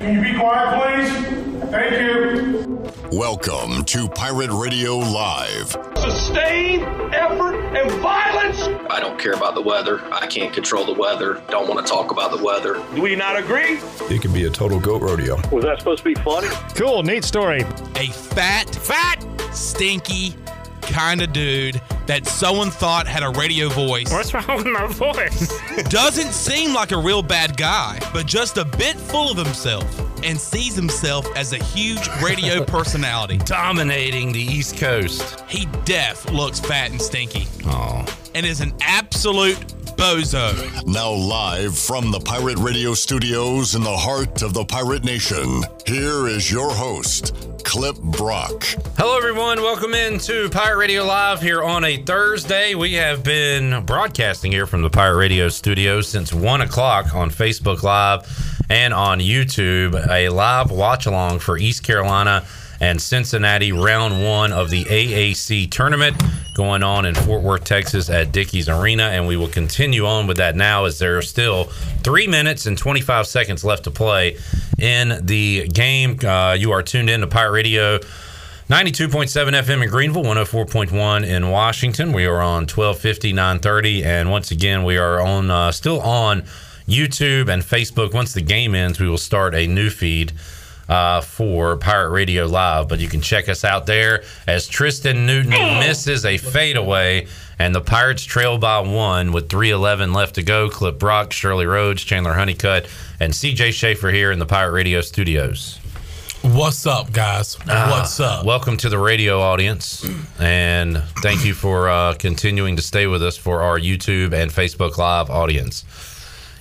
Can you be quiet, please? Thank you. Welcome to Pirate Radio Live. Sustained effort and violence. I don't care about the weather. I can't control the weather. Don't want to talk about the weather. Do we not agree? It can be a total goat rodeo. Was that supposed to be funny? Cool, neat story. A fat, fat, stinky kind of dude that someone thought had a radio voice What's wrong with my voice? doesn't seem like a real bad guy, but just a bit full of himself and sees himself as a huge radio personality. Dominating the East Coast. He deaf, looks fat and stinky, Oh. and is an absolute bozo. Now, live from the Pirate Radio studios in the heart of the Pirate Nation, here is your host, Clip Brock. Hello, everyone. Welcome in to Pirate Radio Live here on a Thursday. We have been broadcasting here from the Pirate Radio studio since 1 o'clock on Facebook Live and on YouTube. A live watch along for East Carolina and Cincinnati, round one of the AAC tournament going on in Fort Worth, Texas at Dickey's Arena. And we will continue on with that now as there are still three minutes and 25 seconds left to play in the game. Uh, you are tuned in to Pirate Radio. 92.7 FM in Greenville, 104.1 in Washington. We are on 1250, 930. And once again, we are on uh, still on YouTube and Facebook. Once the game ends, we will start a new feed uh, for Pirate Radio Live. But you can check us out there as Tristan Newton misses a fadeaway. And the Pirates trail by one with 3.11 left to go. Clip Brock, Shirley Rhodes, Chandler Honeycutt, and CJ Schaefer here in the Pirate Radio studios. What's up, guys? Ah. What's up? Ah, Welcome to the radio audience, and thank you for uh, continuing to stay with us for our YouTube and Facebook Live audience.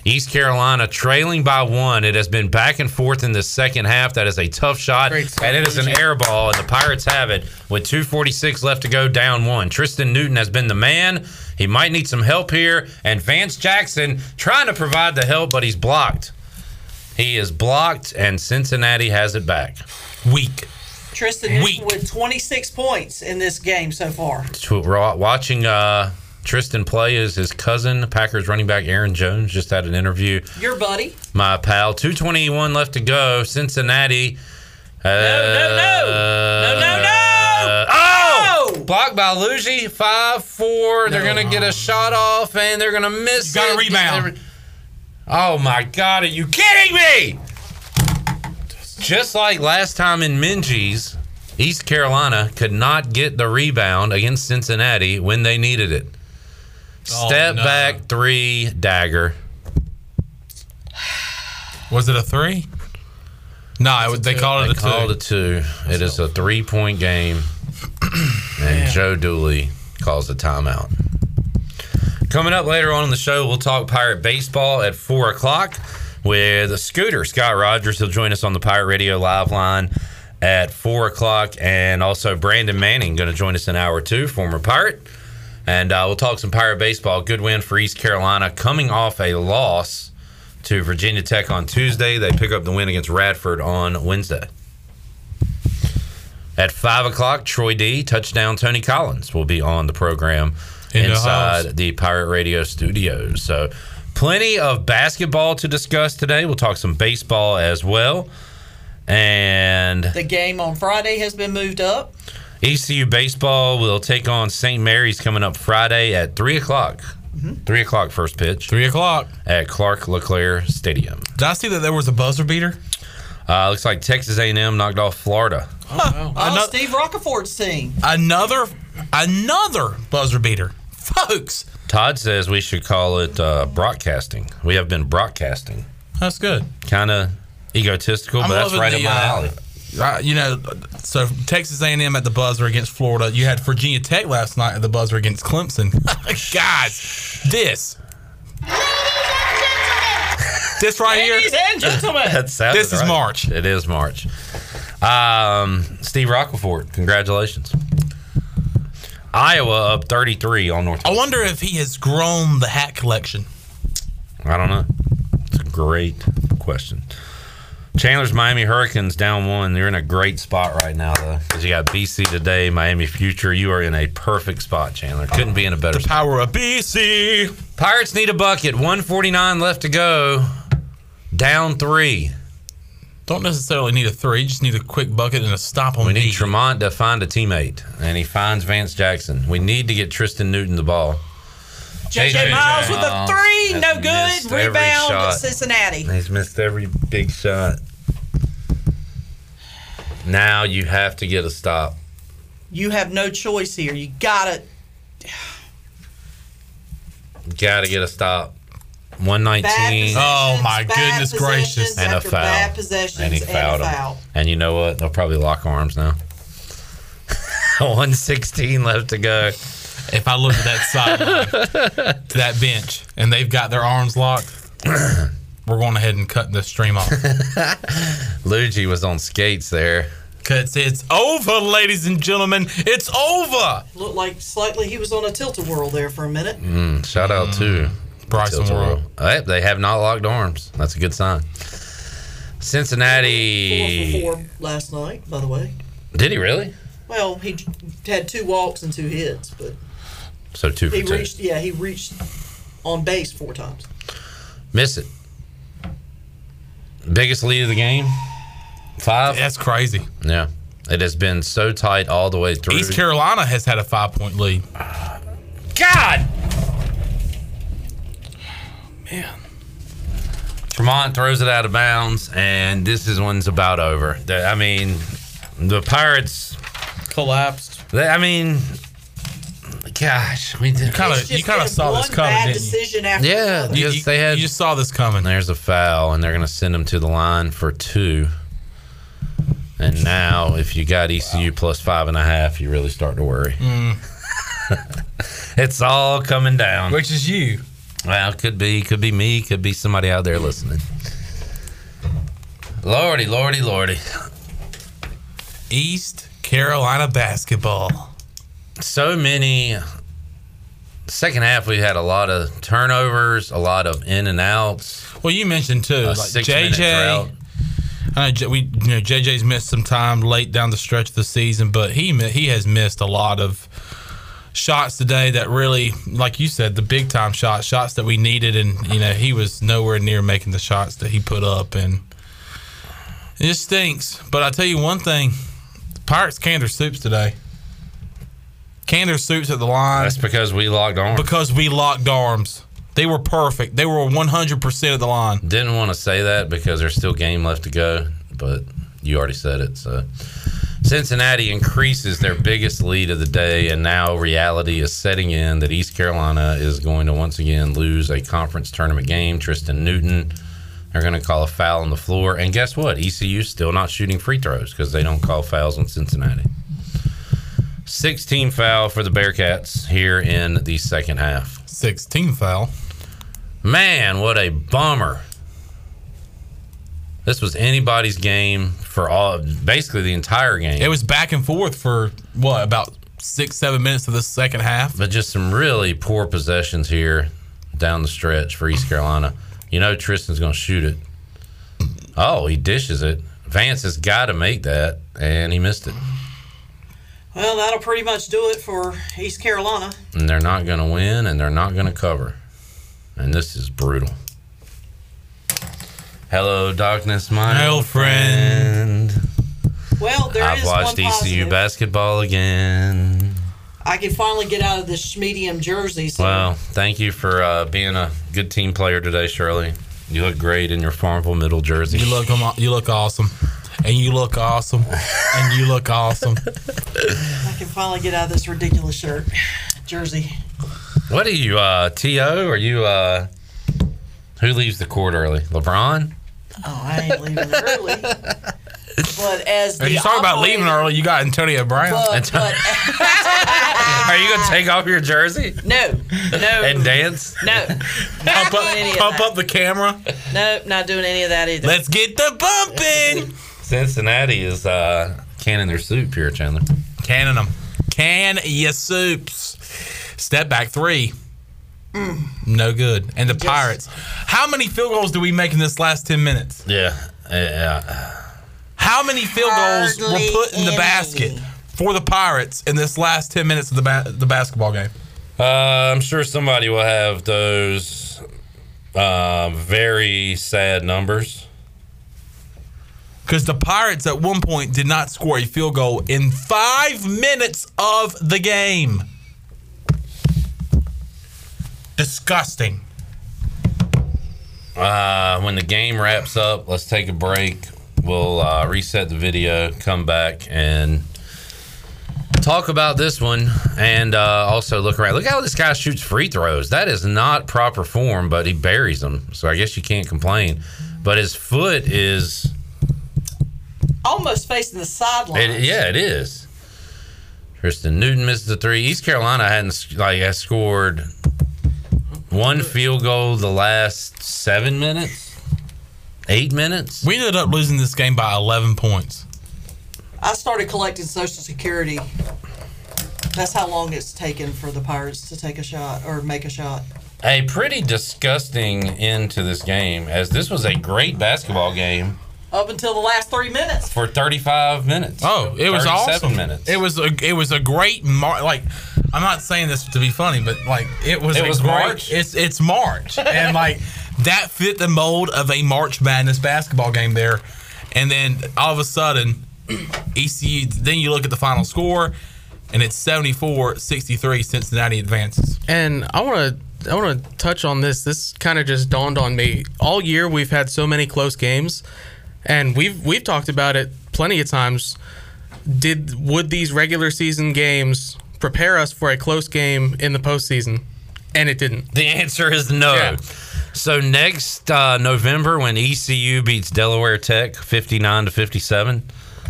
East Carolina trailing by one. It has been back and forth in the second half. That is a tough shot, and it is an air ball, and the Pirates have it with 2:46 left to go, down one. Tristan Newton has been the man. He might need some help here, and Vance Jackson trying to provide the help, but he's blocked. He is blocked, and Cincinnati has it back. Weak. Tristan Weak. Newton with 26 points in this game so far. Tw- ro- watching uh, Tristan play is his cousin, Packers running back Aaron Jones, just had an interview. Your buddy. My pal, 221 left to go. Cincinnati. Uh, no, no. No, no, no. Oh! Blocked by Luigi, 5 4. They're going to get a shot off and they're going to miss got a it. rebound. Oh my God, are you kidding me? Just like last time in Minji's, East Carolina could not get the rebound against Cincinnati when they needed it. Oh, Step no. back three dagger. Was it a three? No, it was, they called it They a called two. it two. It is a three point game. And Joe Dooley calls the timeout. Coming up later on in the show, we'll talk Pirate Baseball at 4 o'clock with a scooter. Scott Rogers will join us on the Pirate Radio Live line at 4 o'clock. And also Brandon Manning going to join us in hour two, former Pirate. And uh, we'll talk some Pirate Baseball. Good win for East Carolina coming off a loss to Virginia Tech on Tuesday. They pick up the win against Radford on Wednesday. At five o'clock, Troy D touchdown Tony Collins will be on the program In the inside house. the Pirate Radio studios. So, plenty of basketball to discuss today. We'll talk some baseball as well, and The game on Friday has been moved up. ECU baseball will take on St. Mary's coming up Friday at three o'clock. Three o'clock first pitch Mm-hmm. Three o'clock. at Clark LeClaire Stadium. Did I see that there was a buzzer beater? Uh, looks like Texas A&M knocked off Florida. Oh, Ano- Steve Rockefort's team. Another, another buzzer beater, folks. Todd says we should call it uh, broadcasting. We have been broadcasting. That's good. Kind of egotistical, I'm but that's loving right the, up my uh, alley. Uh, you know, so Texas A&M at the buzzer against Florida. You had Virginia Tech last night at the buzzer against Clemson. Guys, this, this right here, Ladies and gentlemen. That sounded This is right. March. It is March. Um, Steve Rocklefort, congratulations. Iowa up 33 on North. I wonder if he has grown the hat collection. I don't know. It's a great question. Chandler's Miami Hurricanes down one. You're in a great spot right now, though, because you got BC today, Miami Future. You are in a perfect spot, Chandler. Couldn't be in a better spot. Power of BC. Pirates need a bucket. 149 left to go. Down three. Don't necessarily need a three. You just need a quick bucket and a stop on We need D. Tremont to find a teammate, and he finds Vance Jackson. We need to get Tristan Newton the ball. JJ Miles with a Miles three, no has missed good. every Rebound, shot. Cincinnati. He's missed every big shot. Now you have to get a stop. You have no choice here. You got it. Got to get a stop. Bad 119. possessions. Oh, my bad goodness possessions gracious. And a after Bad foul. possessions and he fouled a him. foul. And you know what? They'll probably lock arms now. 116 left to go. If I look at that sideline, to that bench, and they've got their arms locked, we're going ahead and cutting the stream off. Luigi was on skates there. Cause it's oh, over, ladies and gentlemen. It's over. Looked like slightly he was on a tilt-a-whirl there for a minute. Mm, Shout out to Mm. Bryson World. Hey, they have not locked arms. That's a good sign. Cincinnati. Four for four last night, by the way. Did he really? Well, he j- had two walks and two hits, but So two for he two. reached. Yeah, he reached on base four times. Miss it. Biggest lead of the game. Five. That's crazy. Yeah. It has been so tight all the way through. East Carolina has had a five point lead. God. Man. Tremont throws it out of bounds, and this is one's about over. The- I mean, the Pirates. Collapsed. They, I mean, gosh, we did Kinda- It's you just kinda been saw this one coming, Bad didn't you? decision after Yeah, another. yeah. You, Yes, you- they had- you just saw this coming. There's a foul, and they're going to send him to the line for two. And now, if you got ECU plus five and a half, you really start to worry. Mm. it's all coming down. Which is you. Well, it could be, could be me, could be somebody out there listening. Lordy, lordy, lordy. East Carolina basketball. So many. Second half, we had a lot of turnovers, a lot of in and outs. Well, you mentioned too, A like six-minute drought. JJ. I know J- we you know JJ's missed some time late down the stretch of the season, but he mi- he has missed a lot of shots today that really, like you said, the big time shots, shots that we needed, and you know he was nowhere near making the shots that he put up, and it just stinks. But I tell you one thing, the Pirates canned their soups today. Canned their soups at the line That's because we logged on. because we locked arms. They were perfect. They were 100% at the line. Didn't want to say that because there's still game left to go, but you already said it. So Cincinnati increases their biggest lead of the day, and now reality is setting in that East Carolina is going to once again lose a conference tournament game. Tristan Newton, they're going to call a foul on the floor, and guess what? E ECU's still not shooting free throws because they don't call fouls on Cincinnati. 16 foul for the Bearcats here in the second half. 16 foul. Man, what a bummer. This was anybody's game for all, basically the entire game. It was back and forth for what about six, seven minutes of the second half. but just some really poor possessions here down the stretch for East Carolina. You know, Tristan's going to shoot it. Oh, he dishes it. Vance has got to make that, and he missed it. Well, that'll pretty much do it for East Carolina. And they're not going to win, and they're not going to cover. And this is brutal. Hello, darkness, my Hello, old friend. Well, there is I've watched E one ECU positive. basketball again. I can finally get out of this medium jersey. So Well, thank you for uh, being a good team player today, Shirley. You look great in your Farmville Middle jersey. You look, am- you look awesome, and you look awesome, and you look awesome. I can finally get out of this ridiculous shirt jersey. What are you, uh, T.O.? Are you, uh, who leaves the court early? LeBron? Oh, I ain't leaving early. But as the If you talk about operator- leaving early, you got Antonio Brown. But, but Are you going to take off your jersey no, no, and dance? no, not Pump doing any up, of pump that. up the camera. No, not doing any of that either. Let's get the bumping. Cincinnati is uh, canning their soup here, Chandler. Canning them. Can your soups. Step back three. Mm. No good. And the Pirates. How many field goals do we make in this last 10 minutes? Yeah. Yeah. How many field goals Hardly were put in the any. basket for the Pirates in this last 10 minutes of the, ba- the basketball game? Uh, I'm sure somebody will have those uh, very sad numbers. Because the Pirates at one point did not score a field goal in five minutes of the game. Disgusting. Uh, when the game wraps up, let's take a break. We'll uh, reset the video, come back, and talk about this one. And uh, also look around. Look how this guy shoots free throws. That is not proper form, but he buries them. So I guess you can't complain. But his foot is, Almost facing the sideline. it, yeah, it is. Tristan Newton misses the three. East Carolina hadn't like has scored one field goal the last seven minutes, eight minutes. We ended up losing this game by 11 points. I started collecting Social Security. That's how long it's taken for the Pirates to take a shot or make a shot. a pretty disgusting end to this game as this was a great basketball game Up until the last three minutes. for 35 minutes. Oh, it was 37 awesome. minutes. It was a it was a great mar- like I'm not saying this to be funny, but like it was It a was great- March. It's it's March. and like that fit the mold of a March Madness basketball game there. And then all of a sudden ECU then you look at the final score and it's 74-63 Cincinnati advances. And I want to I want to touch on this. This kind of just dawned on me. All year we've had so many close games, and we've we've talked about it plenty of times. Did would these regular season games prepare us for a close game in the postseason? And it didn't. the answer is no. Yeah. So next uh, November when ECU beats Delaware Tech 59 to 57,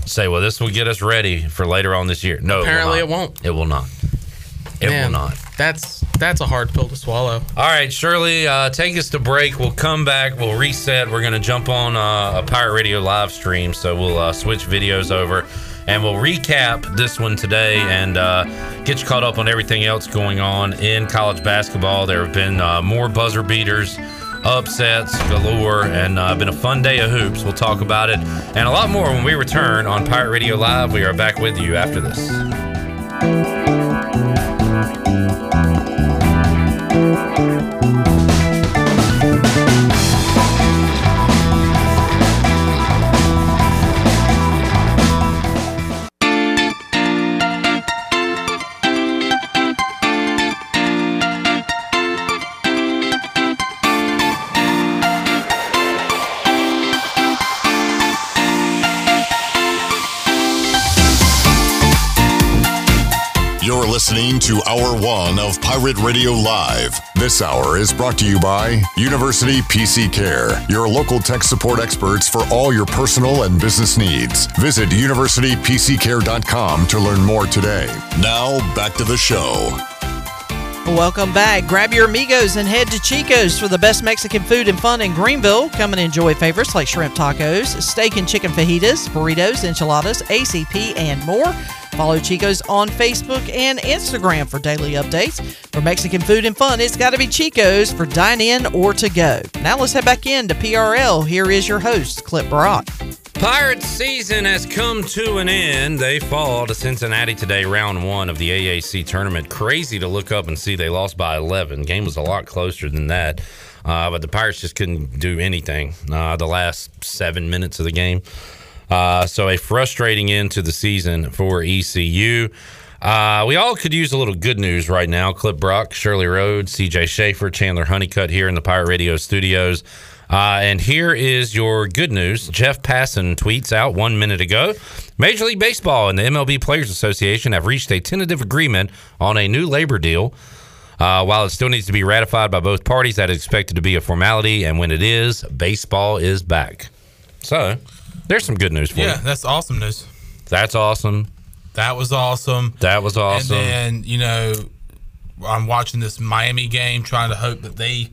say, well, this will get us ready for later on this year. No, Apparently it, will not. It will not. It Man, will not. That's that's a hard pill to swallow. All right, Shirley, uh, take us to break. We'll come back. We'll reset. We're going to jump on uh, a Pirate Radio live stream. So we'll uh, switch videos over and we'll recap this one today and uh, get you caught up on everything else going on in college basketball. There have been uh, more buzzer beaters, upsets galore, and uh, been a fun day of hoops. We'll talk about it and a lot more when we return on Pirate Radio Live. We are back with you after this. You're listening to Hour One of Pirate Radio Live. This hour is brought to you by University PC Care, your local tech support experts for all your personal and business needs. Visit universitypccare.com to learn more today. Now, back to the show. Welcome back. Grab your amigos and head to Chico's for the best Mexican food and fun in Greenville. Come and enjoy favorites like shrimp tacos, steak and chicken fajitas, burritos, enchiladas, ACP, and more. Follow Chico's on Facebook and Instagram for daily updates. For Mexican food and fun, it's got to be Chico's for dine in or to go. Now let's head back in to PRL. Here is your host, Clip Brock. Pirates season has come to an end. They fall to Cincinnati today, round one of the AAC tournament. Crazy to look up and see they lost by 11. Game was a lot closer than that, uh, but the Pirates just couldn't do anything uh, the last seven minutes of the game. Uh, so a frustrating end to the season for ECU. Uh, we all could use a little good news right now. Clip Brock, Shirley Rhodes, CJ Schaefer, Chandler Honeycutt here in the Pirate Radio studios. Uh, and here is your good news. Jeff Passan tweets out one minute ago Major League Baseball and the MLB Players Association have reached a tentative agreement on a new labor deal. Uh, while it still needs to be ratified by both parties, that is expected to be a formality. And when it is, baseball is back. So there's some good news for Yeah, you. that's awesome news. That's awesome. That was awesome. That was awesome. And then, you know, I'm watching this Miami game, trying to hope that they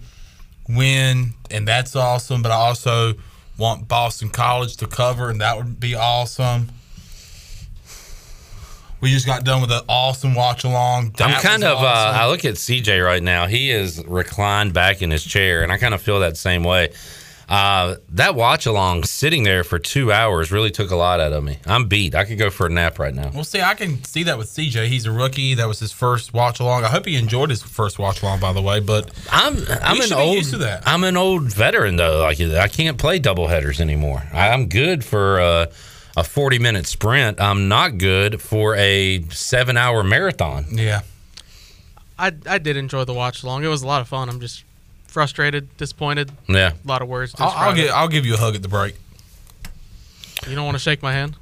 win, and that's awesome. But I also want Boston College to cover, and that would be awesome. We just got done with an awesome watch along. I'm kind of. Uh, I look at CJ right now. He is reclined back in his chair, and I kind of feel that same way. Uh, that watch along sitting there for two hours really took a lot out of me. I'm beat. I could go for a nap right now. Well, see, I can see that with CJ. He's a rookie. That was his first watch along. I hope he enjoyed his first watch along, by the way. But I'm I'm we an should be old used to that. I'm an old veteran though. Like I can't play double headers anymore. I- I'm good for uh, a 40 minute sprint. I'm not good for a seven hour marathon. Yeah. I I did enjoy the watch along. It was a lot of fun. I'm just frustrated, disappointed. Yeah. a lot of words. to I'll, I'll describe give it. I'll give you a hug at the break. You don't want to shake my hand.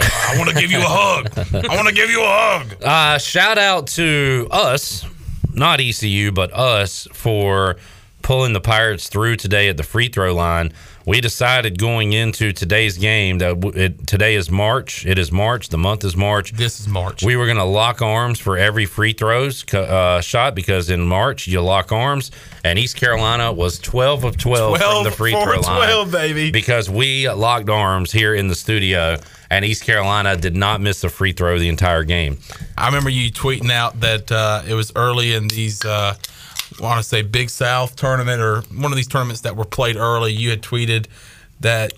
I want to give you a hug. I want to give you a hug. Uh, shout out to us, not ECU, but us for pulling the Pirates through today at the free throw line. We decided going into today's game that w- it, today is March. It is March. The month is March. This is March. We were going to lock arms for every free throws co- uh, shot because in March you lock arms, and East Carolina was 12 of 12, from the free for throw line. 12, baby. Because we locked arms here in the studio, and East Carolina did not miss a free throw the entire game. I remember you tweeting out that uh, it was early in these, uh, I want to say Big South tournament or one of these tournaments that were played early. You had tweeted that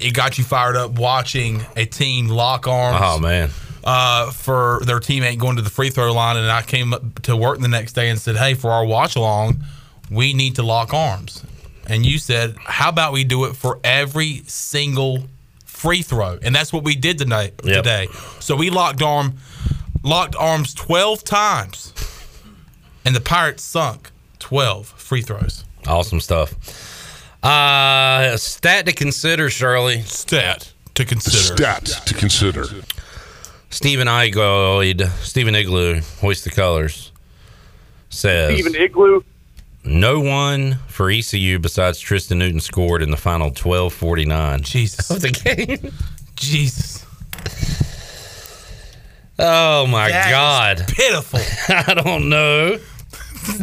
it got you fired up watching a team lock arms. Oh, man. Uh, for their teammate going to the free throw line, and I came up to work the next day and said, "Hey, for our watch along, we need to lock arms." And you said, "How about we do it for every single free throw?" And that's what we did tonight. Yep. Today, so we locked arm, locked arms twelve times, and the Pirates sunk twelve free throws. Awesome stuff. Uh, stat to consider, Shirley. Stat to consider. Stat to consider. Stephen Igoid, Stephen Igloo, hoist the colors, says Even Igloo. no one for ECU besides Tristan Newton scored in the final twelve forty nine. Jesus of the game. Jesus. Oh my That is God! pitiful. I don't know.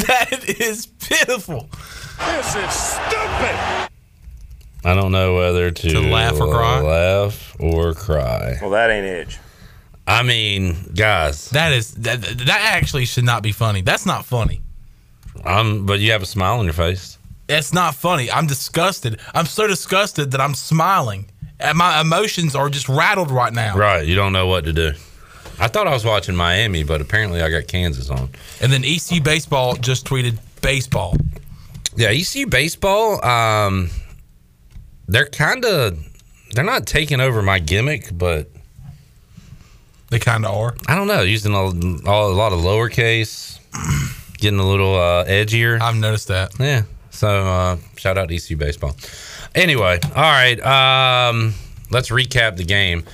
that is pitiful. This is stupid. I don't know whether to, To laugh or cry? Laugh or cry. Well, that ain't edge. I mean, guys, that is that, that actually should not be funny. That's not funny. I'm. But you have a smile on your face. That's not funny. I'm disgusted. I'm so disgusted that I'm smiling. And my emotions are just rattled right now. Right. You don't know what to do. I thought I was watching Miami, but apparently I got Kansas on. And then ECU baseball just tweeted baseball. Yeah, ECU baseball. Um, they're kind of they're not taking over my gimmick, but they kind of are. I don't know, using a, a lot of lowercase, getting a little uh, edgier. I've noticed that. Yeah. So uh, shout out to ECU baseball. Anyway, all right. Um, let's recap the game.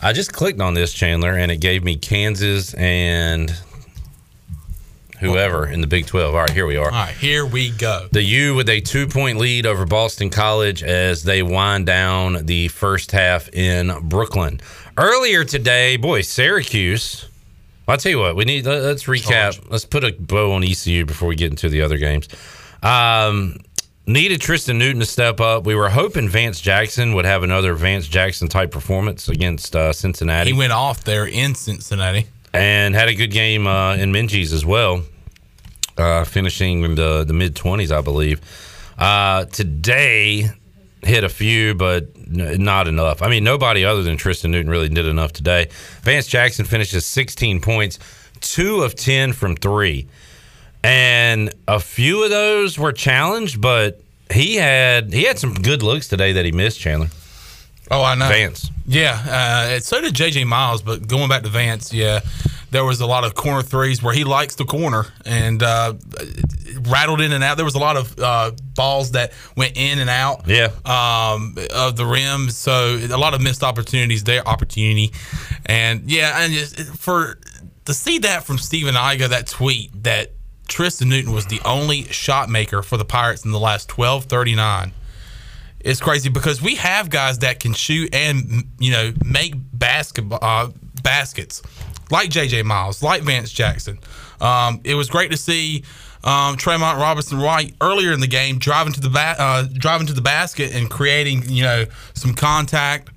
I just clicked on this Chandler, and it gave me Kansas and whoever in the Big Twelve. All right, here we are. All right, here we go. The U with a two point lead over Boston College as they wind down the first half in Brooklyn. Earlier today, boy, Syracuse. I'll tell you what, we need, let- let's recap. Let's put a bow on ECU before we get into the other games. Um, needed Tristan Newton to step up. We were hoping Vance Jackson would have another Vance Jackson type performance against uh, Cincinnati He went off there in Cincinnati. and had a good game uh, in Minji's as well, uh, finishing in the, the mid 20s, I believe. Uh, today, hit a few, but n- not enough. I mean, nobody other than Tristan Newton really did enough today. Vance Jackson finishes 16 points, two of 10 from three. And a few of those were challenged, but he had he had some good looks today that he missed, Chandler. Oh, I know. Vance. Yeah, uh, and so did JJ Miles. But going back to Vance, yeah, there was a lot of corner threes where he likes the corner and uh, rattled in and out. There was a lot of uh, balls that went in and out. Yeah. um, of the rim. So a lot of missed opportunities there. Opportunity, and yeah, and just for to see that from Steven Iga, that tweet that Tristan Newton was the only shot maker for the Pirates in the last twelve thirty nine. It's crazy because we have guys that can shoot and you know make basketball uh, baskets, like JJ Miles, like Vance Jackson. Um, it was great to see um, Tremont Robinson White earlier in the game driving to the ba- uh, driving to the basket and creating you know some contact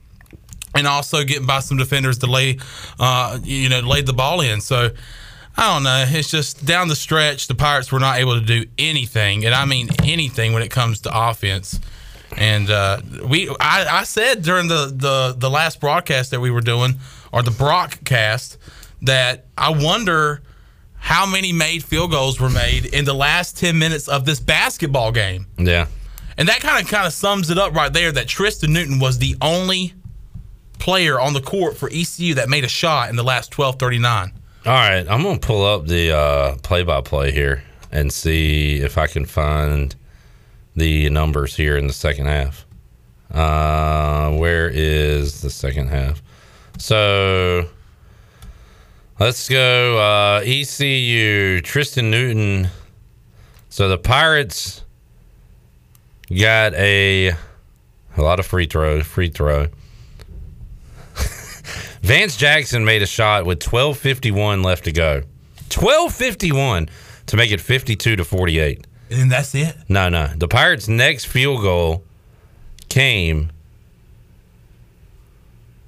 and also getting by some defenders to lay, uh, you know, laid the ball in. So I don't know. It's just down the stretch, the Pirates were not able to do anything, and I mean anything when it comes to offense. And uh, we, I, I said during the, the the last broadcast that we were doing, or the broadcast, that I wonder how many made field goals were made in the last ten minutes of this basketball game. Yeah. And that kind of kind of sums it up right there. That Tristan Newton was the only player on the court for ECU that made a shot in the last 12:39. All right, I'm gonna pull up the uh, play-by-play here and see if I can find the numbers here in the second half. Uh, where is the second half? So let's go uh, ECU Tristan Newton. So the Pirates got a a lot of free throw, free throw. Vance Jackson made a shot with 12:51 left to go. 12:51 to make it 52 to 48. And that's it. No, no. The Pirates' next field goal came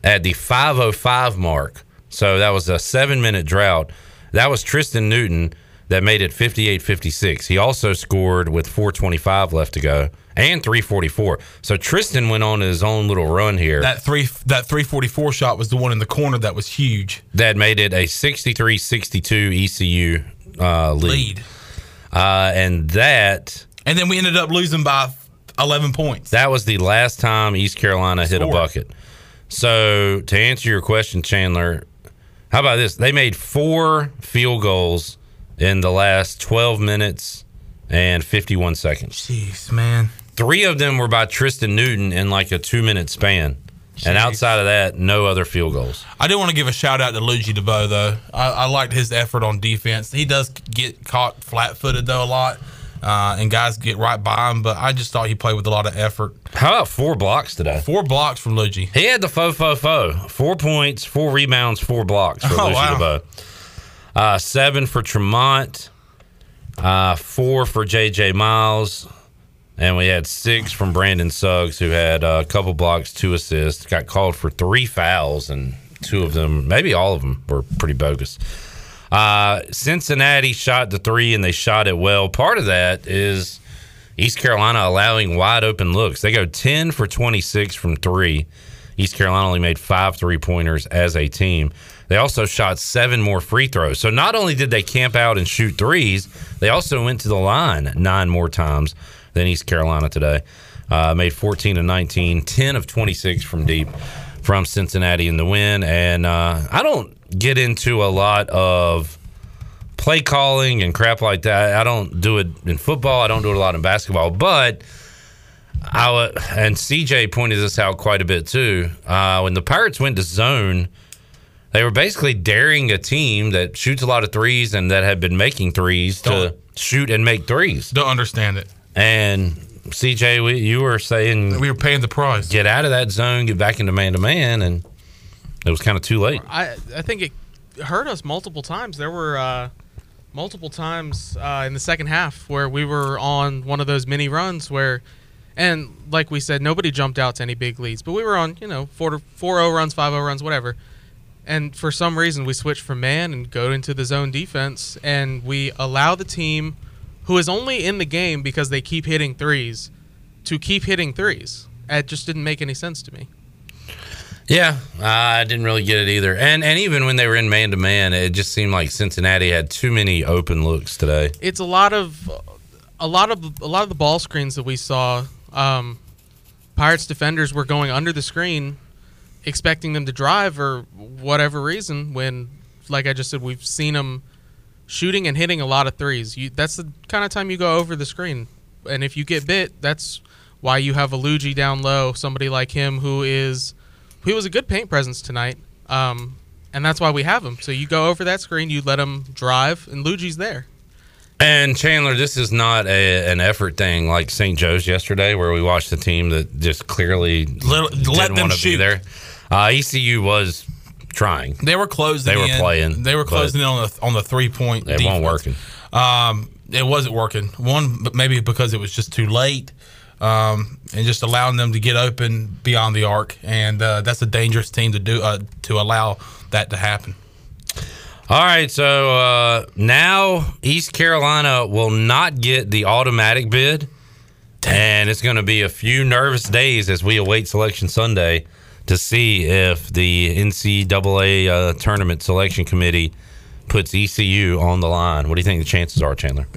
at the 505 mark. So that was a 7-minute drought. That was Tristan Newton that made it 58-56. He also scored with 425 left to go and 344. So Tristan went on his own little run here. That three that 344 shot was the one in the corner that was huge. that made it a 63-62 ECU uh, lead. Lead. Uh, and that And then we ended up losing by 11 points. that was the last time East Carolina hit a Scored. bucket. So to answer your question, Chandler, how about this? They made four field goals in the last 12 minutes and 51 seconds. Jeez, man. Three of them were by Tristan Newton in like a two minute span. And outside of that, no other field goals. I do want to give a shout out to Luigi DeBow though. I, I liked his effort on defense. He does get caught flat-footed though a lot, uh, and guys get right by him. But I just thought he played with a lot of effort. How about four blocks today? Four blocks from Luigi. He had the fo fo fo. Four points, four rebounds, four blocks for Oh, Lucy wow. DeBow. Uh, seven for Tremont, uh, four for JJ Miles, and we had six from Brandon Suggs, who had uh, a couple blocks, two assists, got called for three fouls, and two of them, maybe all of them, were pretty bogus. Uh, Cincinnati shot the three and they shot it well. Part of that is East Carolina allowing wide open looks. They go 10 for 26 from three. East Carolina only made five three pointers as a team. They also shot seven more free throws. So not only did they camp out and shoot threes, they also went to the line nine more times than East Carolina today. Uh, made 14 of 19, 10 of 26 from deep from Cincinnati in the win. And uh, I don't get into a lot of play calling and crap like that. I don't do it in football. I don't do it a lot in basketball. But I wa- and CJ pointed this out quite a bit too. Uh, when the Pirates went to zone, they were basically daring a team that shoots a lot of threes and that had been making threes to shoot and make threes. Don't understand it. And CJ, we, you were saying We were paying the price. get out of that zone, get back into man to man, and it was kind of too late. I I think it hurt us multiple times. There were uh, multiple times uh, in the second half where we were on one of those mini runs where, and like we said, nobody jumped out to any big leads, but we were on you know four four zero runs, five zero runs, whatever. And for some reason, we switched from man and go into the zone defense, and we allow the team, who is only in the game because they keep hitting threes, to keep hitting threes. It just didn't make any sense to me. Yeah, I didn't really get it either. And and even when they were in man to man, it just seemed like Cincinnati had too many open looks today. it's a lot of a lot of a lot of the ball screens that we saw um, pirates defenders were going under the screen expecting them to drive or whatever reason when like i just said we've seen them shooting and hitting a lot of threes you, that's the kind of time you go over the screen and if you get bit that's why you have a Luigi down low somebody like him who is he was a good paint presence tonight um, and that's why we have him so you go over that screen you let him drive and Luigi's there And Chandler, this is not a, an effort thing like St. Joe's yesterday, where we watched a team that just clearly Let- didn't let them want to be shoot. there. Uh, ECU was trying. They were closing. They were in. playing, They were but- closing in on the on the three point. It wasn't working. Um, it wasn't working. One, but maybe because it was just too late, um, and just allowing them to get open beyond the arc, and uh, that's a dangerous team to do uh, to allow that to happen. All right, so uh, now East Carolina will not get the automatic bid And it's going to be a few nervous days as we await Selection Sunday to see if the NCAA uh, Tournament Selection Committee puts ECU on the line. What do you think the chances are, Chandler?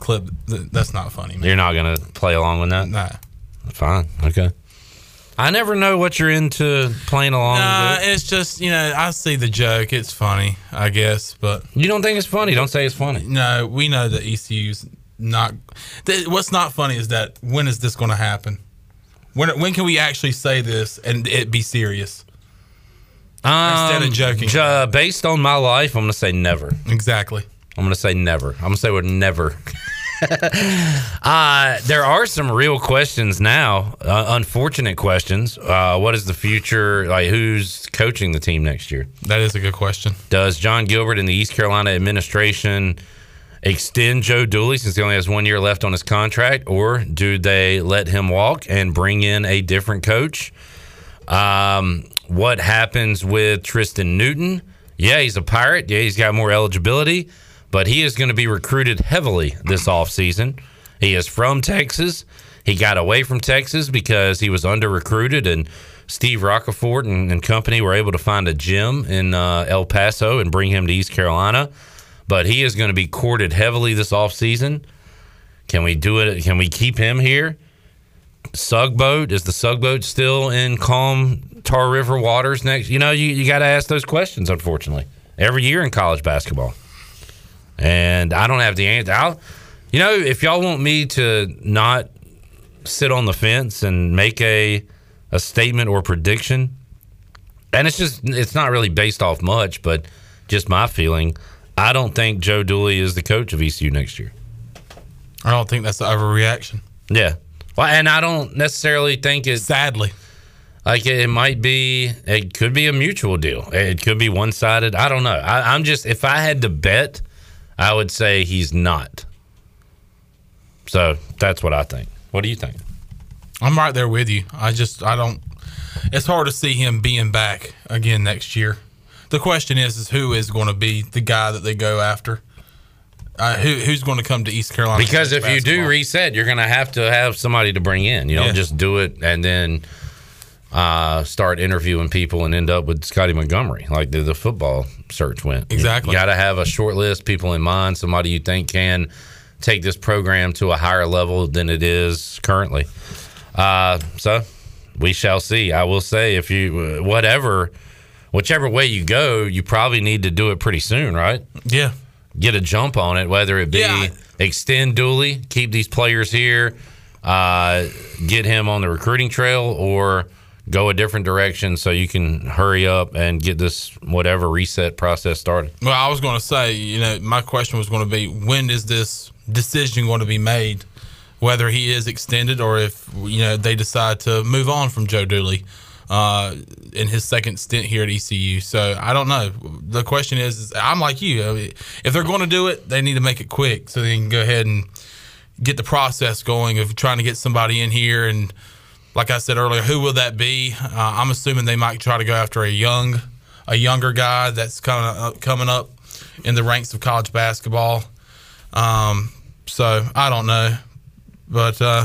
Clip. th- That's not funny, man. You're not going to play along with that? Nah. Fine. Okay. I never know what you're into playing along Nah, with. it's just you know I see the joke. It's funny, I guess, but you don't think it's funny. Don't say it's funny. No, we know that ECU's not. th- what's not funny is that when is this going to happen? When when can we actually say this and it be serious? Um, Instead of joking. ju- based on my life, I'm going to say never. Exactly. I'm going to say never. I'm going to say we're never. uh, there are some real questions now, uh, unfortunate questions. Uh, what is the future? Like, who's coaching the team next year? That is a good question. Does John Gilbert and the East Carolina administration extend Joe Dooley since he only has one year left on his contract, or do they let him walk and bring in a different coach? Um, what happens with Tristan Newton? Yeah, he's a pirate. Yeah, he's got more eligibility, but he is going to be recruited heavily this offseason. He is from Texas. He got away from Texas because he was under recruited, and Steve Rockefort and, and company were able to find a gym in uh, El Paso and bring him to East Carolina. But he is going to be courted heavily this offseason. Can we do it? Can we keep him here? Sugboat is the sugboat still in calm Tar River waters next? You know, you, you got to ask those questions. Unfortunately, every year in college basketball, and I don't have the answer. I'll, you know, if y'all want me to not sit on the fence and make a a statement or prediction, and it's just it's not really based off much, but just my feeling. I don't think Joe Dooley is the coach of ECU next year. I don't think that's the overreaction. Yeah. Well, and I don't necessarily think it's sadly like it it might be. It could be a mutual deal. It could be one sided. I don't know. I, I'm just if I had to bet, I would say he's not. So that's what I think. What do you think? I'm right there with you. I just I don't. It's hard to see him being back again next year. The question is, is who is going to be the guy that they go after? Uh, who who's going to come to East Carolina? Because if you do basketball? reset, you're going to have to have somebody to bring in. You don't Yeah. just do it and then uh, start interviewing people and end up with Scotty Montgomery, like the, the football search went. Exactly. You got to have a short list, people in mind, somebody you think can take this program to a higher level than it is currently. Uh, so we shall see. I will say, if you, uh, whatever, whichever way you go, you probably need to do it pretty soon, right? Yeah. Get a jump on it, whether it be extend Dooley, keep these players here, uh, get him on the recruiting trail, or go a different direction so you can hurry up and get this whatever reset process started. Well, I was going to say, you know, my question was going to be when is this decision going to be made, whether he is extended or if, you know, they decide to move on from Joe Dooley uh, in his second stint here at ECU. So I don't know. The question is, is I'm like you. I mean, if they're going to do it, they need to make it quick so they can go ahead and get the process going of trying to get somebody in here. And like I said earlier, who will that be? Uh, I'm assuming they might try to go after a young, a younger guy that's kind of coming up in the ranks of college basketball. Um, so I don't know, but uh,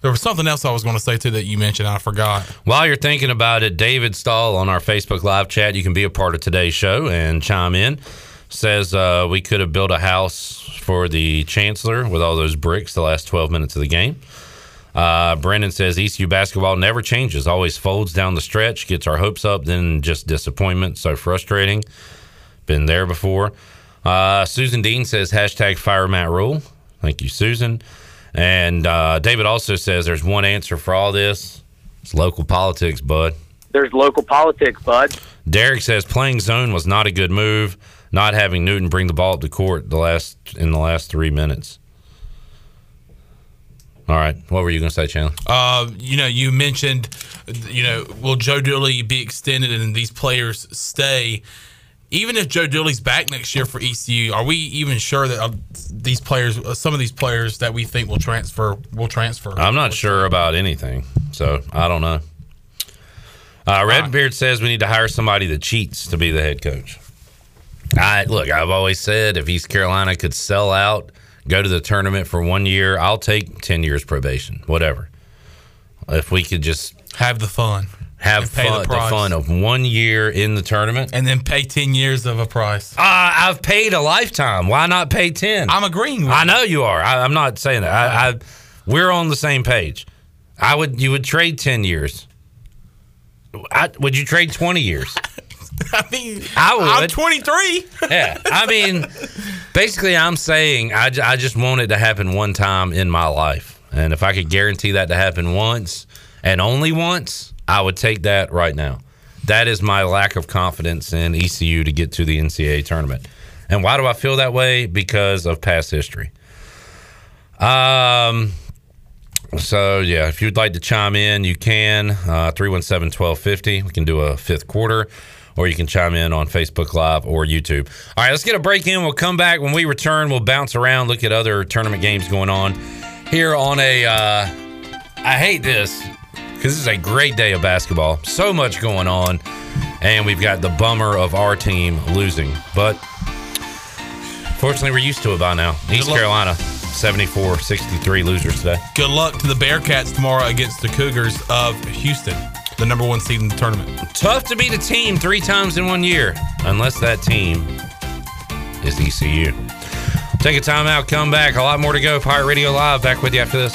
there was something else I was going to say too that you mentioned. I forgot. While you're thinking about it, David Stahl on our Facebook live chat, you can be a part of today's show and chime in. Says uh, we could have built a house for the chancellor with all those bricks the last 12 minutes of the game. Uh, Brendan says ECU basketball never changes, always folds down the stretch, gets our hopes up, then just disappointment. So frustrating. Been there before. Uh, Susan Dean says hashtag fire Matt Rule. Thank you, Susan. And uh, David also says there's one answer for all this. It's local politics, bud. There's local politics, bud. Derek says playing zone was not a good move. Not having Newton bring the ball up to court the last in the last three minutes. All right, what were you going to say, Chandler? Uh, you know, you mentioned, you know, will Joe Dooley be extended and these players stay? Even if Joe Dooley's back next year for ECU, are we even sure that uh, these players, uh, some of these players that we think will transfer, will transfer? I'm not sure about anything, so I don't know. Uh, Redbeard says we need to hire somebody that cheats to be the head coach. I look. I've always said if East Carolina could sell out, go to the tournament for one year. I'll take ten years probation, whatever. If we could just have the fun, have And pay the fun, the, price. fun of one year in the tournament, and then pay ten years of a price. Uh, I've paid a lifetime. Why not pay ten? I'm agreeing. With I know you are. I, I'm not saying that. I, I we're on the same page. I would. You would trade ten years. I, would you trade twenty years? I mean, I would. I'm 23. yeah. I mean, basically, I'm saying I, ju- I just want it to happen one time in my life. And if I could guarantee that to happen once and only once, I would take that right now. That is my lack of confidence in ECU to get to the NCAA tournament. And why do I feel that way? Because of past history. Um, so, yeah, if you'd like to chime in, you can. Uh, 317 1250. We can do a fifth quarter, or you can chime in on Facebook Live or YouTube. All right, let's get a break in. We'll come back. When we return, we'll bounce around, look at other tournament games going on here on a. Uh, I hate this because this is a great day of basketball. So much going on, and we've got the bummer of our team losing. But fortunately, we're used to it by now. East luck. Carolina, 74 63 losers today. Good luck to the Bearcats tomorrow against the Cougars of Houston, the number one seed in the tournament. Tough to beat a team three times in one year, unless that team is ECU. Take a timeout, come back. A lot more to go. Pirate Radio Live back with you after this.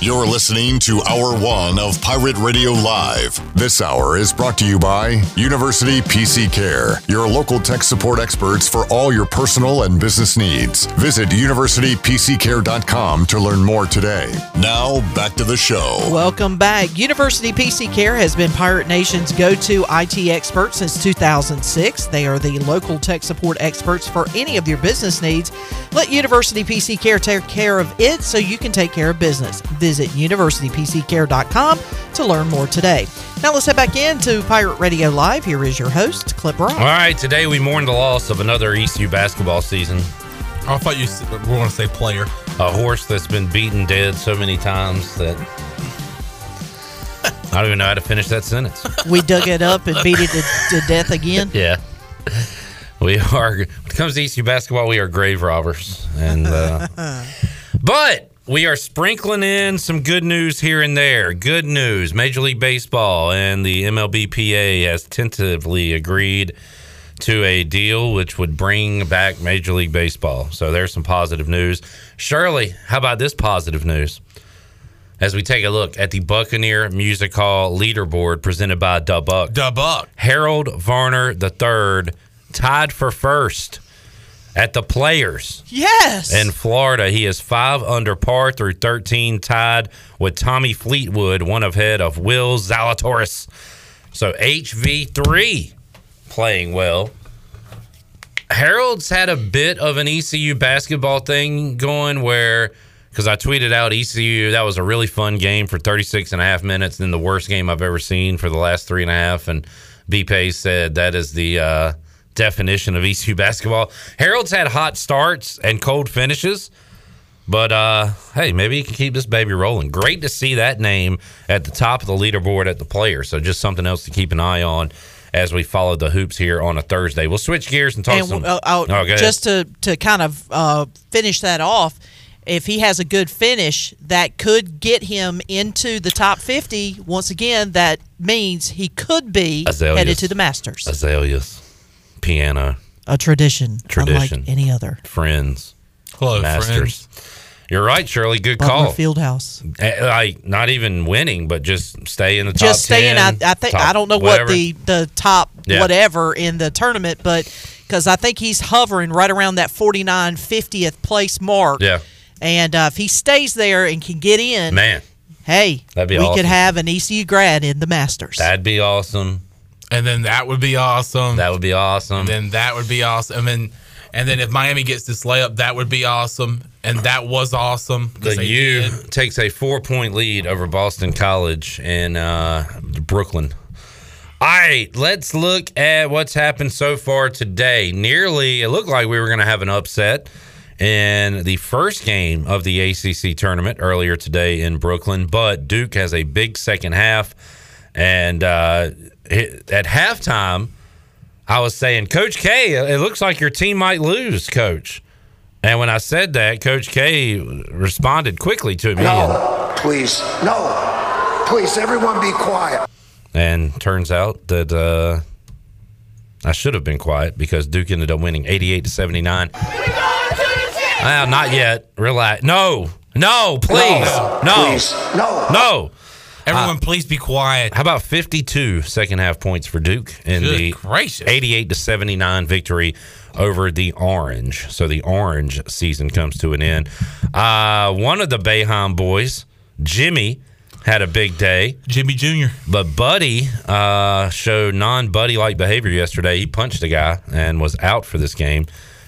You're listening to Hour One of Pirate Radio Live. This hour is brought to you by University PC Care, your local tech support experts for all your personal and business needs. Visit universitypccare.com to learn more today. Now, back to the show. Welcome back. University PC Care has been Pirate Nation's go to IT expert since 2006. They are the local tech support experts for any of your business needs. Let University PC Care take care of it so you can take care of business. Visit universitypccare.com to learn more today. Now let's head back into Pirate Radio Live. Here is your host, Clip Rock. All right, today we mourn the loss of another ECU basketball season. Oh, I thought you s- were going to say player. A horse that's been beaten dead so many times that I don't even know how to finish that sentence. We dug it up and beat it to, to death again. Yeah. We are, when it comes to ECU basketball, we are grave robbers. And, uh, but we are sprinkling in some good news here and there. Good news Major League Baseball and the MLBPA has tentatively agreed to a deal which would bring back Major League Baseball. So there's some positive news. Shirley, how about this positive news? As we take a look at the Buccaneer Music Hall leaderboard presented by Dubuck. Dubuck. Harold Varner III tied for first at the Players. Yes. In Florida, he is five under par through 13, tied with Tommy Fleetwood, one ahead of Will Zalatoris. So HV3 playing well. Harold's had a bit of an ECU basketball thing going where, because I tweeted out ECU, that was a really fun game for 36 and a half minutes, and the worst game I've ever seen for the last three and a half. And B Pace said that is the uh, definition of ECU basketball. Harold's had hot starts and cold finishes. But uh, hey, maybe he can keep this baby rolling. Great to see that name at the top of the leaderboard at the player. So just something else to keep an eye on as we follow the hoops here on a Thursday. We'll switch gears and talk and some. uh, I'll- Oh, go ahead. just to to kind of uh, finish that off, if he has a good finish, that could get him into the top fifty. Once again, that means he could be Azaleas. headed to the Masters. azaleas, piano, A tradition, tradition, unlike any other. friends, Hello, masters. You're right, Shirley. Good Butler call. Fieldhouse. Eh, Like not even winning, but just stay in the top. Just staying. 10, I, I think top I don't know whatever. what the the top Yeah. whatever in the tournament, but because I think he's hovering right around that 49, 50th place mark. Yeah, And uh, if he stays there and can get in, man, hey, That'd be we awesome. could have an ECU grad in the Masters. that'd be awesome. And then that would be awesome. That would be awesome. then that would be awesome. And then, and then if Miami gets this layup, that would be awesome. And that was awesome. 'cause The they U did. takes a four point lead over Boston College in uh, Brooklyn. All right, let's look at what's happened so far today. Nearly, it looked like we were going to have an upset in the first game of the ACC tournament earlier today in Brooklyn. But Duke has a big second half, and uh, it- at halftime, I was saying, Coach K, it looks like your team might lose, Coach. And when I said that, Coach K responded quickly to me. No, please, no, please, everyone be quiet. And turns out that uh, I should have been quiet because Duke ended up winning 88 to 79. Ah, not yet. Relax. No. No, please. No. No. please, no. Everyone, please be quiet. Uh, How about 52 second half points for Duke in Good the 88 to 79 victory over the Orange? So the Orange season comes to an end. Uh, one of the Bayham boys, Jimmy, had a big day. Jimmy Jr. But Buddy uh, showed non Buddy like behavior yesterday. He punched a guy and was out for this game.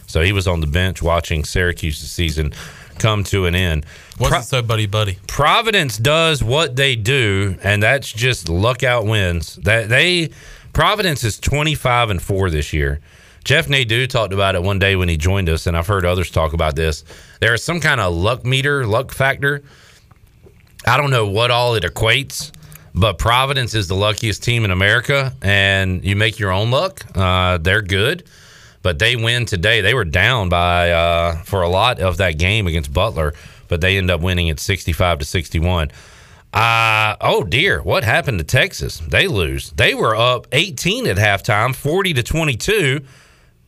So he was on the bench watching Syracuse's season come to an end. Wasn't so buddy buddy. Providence does what they do, and that's just luck out wins. That they Providence is twenty five and four this year. Jeff Nadeau talked about it one day when he joined us, and I've heard others talk about this. There is some kind of luck meter, luck factor. I don't know what all it equates, but Providence is the luckiest team in America, and you make your own luck. Uh, they're good, but they win today. They were down by uh, for a lot of that game against Butler, but they end up winning at sixty-five to sixty-one. Uh, oh dear, what happened to Texas? They lose. They were up eighteen at halftime, forty to twenty-two.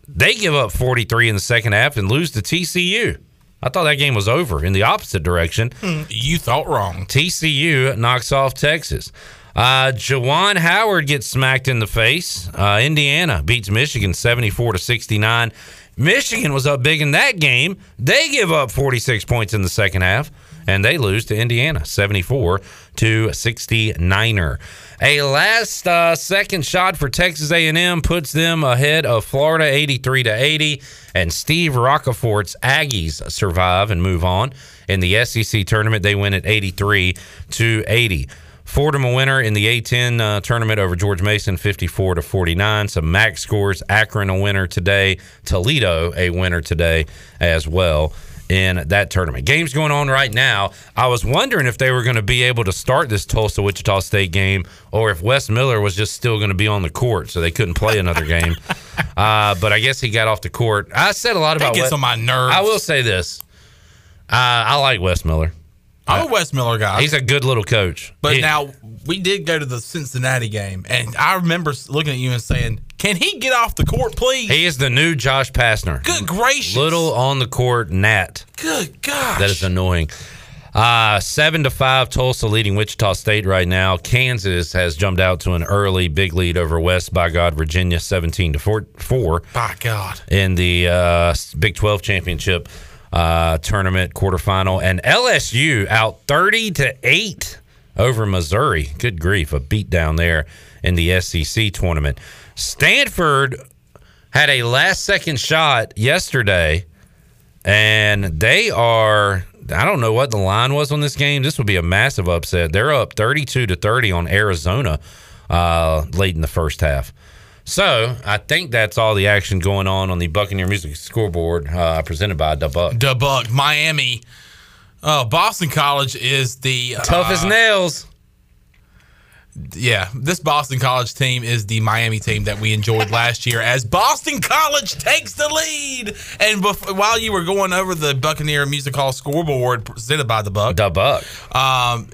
They give up 43 in the second half and lose to TCU. I thought that game was over in the opposite direction. Hmm, You thought wrong. TCU knocks off Texas. Uh, Jawan Howard gets smacked in the face. Uh, Indiana beats Michigan 74 to 69. Michigan was up big in that game. They give up 46 points in the second half and they lose to Indiana 74 to 69er. A last uh, second shot for Texas A&M puts them ahead of Florida 83 to 80 and Steve Rockefort's Aggies survive and move on in the SEC tournament they win at 83 to 80. Fordham a winner in the A10 uh, tournament over George Mason, 54 to 49. Some MAC scores. Akron a winner today. Toledo a winner today as well in that tournament. Games going on right now. I was wondering if they were going to be able to start this Tulsa Wichita State game, or if Wes Miller was just still going to be on the court, so they couldn't play another game. Uh, but I guess he got off the court. I said a lot That about gets Wes- on my nerves. I will say this: uh, I like Wes Miller. I'm a Wes Miller guy. He's a good little coach. But He- now we did go to the Cincinnati game, and I remember looking at you and saying, "Can he get off the court, please?" He is the new Josh Pastner. Good gracious! Little on the court Nat. Good God! That is annoying. Uh, seven to five, Tulsa leading Wichita State right now. Kansas has jumped out to an early big lead over West by God, Virginia, seventeen to four. four By God. in the uh, Big 12 championship uh, tournament quarterfinal, and LSU out 30 to eight over Missouri. Good grief, a beat down there in the SEC tournament. Stanford had a last second shot yesterday, and they are. I don't know what the line was on this game. This would be a massive upset. They're up 32 to 30 on Arizona uh, late in the first half. So I think that's all the action going on on the Buccaneer Music Scoreboard uh, presented by the Buck. The Buck, Miami. Oh, Boston College is the uh, Tough as nails. Yeah, this Boston College team is the Miami team that we enjoyed last year. As Boston College takes the lead, and bef- while you were going over the Buccaneer Music Hall scoreboard presented by the Buck, the Buck, um,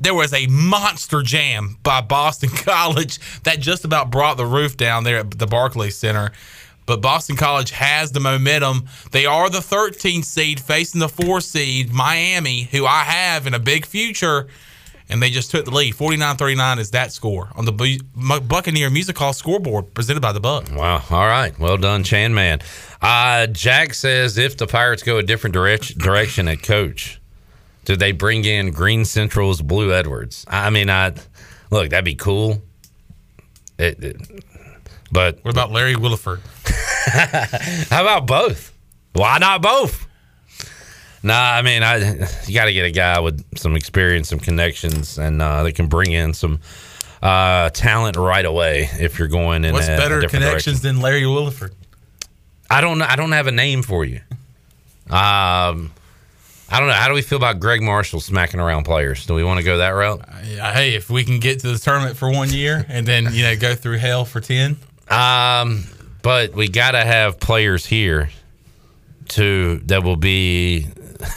there was a monster jam by Boston College that just about brought the roof down there at the Barclays Center. But Boston College has the momentum. They are the 13 seed facing the 4 seed Miami, who I have in a big future. And they just took the lead. 49 39 is that score on the Bu- Mu- Buccaneer Music Hall scoreboard presented by the Buck. Wow. All right. Well done, Chan Man. Uh, Jack says if the Pirates go a different direc- direction at coach, do they bring in Green Central's Blue Edwards? I mean, I look, that'd be cool. It- it- but what about Larry Williford? How about both? Why not both? Nah, I mean, I you got to get a guy with some experience, some connections, and uh, that can bring in some uh, talent right away if you're going in. What's a, a better different direction. connections than Larry Williford? I don't know. I don't have a name for you. Um, I don't know. How do we feel about Greg Marshall smacking around players? Do we want to go that route? Yeah, hey, if we can get to the tournament for one year and then you know go through hell for ten. Um, but we gotta have players here to that will be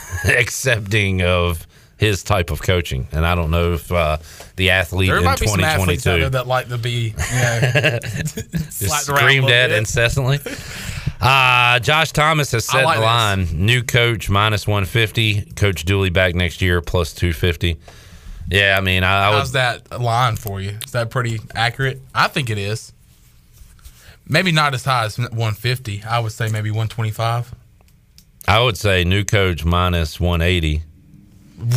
accepting of his type of coaching, and I don't know if uh, the athlete There in might be some athletes out 2022 there that like to be, you know, just slapped around a screamed little at bit. incessantly. Uh, Josh Thomas has I set like the this. line. New coach minus 150. Coach Dooley back next year plus 250. Yeah, I mean, I, I How's was. that line for you? Is that pretty accurate? I think it is. Maybe not as high as 150. I would say maybe 125. I would say new coach minus 180,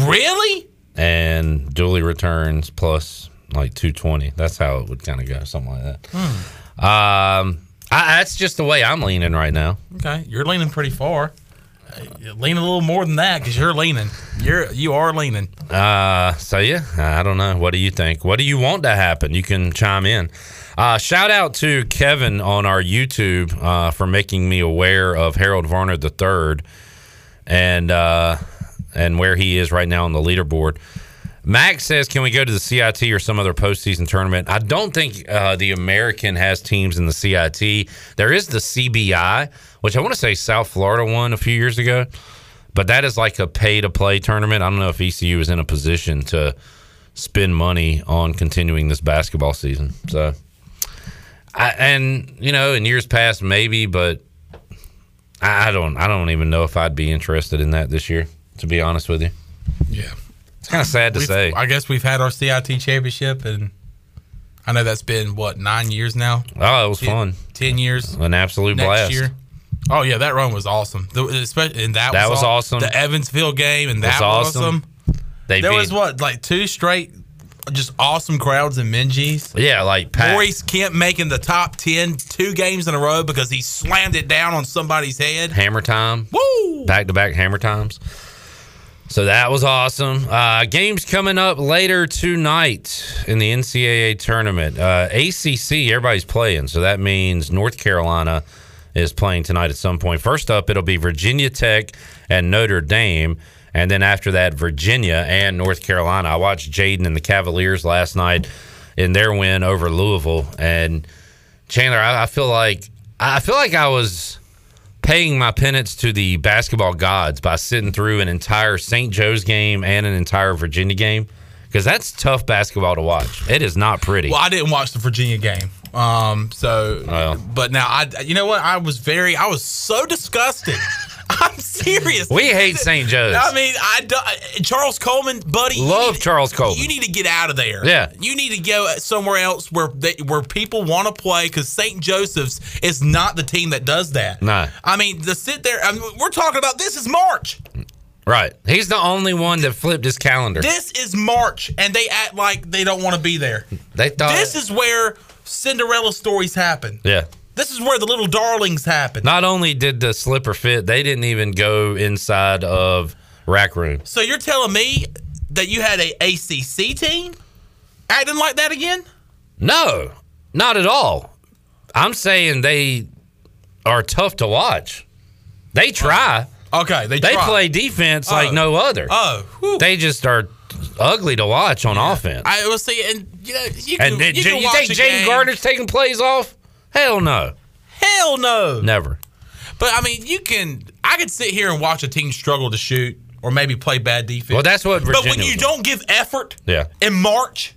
Really? and Dooley returns plus like 220. That's how it would kind of go, something like that. Um, I, that's just the way I'm leaning right now. Okay, you're leaning pretty far. Uh, Lean a little more than that because you're leaning. You're you are leaning. Uh, so yeah, I don't know. What do you think? What do you want to happen? You can chime in. Uh, shout out to Kevin on our YouTube uh, for making me aware of Harold Varner III and uh, and where he is right now on the leaderboard. Max says, "Can we go to the CIT or some other postseason tournament?" I don't think uh, the American has teams in the CIT. There is the CBI, which I want to say South Florida won a few years ago, but that is like a pay-to-play tournament. I don't know if ECU is in a position to spend money on continuing this basketball season. So, I, and you know, in years past, maybe, but I I don't. I don't even know if I'd be interested in that this year. To be honest with you, Yeah. it's kind of sad to We've- say. I guess we've had our CIT championship, and I know that's been what nine years now. Oh, it was Ten- fun. Ten years. An absolute next blast. year. Oh yeah, that run was awesome. The, especially and that, That was, was aw- awesome. The Evansville game and That's that was awesome. awesome. They there beat- was what like two straight, just awesome crowds in Minji's. Yeah, like Pat. Maurice Kemp making the top 10 two games in a row because he slammed it down on somebody's head. Hammer time. Woo! Back to back hammer times. So that was awesome. Uh, games coming up later tonight in the NCAA tournament. Uh, ACC, everybody's playing. So that means North Carolina is playing tonight at some point. First up, it'll be Virginia Tech and Notre Dame. And then after that, Virginia and North Carolina. I watched Jaden and the Cavaliers last night in their win over Louisville. And Chandler, I, I feel like I feel like I was paying my penance to the basketball gods by sitting through an entire St. Joe's game and an entire Virginia game because that's tough basketball to watch. It is not pretty. Well, I didn't watch the Virginia game. Um, so, but now I, you know what? I was very, I was so disgusted. I'm serious. we hate St. Joe's. I mean, I do- Charles Coleman, buddy. you Love need- Charles Coleman. You need to get out of there. Yeah. You need to go somewhere else where they, where people want to play because St. Joseph's is not the team that does that. No. I mean, to sit there, I mean, we're talking about this is March. Right. He's the only one that flipped his calendar. This is March, and they act like they don't want to be there. they thought. This is where Cinderella stories happen. yeah. This is where the little darlings happen. Not only did the slipper fit, they didn't even go inside of rack room. So you're telling me that you had a ACC team acting like that again? No, not at all. I'm saying they are tough to watch. They try. Oh. Okay, they They try. play defense like Oh. no other. Oh, whew. they just are ugly to watch on offense. I will see, and you know, you can, and then you J- can you watch think a Jane game. Gardner's taking plays off? Hell no, Hell no. never. But I mean, you can. I could sit here and watch a team struggle to shoot or maybe play bad defense. Well, that's what but when Virginia you was don't give effort Yeah, in March,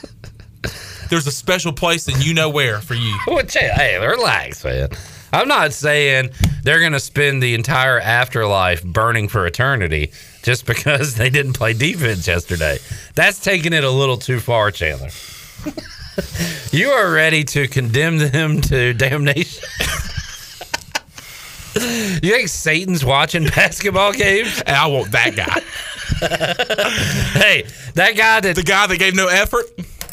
there's a special place and you know where for you. Well, Jay, hey, relax, man. I'm not saying they're going to spend the entire afterlife burning for eternity just because they didn't play defense yesterday. That's taking it a little too far, Chandler. you are ready to condemn them to damnation. you think Satan's watching basketball games? And I want that guy, hey, that guy that the guy that gave no effort.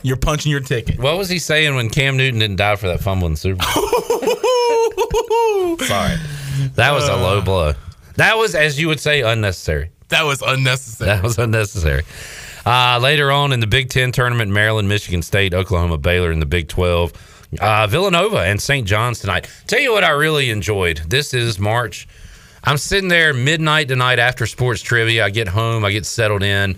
You're punching your ticket. What was he saying when Cam Newton didn't die for that fumble in the Super Bowl? Sorry. That was a low blow. That was, as you would say, unnecessary. That was unnecessary. That was unnecessary. Uh, later on in the Big Ten tournament, Maryland, Michigan State, Oklahoma, Baylor in the Big 12, uh, Villanova and St. John's tonight. Tell you what, I really enjoyed. This is March. I'm sitting there midnight tonight after sports trivia. I get home, I get settled in,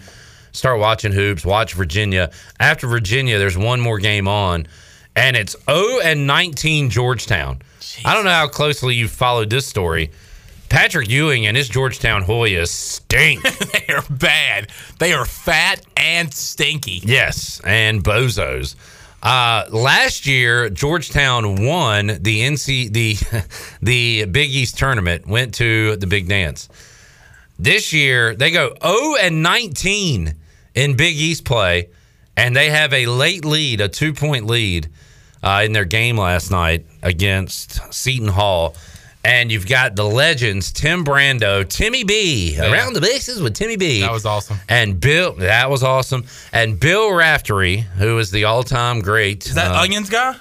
start watching hoops, watch Virginia. After Virginia, there's one more game on, and it's 0 and 19 Georgetown. I don't know how closely you followed this story. Patrick Ewing and his Georgetown Hoyas stink. they are bad. They are fat and stinky. Yes, and bozos. Uh, last year, Georgetown won the NC the the Big East tournament. Went to the Big Dance. This year, they go 0 and 19 in Big East play, and they have a late lead, a two point lead, uh, in their game last night against Seton Hall. And you've got the legends Tim Brando, Timmy B, Yeah. around the bases with Timmy B. That was awesome. And Bill, that was awesome. And Bill Raftery, who is the all-time great. Is that uh, Onions guy?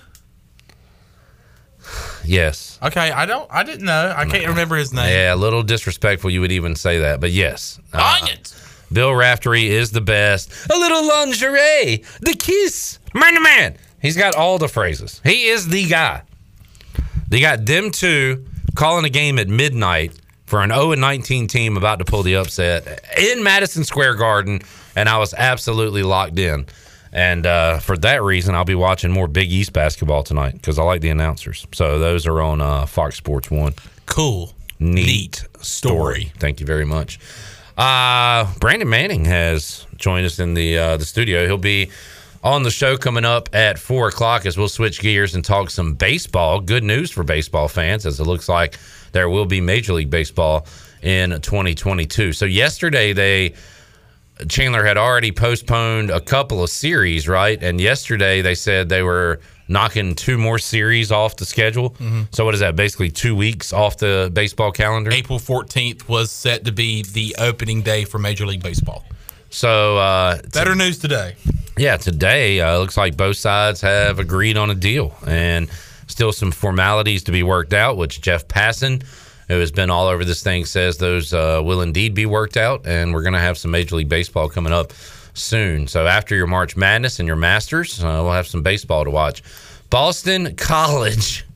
Yes. Okay, I don't. I didn't know. I can't remember his name. Yeah, a little disrespectful you would even say that, but yes. Onions. Bill Raftery is the best. A little lingerie, the kiss, man to man. He's got all the phrases. He is the guy. They got them two calling a game at midnight for an 0 19 team about to pull the upset in Madison Square Garden, and I was absolutely locked in. And uh, for that reason, I'll be watching more Big East basketball tonight because I like the announcers. So those are on uh, Fox Sports One. Cool, neat, story. Thank you very much. Uh, Brandon Manning has joined us in the uh, the studio. He'll be on the show coming up at four o'clock as we'll switch gears and talk some baseball. Good news for baseball fans, as it looks like there will be Major League Baseball in 2022. So yesterday they Chandler had already postponed a couple of series, right? And yesterday they said they were knocking two more series off the schedule. Mhm. So what is that? Basically, two weeks off the baseball calendar. April fourteenth was set to be the opening day for Major League Baseball. So uh, Better news today. Yeah, today uh, looks like both sides have agreed on a deal, and still some formalities to be worked out. Which Jeff Passan, who has been all over this thing, says those uh, will indeed be worked out, and we're going to have some Major League Baseball coming up soon. So after your March Madness and your Masters, uh, we'll have some baseball to watch. Boston College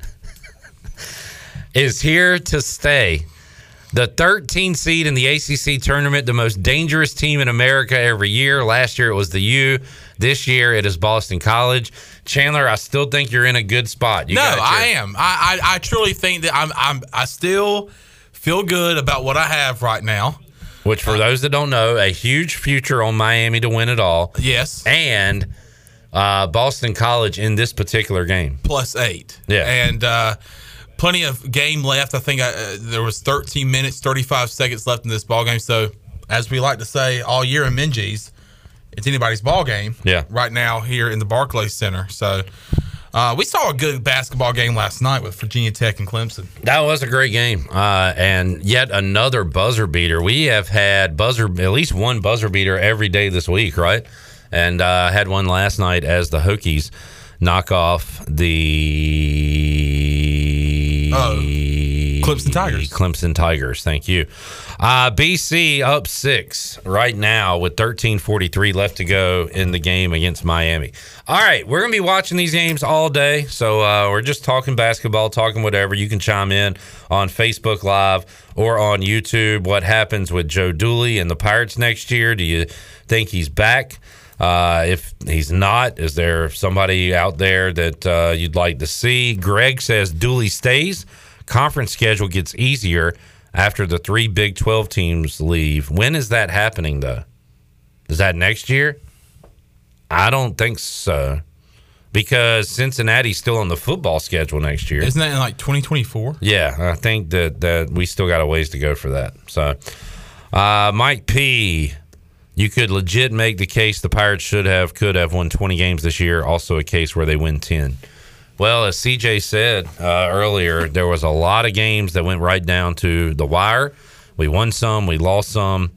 is here to stay. The 13 seed in the ACC tournament, the most dangerous team in America every year. Last year it was the U. This year it is Boston College. Chandler, I still think you're in a good spot. You no, got your- I am. I, I I truly think that I'm I'm I still feel good about what I have right now. Which, for those that don't know, a huge future on Miami to win it all. Yes. And uh, Boston College in this particular game. plus eight. Yeah. and uh, plenty of game left. I think I, uh, there was 13 minutes, 35 seconds left in this ball game. So, as we like to say all year in Minji's, it's anybody's ball game. Yeah. right now here in the Barclays Center. So. Uh, we saw a good basketball game last night with Virginia Tech and Clemson. That was a great game, uh, and yet another buzzer beater. We have had buzzer at least one buzzer beater every day this week, right? And uh, had one last night as the Hokies knock off the Clemson Tigers. Clemson Tigers. Thank you. Uh, BC up six right now with 13:43 left to go in the game against Miami. All right, we're gonna be watching these games all day, so uh, we're just talking basketball, talking whatever. You can chime in on Facebook Live or on YouTube. What happens with Joe Dooley and the Pirates next year? Do you think he's back? Uh, if he's not, is there somebody out there that uh, you'd like to see? Greg says Dooley stays. Conference schedule gets easier after the three Big 12 teams leave. When is that happening, though? Is that next year? I don't think so. Because Cincinnati's still on the football schedule next year. Isn't that in like 2024? Yeah, I think that that we still got a ways to go for that. So, uh, Mike P, you could legit make the case the Pirates should have could have won 20 games this year. Also, a case where they win 10. Well, as CJ said uh, earlier, there was a lot of games that went right down to the wire. We won some, we lost some.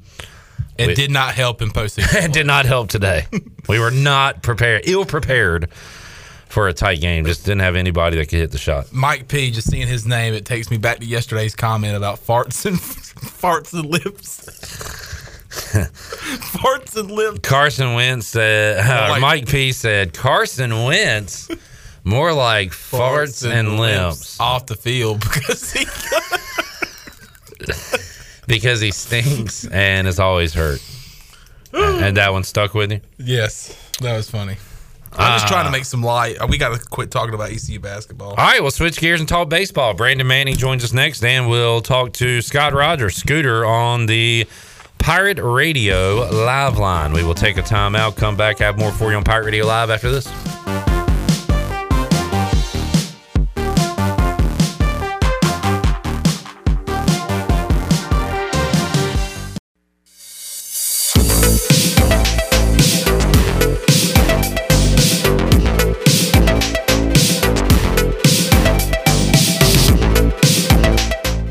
It We- did not help in postseason. it did not help today. we were not prepared, ill prepared for a tight game. Just didn't have anybody that could hit the shot. Mike P. Just seeing his name, it takes me back to yesterday's comment about farts and farts and lips. farts and lips. Carson Wentz said, uh, Like- Mike P said, Carson Wentz, more like farts, and, limps. off the field because he because he stinks and is always hurt. and, and that one stuck with you. Yes, that was funny. I'm just trying Ah. to make some Uh, light. We got to quit talking about E ECU basketball. All right, we'll switch gears and talk baseball. Brandon Manning joins us next, and we'll talk to Scott Rogers, Scooter, on the Pirate Radio Live line. We will take a timeout, come back, have more for you on Pirate Radio Live after this.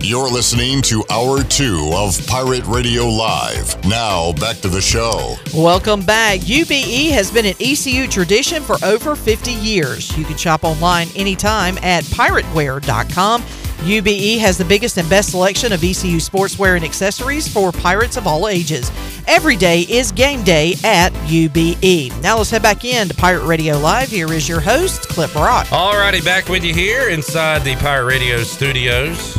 You're listening to Hour 2 of Pirate Radio Live. Now, back to the show. Welcome back. UBE has been an ECU tradition for over 50 years. You can shop online anytime at pirateware.com. UBE E has the biggest and best selection of ECU sportswear and accessories for pirates of all ages. Every day is game day at UBE. Now let's head back in to Pirate Radio Live. Here is your host, Cliff Rock. Alrighty, back with you here inside the Pirate Radio studios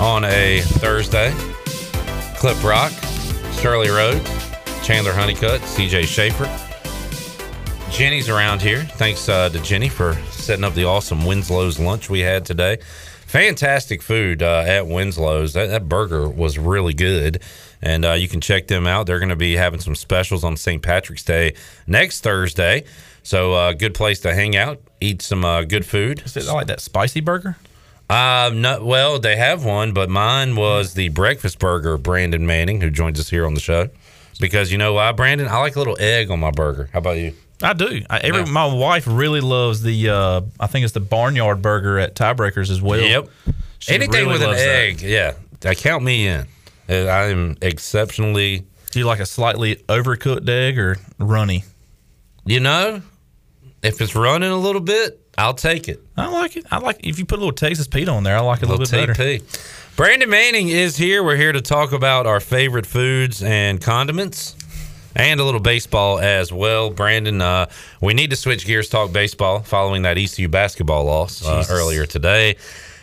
on a Thursday. Clip Rock, Shirley Rhodes, Chandler Honeycutt, CJ Schaefer. Jenny's around here. Thanks uh, to Jenny for setting up the awesome Winslow's lunch we had today. Fantastic food uh, at Winslow's. That, that burger was really good. And uh, you can check them out. They're going to be having some specials on St. Patrick's Day next Thursday. So, uh, good place to hang out, eat some uh, good food. Is it like that spicy burger? Uh, no, well, they have one, but mine was the breakfast burger, Brandon Manning, who joins us here on the show. Because you know why, Brandon? I like a little egg on my burger. How about you? I do. I, every my wife really loves the. Uh, I think it's the barnyard burger at Tiebreakers as well. Yep. She Anything really with an loves that. egg, yeah. Uh, Count me in. Uh, I am exceptionally. Do you like a slightly overcooked egg or runny? You know, if it's running a little bit, I'll take it. I like it. I like if you put a little Texas Pete on there. I like it a little, bit better. TP. Brandon Manning is here. We're here to talk about our favorite foods and condiments and a little baseball as well. Brandon, uh, we need to switch gears, talk baseball following that ECU basketball loss uh, Jesus. earlier today.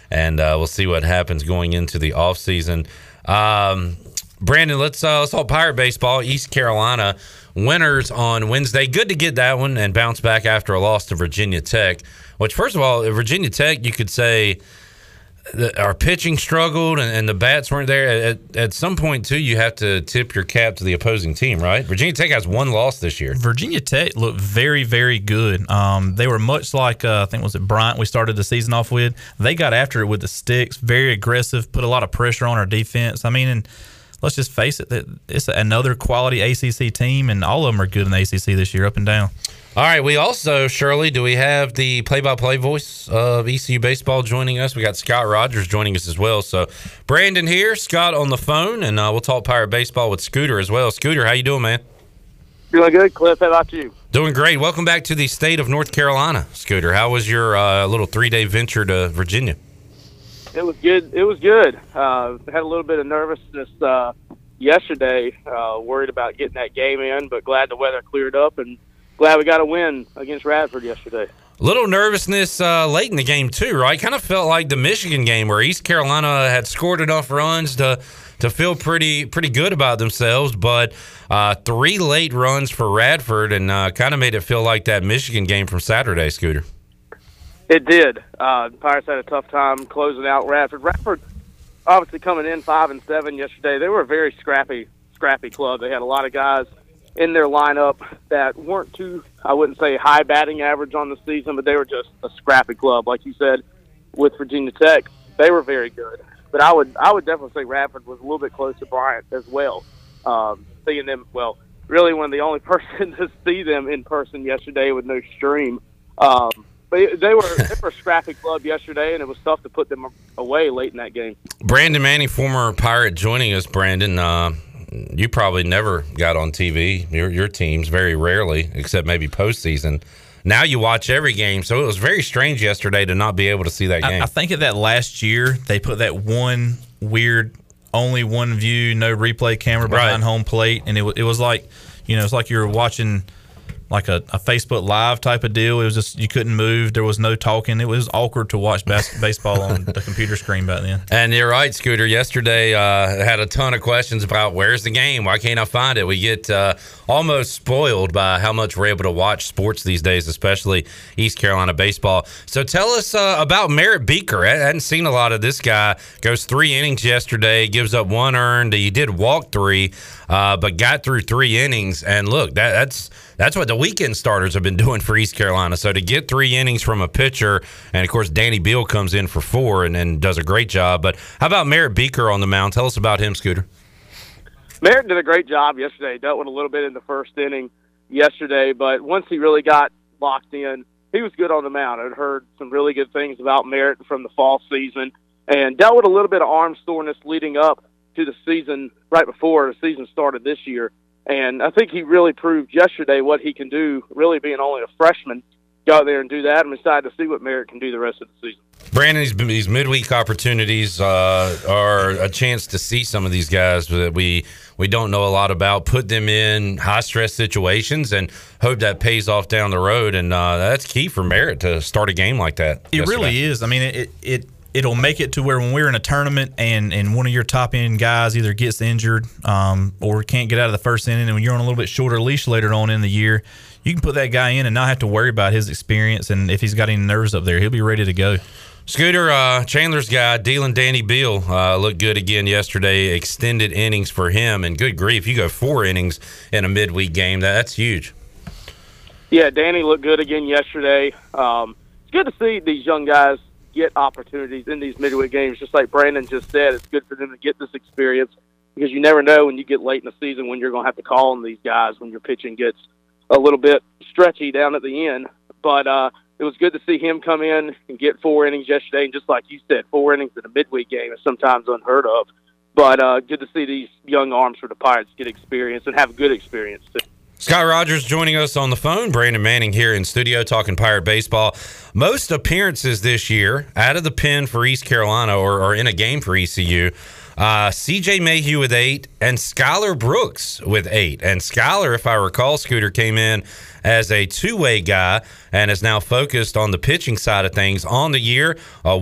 And uh, we'll see what happens going into the offseason. Um, Brandon, let's uh, let's talk Pirate baseball. East Carolina winners on Wednesday. Good to get that one and bounce back after a loss to Virginia Tech. Which, first of all, Virginia Tech, you could say the, our pitching struggled and, and the bats weren't there. At, at some point, too, you have to tip your cap to the opposing team, right? Virginia Tech has one loss this year. Virginia Tech looked very, very good. Um, they were much like uh, I think was it Bryant we started the season off with. They got after it with the sticks, very aggressive, put a lot of pressure on our defense. I mean, and let's just face it, that it's another quality ACC team, and all of them are good in the ACC this year, up and down. All right. We also, Shirley, do we have the play by play voice of ECU Baseball joining us? We got Scott Rogers joining us as well. So, Brandon here, Scott on the phone, and uh, we'll talk Pirate Baseball with Scooter as well. Scooter, how you doing, man? Doing good, Cliff. How about you? Doing great. Welcome back to the state of North Carolina, Scooter. How was your uh, little three day venture to Virginia? It was good. It was good. Uh, had a little bit of nervousness uh, yesterday, uh, worried about getting that game in, but glad the weather cleared up and glad we got a win against Radford yesterday. Little nervousness uh, late in the game too, right? Kind of felt like the Michigan game where East Carolina had scored enough runs to to feel pretty pretty good about themselves, but uh, three late runs for Radford and uh, kind of made it feel like that Michigan game from Saturday, Scooter. It did. Uh, Pirates had a tough time closing out Radford. Radford, obviously coming in five and seven yesterday, they were a very scrappy, scrappy club. They had a lot of guys in their lineup that weren't too, I wouldn't say high batting average on the season, but they were just a scrappy club, like you said, with Virginia Tech. They were very good, but I would, I would definitely say Radford was a little bit close to Bryant as well. Um, seeing them, well, really one of the only person to see them in person yesterday with no stream. Um, but it- they were they were a scrappy club yesterday, and it was tough to put them away late in that game. Brandon Manning, former Pirate, joining us. Brandon, uh, you probably never got on TV. Your, your teams very rarely, except maybe postseason. Now you watch every game, so it was very strange yesterday to not be able to see that game. I, I think at that last year they put that one weird, only one view, no replay camera behind home plate, and it wa- it was like, you know, it's like you were watching like a, a Facebook Live type of deal. It was just you couldn't move. There was no talking. It was awkward to watch bas- baseball on the computer screen back then. And you're right, Scooter. Yesterday, uh, I had a ton of questions about where's the game? Why can't I find it? We get uh, almost spoiled by how much we're able to watch sports these days, especially East Carolina baseball. So tell us uh, about Merritt Beaker. I hadn't seen a lot of this guy. Goes three innings yesterday, gives up one earned. He did walk three, uh, but got through three innings. And look, that, that's that's what the weekend starters have been doing for East Carolina. So to get three innings from a pitcher, and of course Danny Beal comes in for four and, and does a great job. But how about Merritt Beaker on the mound? Tell us about him, Scooter. Merritt did a great job yesterday. Dealt with a little bit in the first inning yesterday, but once he really got locked in, he was good on the mound. I'd heard some really good things about Merritt from the fall season and dealt with a little bit of arm soreness leading up to the season right before the season started this year. And I think he really proved yesterday what he can do, really being only a freshman. Go out there and do that. I'm excited to see what Merritt can do the rest of the season. Brandon, these, these midweek opportunities uh, are a chance to see some of these guys that we we don't know a lot about, put them in high stress situations, and hope that pays off down the road. And uh, that's key for Merritt to start a game like that. It yesterday. really is. I mean, it, it it'll make it to where when we're in a tournament and and one of your top end guys either gets injured um, or can't get out of the first inning, and when you're on a little bit shorter leash later on in the year, you can put that guy in and not have to worry about his experience and if he's got any nerves up there, he'll be ready to go. Scooter uh, Chandler's guy, dealing Danny Beal, uh, looked good again yesterday. Extended innings for him, and good grief, you go four innings in a midweek game. That, that's huge. Yeah, Danny looked good again yesterday. Um, it's good to see these young guys get opportunities in these midweek games. Just like Brandon just said, it's good for them to get this experience because you never know when you get late in the season when you're going to have to call on these guys when your pitching gets a little bit stretchy down at the end. But uh, it was good to see him come in and get four innings yesterday. And just like you said, four innings in a midweek game is sometimes unheard of. But uh, good to see these young arms for the Pirates get experience and have good experience too. Scott Rogers joining us on the phone. Brandon Manning here in studio talking Pirate baseball. Most appearances this year out of the pen for East Carolina or, or in a game for ECU. Uh, CJ Mayhew with eight and Skylar Brooks with eight. And Skylar, if I recall, Scooter came in as a two way guy and is now focused on the pitching side of things on the year, a uh,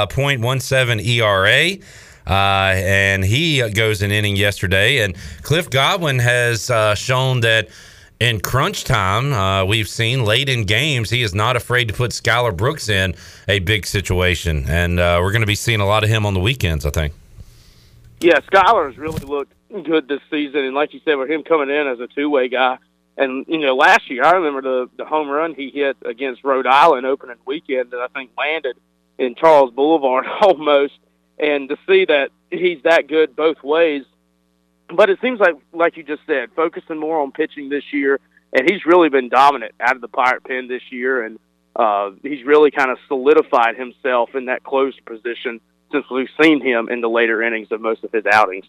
1.17 ERA. E Uh, and he goes an inning yesterday. And Cliff Godwin has uh, shown that in crunch time, uh, we've seen late in games, he is not afraid to put Skylar Brooks in a big situation. And uh, we're going to be seeing a lot of him on the weekends, I think. Yeah, Skylar has really looked good this season, and like you said, with him coming in as a two-way guy, and you know, last year I remember the the home run he hit against Rhode Island opening weekend that I think landed in Charles Boulevard almost, and to see that he's that good both ways. But it seems like, like you just said, focusing more on pitching this year, and he's really been dominant out of the pirate pen this year, and uh, he's really kind of solidified himself in that closed position since we've seen him in the later innings of most of his outings.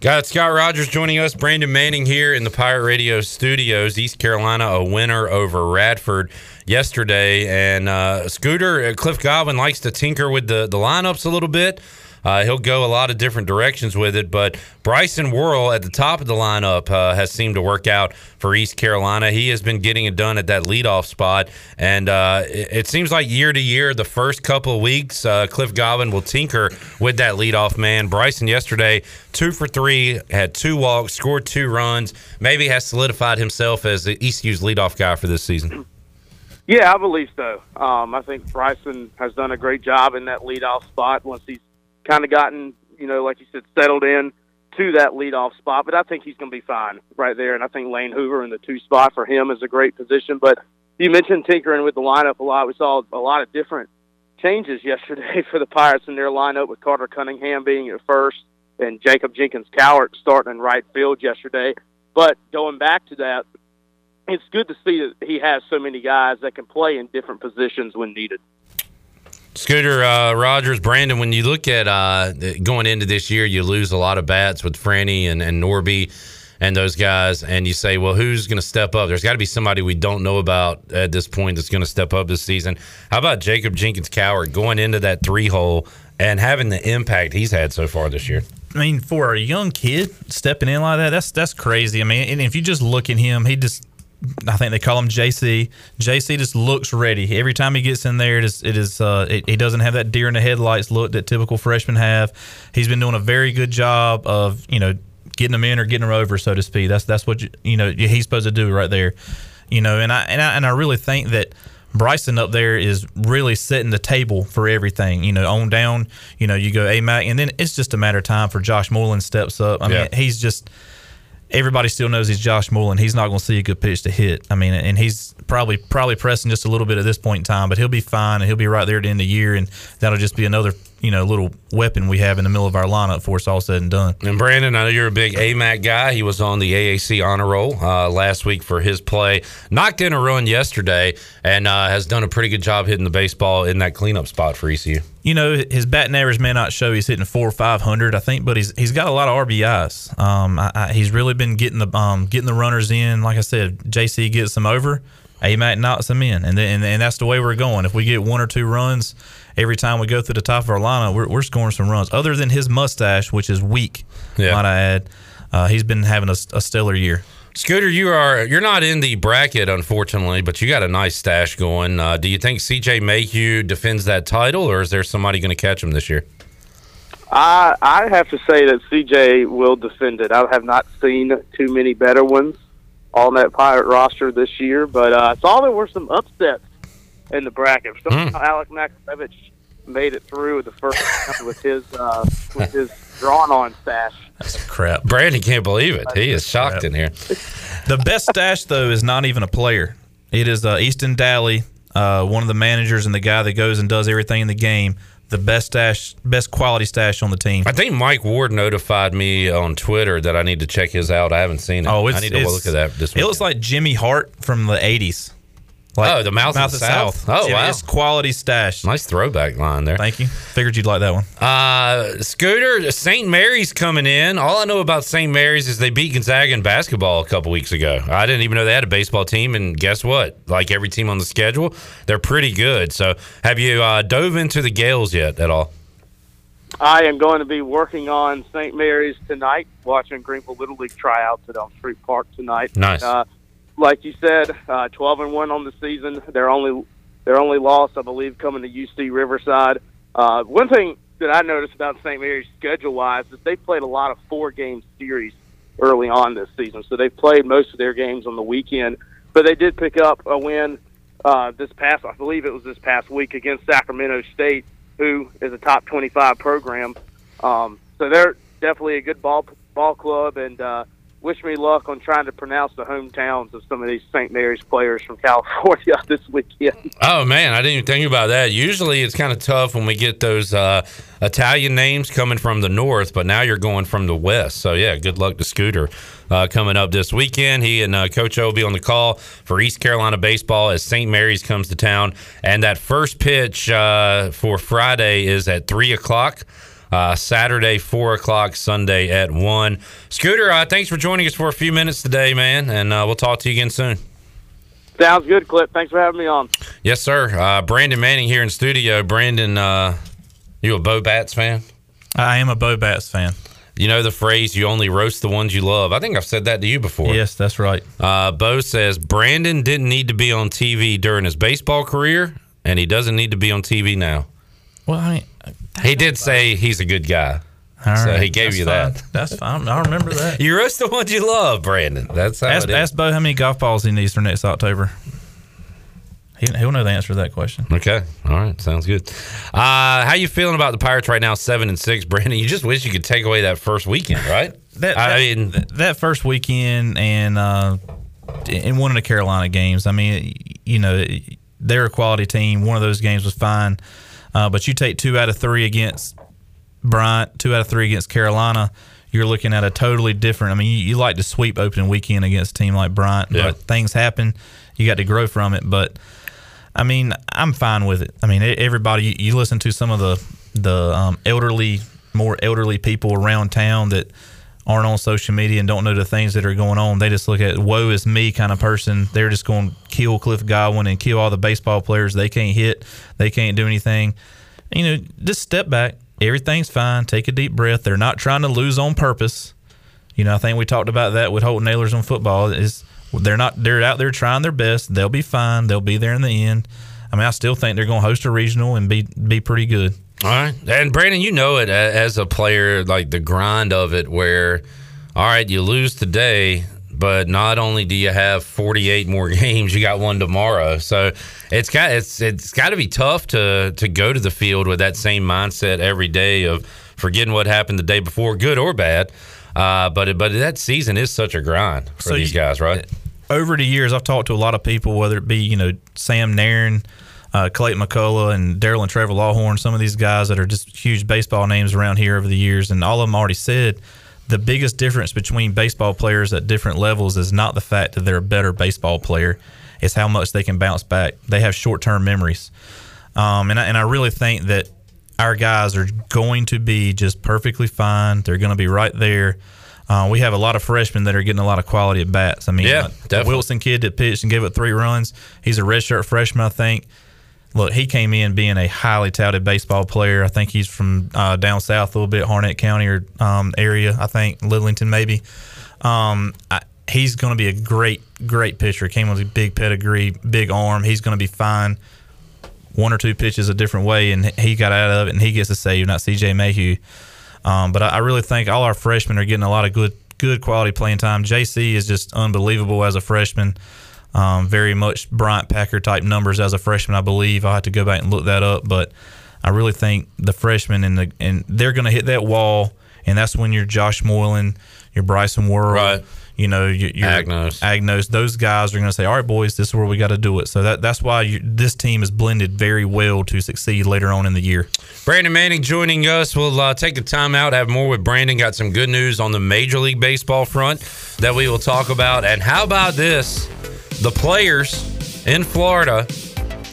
Got Scott Rogers joining us. Brandon Manning here in the Pirate Radio studios. East Carolina a winner over Radford yesterday, and uh, Scooter uh, Cliff Godwin likes to tinker with the the lineups a little bit. Uh, he'll go a lot of different directions with it, but Bryson Worrell at the top of the lineup uh, has seemed to work out for East Carolina. He has been getting it done at that leadoff spot, and uh, it, it seems like year to year, the first couple of weeks, uh, Cliff Goblin will tinker with that leadoff man. Bryson yesterday, two for three, had two walks, scored two runs, maybe has solidified himself as the ECU's leadoff guy for this season. Yeah, I believe so. Um, I think Bryson has done a great job in that leadoff spot once he's kind of gotten, you know, like you said, settled in to that leadoff spot. But I think he's going to be fine right there. And I think Lane Hoover in the two spot for him is a great position. But you mentioned tinkering with the lineup a lot. We saw a lot of different changes yesterday for the Pirates in their lineup with Carter Cunningham being at first and Jacob Jenkins Cowart starting in right field yesterday. But going back to that, it's good to see that he has so many guys that can play in different positions when needed. Scooter uh, Rogers, Brandon, when you look at uh, going into this year, you lose a lot of bats with Franny and, and Norby and those guys, and you say, well, who's going to step up? There's got to be somebody we don't know about at this point that's going to step up this season. How about Jacob Jenkins Coward going into that three hole and having the impact he's had so far this year? I mean, for a young kid stepping in like that, that's that's crazy. I mean, and if you just look at him, he just I think they call him JC. JC just looks ready every time he gets in there. It is, it is uh, it, he doesn't have that deer in the headlights look that typical freshmen have. He's been doing a very good job of you know getting them in or getting them over, so to speak. That's that's what you, you know he's supposed to do right there. You know, and I and I and I really think that Bryson up there is really setting the table for everything. You know, on down, you know, you go AMAC, and then it's just a matter of time for Josh Mullen steps up. I Yeah. mean, he's just everybody still knows he's Josh Mullen. He's not going to see a good pitch to hit. I mean, and he's probably probably pressing just a little bit at this point in time, but he'll be fine and he'll be right there at the end of the year, and that'll just be another you know little weapon we have in the middle of our lineup for us all said and done. And Brandon, I know you're a big AMAC guy. He was on the AAC honor roll uh, last week for his play. Knocked in a run yesterday and uh, has done a pretty good job hitting the baseball in that cleanup spot for E ECU. you know his batting average may not show he's hitting four or five hundred, I think, but he's he's got a lot of RBIs. Um, I, I, he's really been getting the um, getting the runners in. Like I said, JC gets them over, AMAT knocks them in, and then and, and that's the way we're going. If we get one or two runs every time we go through the top of our lineup, we're, we're scoring some runs. Other than his mustache, which is weak, might I add, uh, he's been having a, a stellar year. Scooter, you are you're not in the bracket, unfortunately, but you got a nice stash going. Uh, do you think CJ Mayhew defends that title, or is there somebody going to catch him this year? I I have to say that CJ will defend it. I have not seen too many better ones on that pirate roster this year, but uh, I saw there were some upsets in the bracket. Somehow Alec Makovich made it through the first round with his uh, with his drawn on stash. Crap, Brandon can't believe it. He is shocked in here. The best stash though is not even a player. It is uh, Easton Daly, uh, one of the managers and the guy that goes and does everything in the game. The best stash, best quality stash on the team. I think Mike Ward notified me on Twitter that I need to check his out. I haven't seen it. Oh, it's, I need to it's- look at that this It week. looks like Jimmy Hart from the '80s. Oh, the Mouth of the South. Oh, Jimmy- wow. it's quality stash. Nice throwback line there. Thank you. Figured you'd like that one. Uh, Scooter, St. Mary's coming in. All I know about St. Mary's is they beat Gonzaga in basketball a couple weeks ago. I didn't even know they had a baseball team, and guess what? Like every team on the schedule, they're pretty good. So, have you uh, dove into the Gales yet at all? I am going to be working on St. Mary's tonight, watching Greenville Little League tryouts at Elm Street Park tonight. Nice. Uh, like you said, uh, twelve and one on the season. Their only their only loss, I believe, coming to UC Riverside. Uh, one thing that I noticed about St. Mary's schedule wise is they played a lot of four game series early on this season, so they've played most of their games on the weekend. But they did pick up a win uh, this past, I believe it was this past week against Sacramento State, who is a top 25 program. Um, so they're definitely a good ball ball club, and uh, wish me luck on trying to pronounce the hometowns of some of these St. Mary's players from California this weekend. Oh man, I didn't even think about that. Usually, it's kind of tough when we get those uh, Italian names coming from the north, but now you're going from the west. So yeah, good luck to Scooter uh, coming up this weekend. He and uh, Coach O will be on the call for East Carolina baseball as St. Mary's comes to town, and that first pitch uh, for Friday is at three o'clock. Uh, Saturday, four o'clock. Sunday at one. Scooter, uh, thanks for joining us for a few minutes today, man, and uh, we'll talk to you again soon. Sounds good, Clip. Thanks for having me on. Yes, sir. Uh, Brandon Manning here in studio. Brandon, uh, you a Bo Bats fan? I am a Bo Bats fan. You know the phrase, you only roast the ones you love. I think I've said that to you before. Yes, that's right. Uh, Bo says Brandon didn't need to be on TV during his baseball career, and he doesn't need to be on TV now. Well, I mean, He did say he's a good guy. all so right, he gave that's you fine. that. That's fine. I remember that. You roast the ones you love, Brandon. That's how ask, it is. ask Bo how many golf balls he needs for next October. He, he'll know the answer to that question. Okay. All right. Sounds good. Uh, how you feeling about the Pirates right now, seven and six, Brandon? You just wish you could take away that first weekend, right? that, I that- mean, that first weekend and uh, in one of the Carolina games. I mean, you know, they're a quality team. One of those games was fine, uh, but you take two out of three against Bryant, two out of three against Carolina. You're looking at a totally different. I mean, you, you like to sweep opening weekend against a team like Bryant, Yeah. but things happen. You got to grow from it, but. I mean, I'm fine with it. I mean, e- everybody, you, you listen to some of the the um, elderly, more elderly people around town that aren't on social media and don't know the things that are going on. They just look at "woe is me" kind of person. They're just going to kill Cliff Godwin and kill all the baseball players. They can't hit. They can't do anything. You know, just step back. Everything's fine. Take a deep breath. They're not trying to lose on purpose. You know, I think we talked about that with Holt Nailers on football. Is They're not. They're out there trying their best. They'll be fine. They'll be there in the end. I mean, I still think they're going to host a regional and be be pretty good. All right. And Brandon, you know it a- as a player, like the grind of it, where, all right, you lose today, but not only do you have 48 more games, you got one tomorrow. So it's got it's it's got to be tough to to go to the field with that same mindset every day of forgetting what happened the day before, good or bad. Uh, but it- but that season is such a grind for So these you- guys, right? over the years, I've talked to a lot of people, whether it be you know Sam Nairn, uh, Clayton McCullough, and Daryl and Trevor Lawhorn, some of these guys that are just huge baseball names around here over the years, and all of them already said the biggest difference between baseball players at different levels is not the fact that they're a better baseball player, it's how much they can bounce back. They have short term memories, um, and I, and I really think that our guys are going to be just perfectly fine. They're going to be right there. Uh, we have a lot of freshmen that are getting a lot of quality at bats. I mean, uh, Yeah, like, the definitely. Wilson kid that pitched and gave up three runs. He's a redshirt freshman, I think. Look, he came in being a highly touted baseball player. I think he's from uh, down south a little bit, Harnett County or um, area. I think Lidlington maybe. Um, I, he's going to be a great, great pitcher. Came with a big pedigree, big arm. He's going to be fine one or two pitches a different way, and he got out of it, and he gets a save, not C.J. Mayhew. Um, but I, I really think all our freshmen are getting a lot of good, good quality playing time. J.C. is just unbelievable as a freshman. Um, very much Bryant Packer type numbers as a freshman, I believe. I'll have to go back and look that up, but I really think the freshmen and the and they're going to hit that wall, and that's when your Josh Moylan, your Bryson Worrell, you know, your, your Agnos. Agnos, those guys are going to say, "All right, boys, this is where we got to do it." So that that's why you, this team is blended very well to succeed later on in the year. Brandon Manning joining us. We'll uh, take a time out, have more with Brandon. Got some good news on the Major League Baseball front that we will talk about. And how about this? The players in Florida,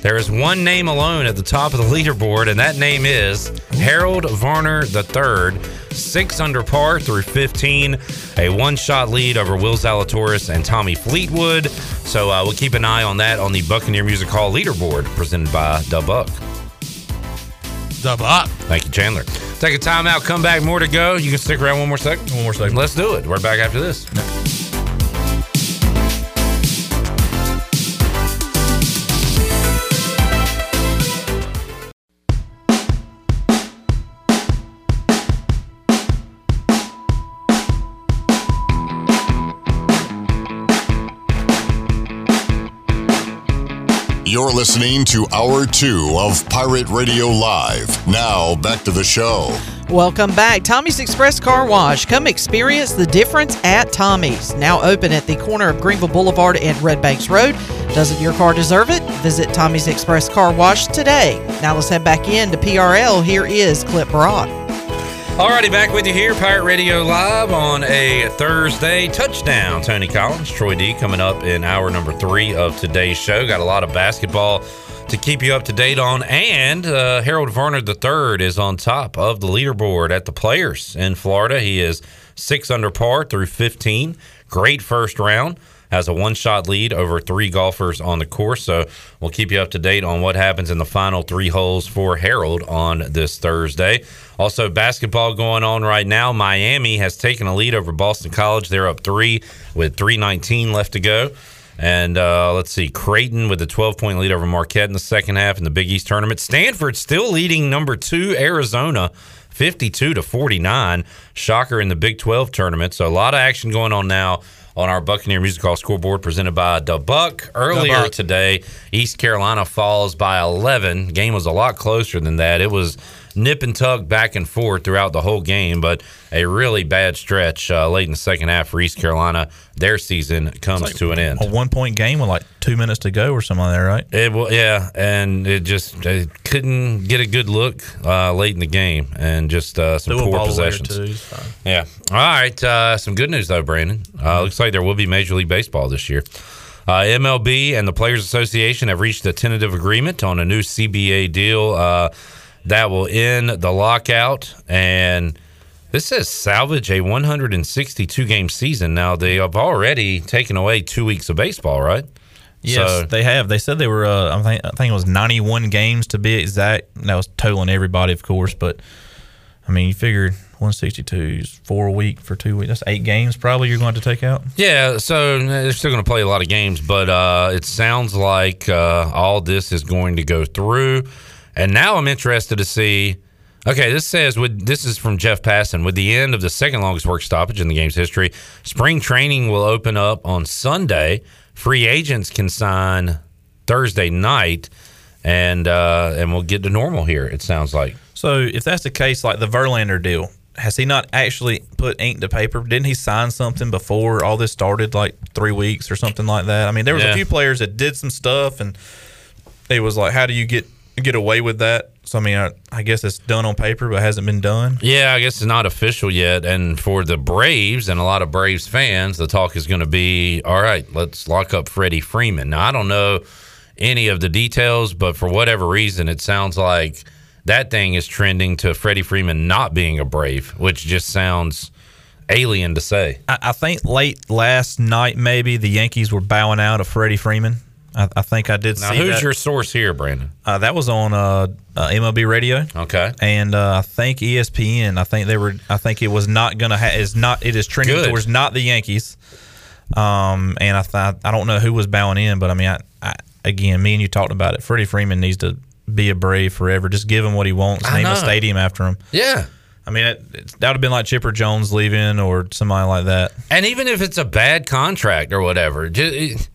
there is one name alone at the top of the leaderboard, and that name is Harold Varner III. Six under par through 15, a one shot lead over Will Zalatoris and Tommy Fleetwood. So uh, we'll keep an eye on that on the Buccaneer Music Hall leaderboard presented by The Buck. Double up. Thank you, Chandler. Take a time out, come back, more to go. You can stick around one more second. One more second. Let's do it. We're back after this. You're listening to Hour 2 of Pirate Radio Live. Now, back to the show. Welcome back. Tommy's Express Car Wash. Come experience the difference at Tommy's. Now open at the corner of Greenville Boulevard and Red Banks Road. Doesn't your car deserve it? Visit Tommy's Express Car Wash today. Now let's head back in to PRL. Here is Clip Broad. Alrighty, back with you here, Pirate Radio Live on a Thursday. Touchdown, Tony Collins, Troy D coming up in hour number three of today's show. Got a lot of basketball to keep you up to date on. And uh, Harold Varner III is on top of the leaderboard at the Players in Florida. He is six under par through 15. Great first round. has a one shot lead over three golfers on the course. So we'll keep you up to date on what happens in the final three holes for Harold on this Thursday. Also, basketball going on right now. Miami has taken a lead over Boston College. They're up three with 319 left to go. And uh, let's see, Creighton with a 12 point lead over Marquette in the second half in the Big East tournament. Stanford still leading number two, Arizona. 52 to 49 shocker in the big 12 tournament so a lot of action going on now on our buccaneer music hall scoreboard presented by the buck earlier Buck. today east carolina falls by 11 game was a lot closer than that it was nip and tug back and forth throughout the whole game but a really bad stretch uh, late in the second half for east carolina their season comes to an end A one point game with like two minutes to go or something like that, right? it well, yeah, and it just it couldn't get a good look uh, late in the game, and just uh, some Threw a poor ball away or possessions. two, it's fine. Yeah. All right. Uh, some good news though, Brandon. Mm-hmm. Uh, looks like there will be Major League Baseball this year. Uh, MLB and the Players Association have reached a tentative agreement on a new CBA deal uh, that will end the lockout. And this says salvage a 162 game season. Now they have already taken away two weeks of baseball, right? Yes, So- they have. They said they were. Uh, I think I think it was ninety one games to be exact. That was totaling everybody, of course, but I mean, you figured 162s four a week for two weeks. That's eight games probably you're going to take out. Yeah, so eh, they're still going to play a lot of games, but uh, it sounds like uh, all this is going to go through. And now I'm interested to see. Okay, this says with this is from Jeff Passon. With the end of the second longest work stoppage in the game's history, spring training will open up on Sunday. Free agents can sign Thursday night, and uh, and we'll get to normal here. It sounds like. So if that's the case, like the Verlander deal, has he not actually put ink to paper? Didn't he sign something before all this started, like three weeks or something like that? I mean, there was Yeah. a few players that did some stuff, and it was like, how do you get get away with that? So I mean, I, I guess it's done on paper, but hasn't been done. Yeah, I guess it's not official yet. And for the Braves and a lot of Braves fans, the talk is going to be all right, let's lock up Freddie Freeman. Now, I don't know any of the details, but for whatever reason, it sounds like that thing is trending to Freddie Freeman not being a Brave, which just sounds alien to say. I, I think late last night, maybe the Yankees were bowing out of Freddie Freeman. I, I think I did Now, see who's that. your source here, Brandon? Uh, that was on uh, uh, MLB Radio. Okay. And uh, I think ESPN. I think they were. I think it was not gonna. Ha- is not. It is trending Good. towards not the Yankees. Um, and I thought I don't know who was bowing in, but I mean, I, I again, me and you talked about it. Freddie Freeman needs to be a Brave forever. Just give him what he wants. I Name know. a stadium after him. Yeah. I mean, it, it, that would have been like Chipper Jones leaving or somebody like that. And even if it's a bad contract or whatever, just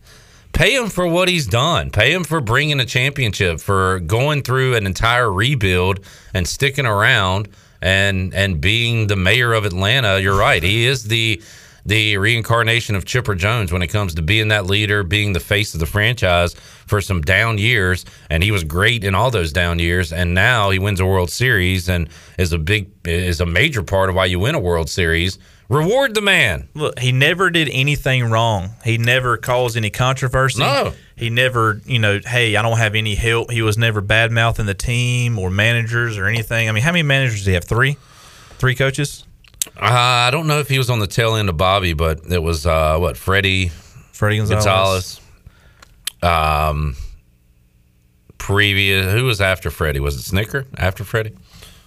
pay him for what he's done. Pay him for bringing a championship, for going through an entire rebuild and sticking around and and being the mayor of Atlanta. You're right. He is the the reincarnation of Chipper Jones when it comes to being that leader, being the face of the franchise for some down years, and he was great in all those down years. And now he wins a World Series and is a big is a major part of why you win a World Series. Reward the man. Look, he never did anything wrong. He never caused any controversy. No. He never, you know, hey, I don't have any help. He was never bad mouthing the team or managers or anything. I mean, how many managers do you have? Three? Three coaches? Uh, I don't know if he was on the tail end of Bobby, but it was uh, what Freddie, Freddie Gonzalez. Gonzalez. Um, previous who was after Freddie? Was it Snicker after Freddie?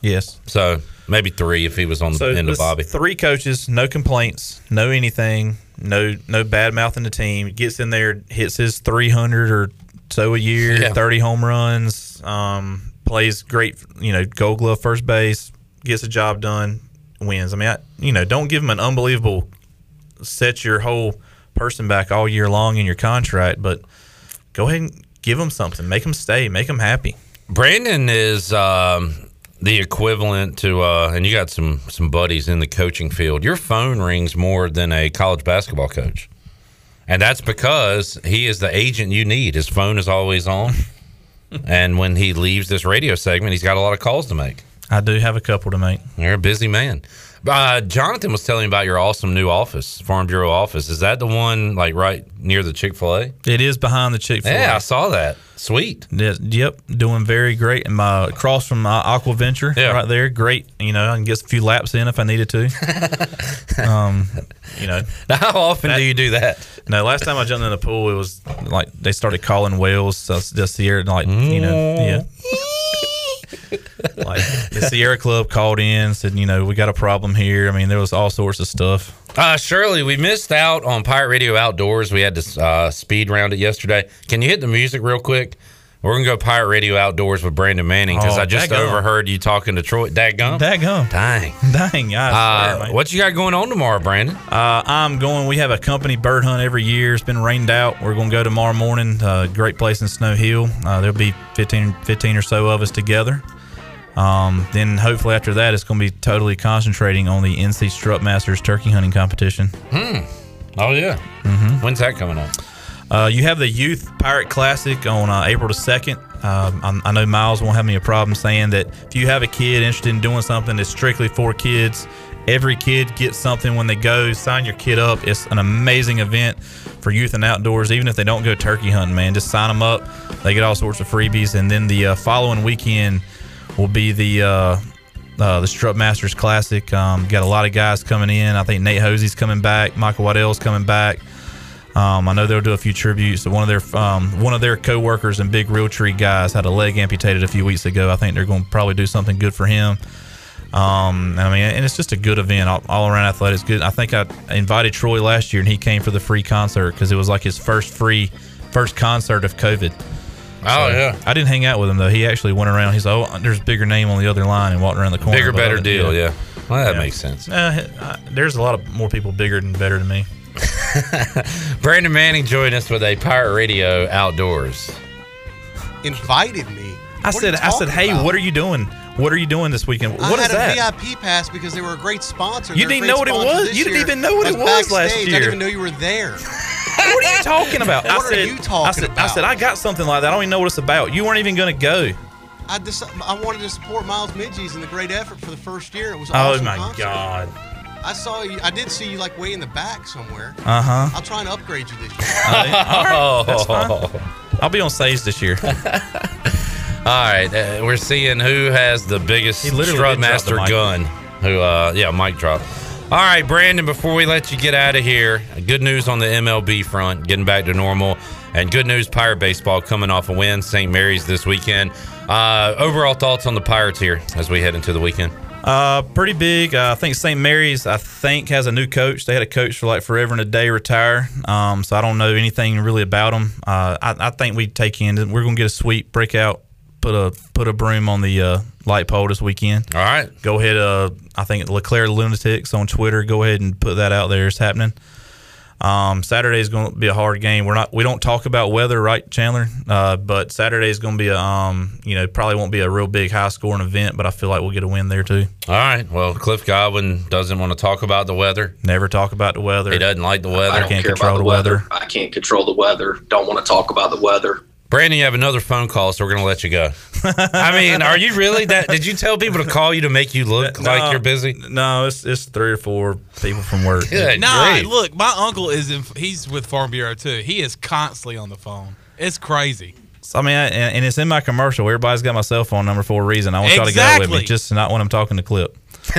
Yes. So maybe three if he was on the So end of let's- Bobby. Three coaches, no complaints, no anything, no no bad mouthing the team. Gets in there, hits his three hundred or so a year, Yeah. thirty home runs, um, plays great. You know, Gold Glove first base, gets the job done, wins. I mean, I, you know, don't give him an unbelievable set your whole person back all year long in your contract, but go ahead and give him something, make him stay, make him happy. Brandon is um, the equivalent to, uh, and you got some some buddies in the coaching field. Your phone rings more than a college basketball coach, and that's because he is the agent you need. His phone is always on, and when he leaves this radio segment, he's got a lot of calls to make. I do have a couple to make. You're a busy man. Uh, Jonathan was telling me about your awesome new office, Farm Bureau office. Is that the one like right near the Chick Fil A? It is behind the Chick Fil A. Yeah, I saw that. Sweet. Yes, yep, doing very great. And my across from my Aqua Venture, right there, great. You know, I can get a few laps in if I needed to. um, you know, how often do you do that? No, last time I jumped in the pool, it was like they started calling whales so it's just Sierra, like you know, Mm. yeah. like the Sierra Club called in, said, you know, we got a problem here. I mean, there was all sorts of stuff. Uh, Shirley, we missed out on Pirate Radio Outdoors. We had to uh, speed round it yesterday. Can you hit the music real quick? We're gonna go Pirate Radio Outdoors with Brandon Manning because Oh, I just daggum. overheard you talking to Troy. Dagum. Dagum. Dang. Dang, I swear, Uh, man. what you got going on tomorrow, Brandon? Uh, I'm going. We have a company bird hunt every year. It's been rained out. We're going to go tomorrow morning. Uh, great place in Snow Hill. Uh, there'll be 15, 15 or so of us together. Um, then hopefully after that, it's going to be totally concentrating on the NC Strut Masters turkey hunting competition. Hmm. Oh yeah. Mhm. When's that coming up? Uh, you have the Youth Pirate Classic on uh, April the 2nd. Um, I'm- I know Miles won't have any problem saying that if you have a kid interested in doing something that's strictly for kids, every kid gets something when they go. Sign your kid up. It's an amazing event for youth and outdoors, even if they don't go turkey hunting, man. Just sign them up. They get all sorts of freebies. And then the uh, following weekend will be the. Uh, uh, the Strut Masters Classic. Um, got a lot of guys coming in. I think Nate Hosey's coming back. Michael Waddell's coming back. Um, I know they'll do a few tributes. One of their um, one of their coworkers and big real tree guys had a leg amputated a few weeks ago. I think they're going to probably do something good for him. Um, I mean, and it's just a good event all, all around athletics. Good. I think I invited Troy last year, and he came for the free concert because it was like his first free, first concert of COVID. Oh, yeah. I didn't hang out with him though. He actually went around. He's like, oh, there's a bigger name on the other line, and walked around the corner. Bigger, But better other- deal. Yeah. Well, that makes sense. Uh, I- there's a lot of more people bigger and better than me. Brandon Manning joined us with a Pirate Radio Outdoors. Invited me. I said, I said, hey, what are you doing? What are you doing this weekend? What I is had that? a VIP pass because they were a great sponsor. You They're a didn't great know what it sponsor was? this You didn't year. even know what I it was last backstage. I year. didn't even know you were there. what are you talking about? What I are said, you talking I said, I said, about? I got something like that. I don't even know what it's about. You weren't even going to go. I just, I wanted to support Miles Midgies and the great effort for the first year. It was an Oh awesome my concert. god! I saw you. I did see you like way in the back somewhere. Uh-huh. I'll try and upgrade you this year. All right, that's fine. Oh. I'll be on stage this year. All right, uh, we're seeing who has the biggest He literally did drop the Strutmaster mic. gun. Who? uh Yeah, mic drop. All right, Brandon. Before we let you get out of here, good news on the MLB front, getting back to normal, and good news Pirate baseball coming off a win, St. Mary's this weekend. Uh Overall thoughts on the Pirates here as we head into the weekend. Uh, pretty big. Uh, I think St. Mary's. I think has a new coach. They had a coach for like forever and a day retire. Um, so I don't know anything really about them. Uh, I, I think we take in. We're gonna get a sweep, break out, put a put a broom on the uh, light pole this weekend. All right. Go ahead. Uh, I think Leclaire Lunatics on Twitter. Go ahead and put that out there. It's happening. Um, Saturday is going to be a hard game. We're not we don't talk about weather, right, Chandler? Uh, but Saturday is going to be a um, you know probably won't be a real big high scoring event, but I feel like we'll get a win there too. All right. Well, Cliff Godwin doesn't want to talk about the weather. Never talk about the weather. He doesn't like the weather. I don't care about the weather. I can't control the weather. Don't want to talk about the weather. Brandon, you have another phone call, so we're going to let you go. I mean, are you really that? Did you tell people to call you to make you look like you're busy? No, it's it's three or four people from work. nah, look, my uncle is in, he's with Farm Bureau too. He is constantly on the phone. It's crazy. So, I mean, I, and and it's in my commercial. Everybody's got my cell phone number for a reason. I want y'all to go with me, Exactly. just not when I'm talking to Clip.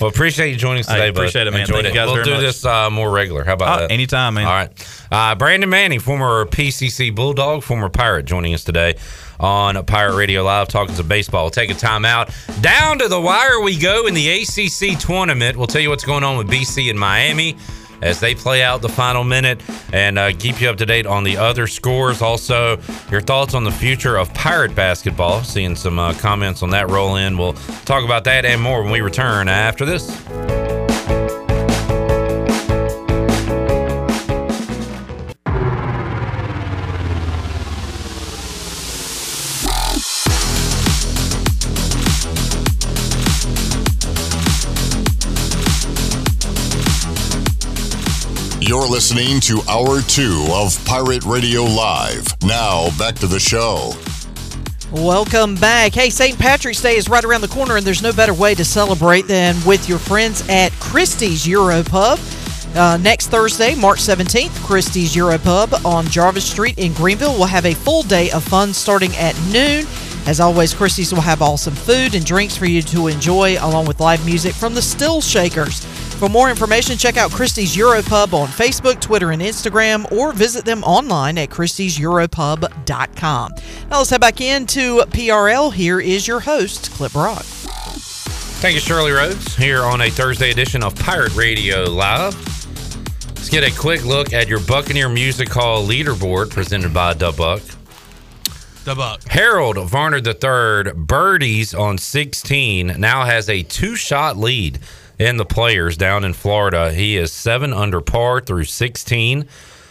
well, appreciate you joining us Hey, today, bud. appreciate it, man. Enjoyed Thank you guys We'll very do much. this uh, more regular. How about Uh, that? anytime, man. All right. Uh, Brandon Manning, former PCC Bulldog, former Pirate, joining us today on Pirate Radio Live, talking some baseball. We'll take a time out. Down to the wire we go in the ACC tournament. We'll tell you what's going on with BC and Miami as they play out the final minute and uh, keep you up to date on the other scores. Also, your thoughts on the future of Pirate basketball. Seeing some uh, comments on that roll in. We'll talk about that and more when we return after this. You're listening to Hour 2 of Pirate Radio Live. Now, back to the show. Welcome back. Hey, St. Patrick's Day is right around the corner, and there's no better way to celebrate than with your friends at Christie's Euro Pub. Uh, next Thursday, March 17th, Christie's Euro Pub on Jarvis Street in Greenville will have a full day of fun starting at noon. As always, Christie's will have awesome food and drinks for you to enjoy, along with live music from the Still Shakers. For more information, check out Christie's Euro Pub on Facebook, Twitter, and Instagram, or visit them online at christieseuropub.com. Now let's head back into PRL. Here is your host, Clip Brock. Thank you, Shirley Rhodes, here on a Thursday edition of Pirate Radio Live. Let's get a quick look at your Buccaneer Music Hall leaderboard presented by Dubuck. The buck. Harold Varner III, birdies on 16, now has a two shot lead in the players down in Florida. He is seven under par through 16,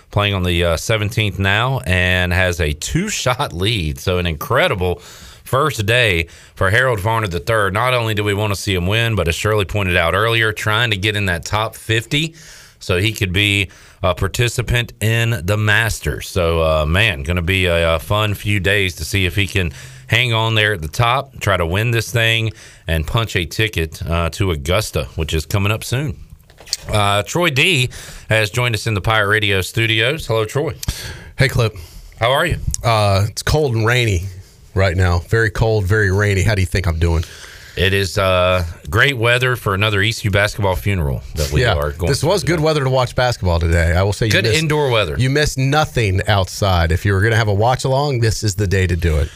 playing on the uh, 17th now, and has a two shot lead. So, an incredible first day for Harold Varner III. Not only do we want to see him win, but as Shirley pointed out earlier, trying to get in that top 50 so he could be a participant in the Masters. So, uh, man, going to be a, a fun few days to see if he can hang on there at the top, try to win this thing, and punch a ticket uh, to Augusta, which is coming up soon. Uh, Troy D has joined us in the Pirate Radio studios. Hello, Troy. Hey, Clip. How are you? Uh, it's cold and rainy right now. Very cold, very rainy. How do you think I'm doing? It is uh, great weather for another ECU basketball funeral that we yeah, are going. this was good weather to watch basketball today. I will say, Good you missed, indoor weather. You missed nothing outside. If you were going to have a watch along, this is the day to do it.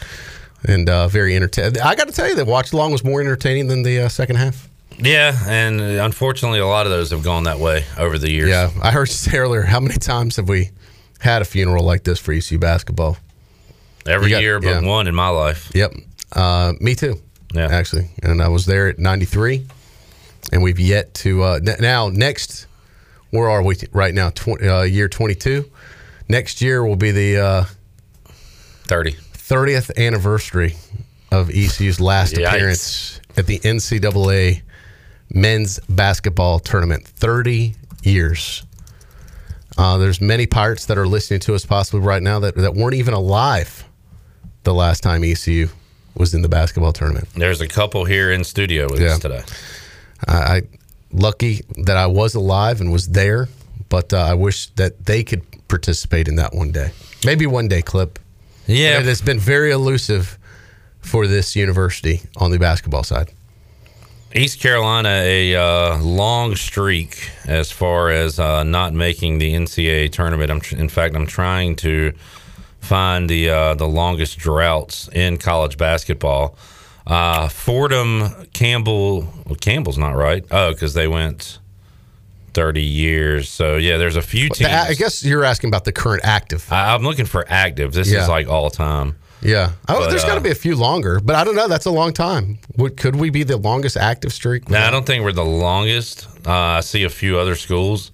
and uh, very entertaining. I got to tell you, the watch along was more entertaining than the uh, second half. Yeah, and uh, unfortunately, a lot of those have gone that way over the years. Yeah, I heard you say earlier. How many times have we had a funeral like this for ECU basketball? Every You got- year but yeah. one in my life. Yep. Uh, me too. Yeah. Actually, and I was there at '93, and we've yet to uh, n- now next. Where are we t- right now? Tw- uh, year 22. Next year will be the uh, 30 30th anniversary of ECU's last Yikes. appearance at the NCAA men's basketball tournament. 30 years. Uh, there's many pirates that are listening to us possibly right now that, that weren't even alive the last time ECU was in the basketball tournament. There's a couple here in studio with us today. I, I lucky that I was alive and was there, but uh, I wish that they could participate in that one day. Maybe one day, clip. Yeah, it's been very elusive for this university on the basketball side. East Carolina, a uh, long streak as far as uh, not making the NCAA tournament. I'm tr- in fact, I'm trying to find the uh, the longest droughts in college basketball. Uh, Fordham, Campbell, well, Campbell's not right. Oh, because they went 30 years. So yeah, there's a few But the- teams. I guess you're asking about the current active. I, I'm looking for active. This Yeah. is like all time. Yeah, I, But, Oh, there's got to uh, be a few longer, but I don't know. That's a long time. Would, could we be the longest active streak? No, I don't think we're the longest. Uh, I see a few other schools,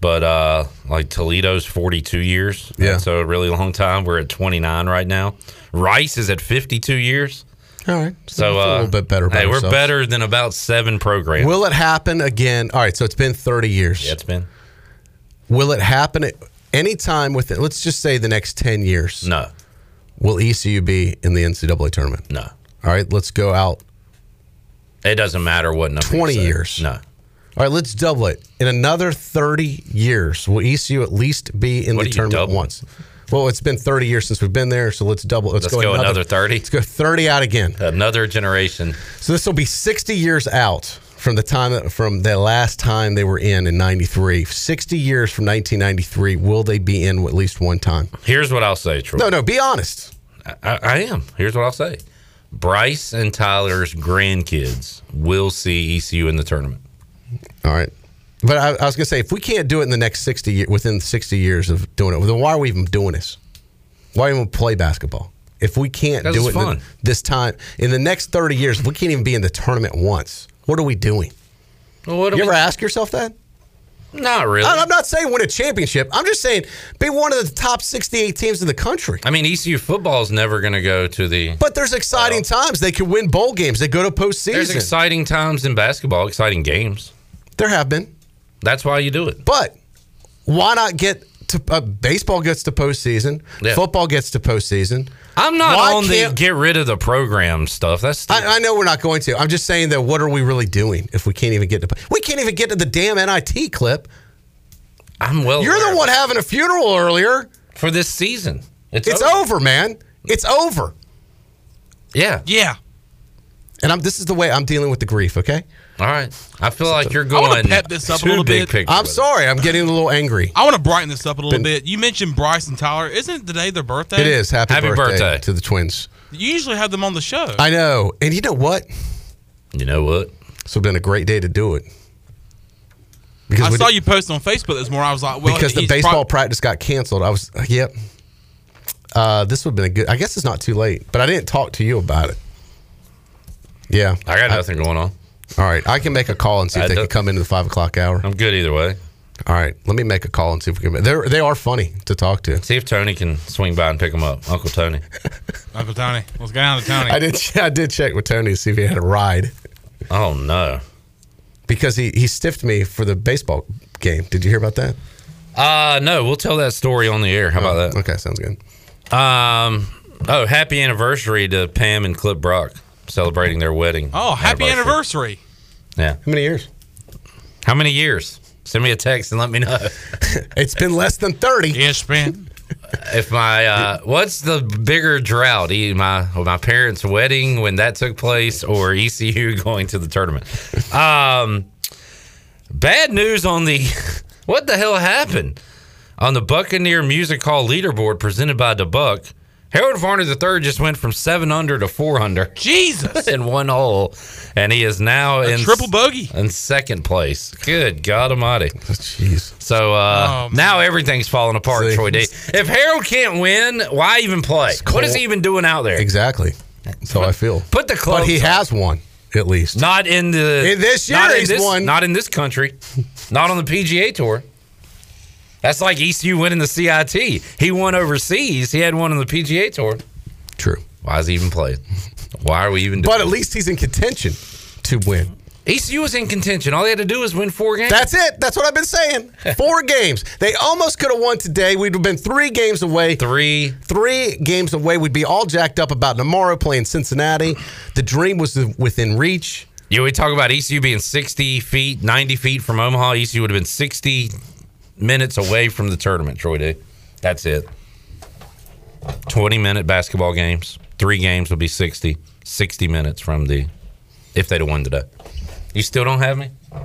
but uh, like Toledo's 42 years. Yeah. That's a really long time. We're at 29 right now. Rice is at 52 years. All right, So that's uh, a little bit better. by Hey, we're ourselves. better than about seven programs. Will it happen again? All right, so it's been 30 years. Yeah, it's been. Will it happen at any time within, let's just say the next 10 years? No. Will ECU be in the NCAA tournament? No. All right, let's go out. It doesn't matter what number. you 20 say. years. No. All right, let's double it. In another 30 years, will ECU at least be in What do the you tournament double? once? Well, it's been 30 years since we've been there, so let's double. Let's, Let's, go, another 30. Let's go 30 out again. Another generation. So this will be 60 years out from the time that, from the last time they were in in 93. 60 years from 1993, will they be in at least one time? Here's what I'll say, Troy. No, no, be honest. I, I am. Here's what I'll say. Bryce and Tyler's grandkids will see ECU in the tournament. All right. But I, I was going to say, if we can't do it in the next 60 year, within 60 years of doing it, then why are we even doing this? Why even play basketball? If we can't 'Cause do it it's in the- fun. this time, in the next 30 years, if we can't even be in the tournament once, what are we doing? what you ever ask yourself that? Not Oh, really. I- I'm not saying win a championship. I'm just saying be one of the top 68 teams in the country. I mean, E ECU football is never going to go to the. But there's exciting times. They could win bowl games. They go to There's postseason. exciting times in basketball, exciting games. there have been. That's why you do it. But why not get to uh, baseball gets to postseason, Yeah. football gets to postseason. I'm not Why on the can't- get rid of the program stuff. That's the, I, I know we're not going to. I'm just saying that what are we really doing if we can't even get to we can't even get to the damn NIT clip. I'm well. You're aware the of one it. having a funeral earlier. for this season. It's, It's, over. man. It's over. Yeah. Yeah. And I'm this is the way I'm dealing with the grief, okay? All right. I feel like you're I wanna going pep this up a too little big bit. picture. I'm with it. sorry. I'm getting a little angry. I want to brighten this up a little Been- bit. You mentioned Bryce and Tyler. Isn't today their birthday? It is. Happy, Happy birthday, birthday. to the twins. You usually have them on the show. I know. And you know what? You know what? It's been a great day to do it. I we saw did- you posting on Facebook this morning. I was like, well, because the he's baseball prob- practice got canceled. I was yep. Uh, this would have been a good. I guess it's not too late, but I didn't talk to you about it. Yeah, I got nothing going on. all right. I can make a call and see I if they can don't- come into the five o'clock hour. I'm good either way. All right, let me make a call and see if we can. They they are funny to talk to. See if Tony can swing by and pick him up. Uncle Tony. Uncle Tony. Let's go down to Tony. I did I did check with Tony to see if he had a ride Oh no. because he he stiffed me for the baseball game. Did you hear about that? Uh no. We'll tell that story on the air. How about that? Oh, Okay, sounds good. Um. Oh, happy anniversary to Pam and Clip Brock celebrating their wedding. Oh, happy anniversary. Yeah. How many years? How many years? Send me a text and let me know It's been less than thirty. Yes, man. if my uh, what's the bigger drought? E- My my parents' wedding when that took place, or ECU going to the tournament? Um, bad news on the what the hell happened on the Buccaneer Music Hall leaderboard presented by DeBuck. Harold Varner III just went from seven under to four under. Jesus, in one hole, and he is now in triple bogey in second place. Good God Almighty! Jeez. So uh, now everything's falling apart. Troy D. If Harold can't win, why even play? What is he even doing out there? Exactly. So I feel. Put the But he gloves on. has one at least. Not in the In this year not in he's this, won. Not in this country. Not on the PGA tour. That's like ECU winning the CIT. He won overseas. He had one on the PGA tour. True. Why is he even playing? Why are we even? Doing But at least he's in contention to win. ECU E was in contention. All they had to do was win four games. That's it. That's what I've been saying. Four games. They almost could have won today. We'd have been three games away. Three. Three games away. We'd be all jacked up about tomorrow playing Cincinnati. The dream was within reach. Yeah, we talk about ECU being 60 feet, 90 feet from Omaha. ECU would have been 60 minutes away from the tournament, Troy D. That's it. 20 minute basketball games. Three games would be 60, 60 minutes from the, if they'd have won today. You still don't have me?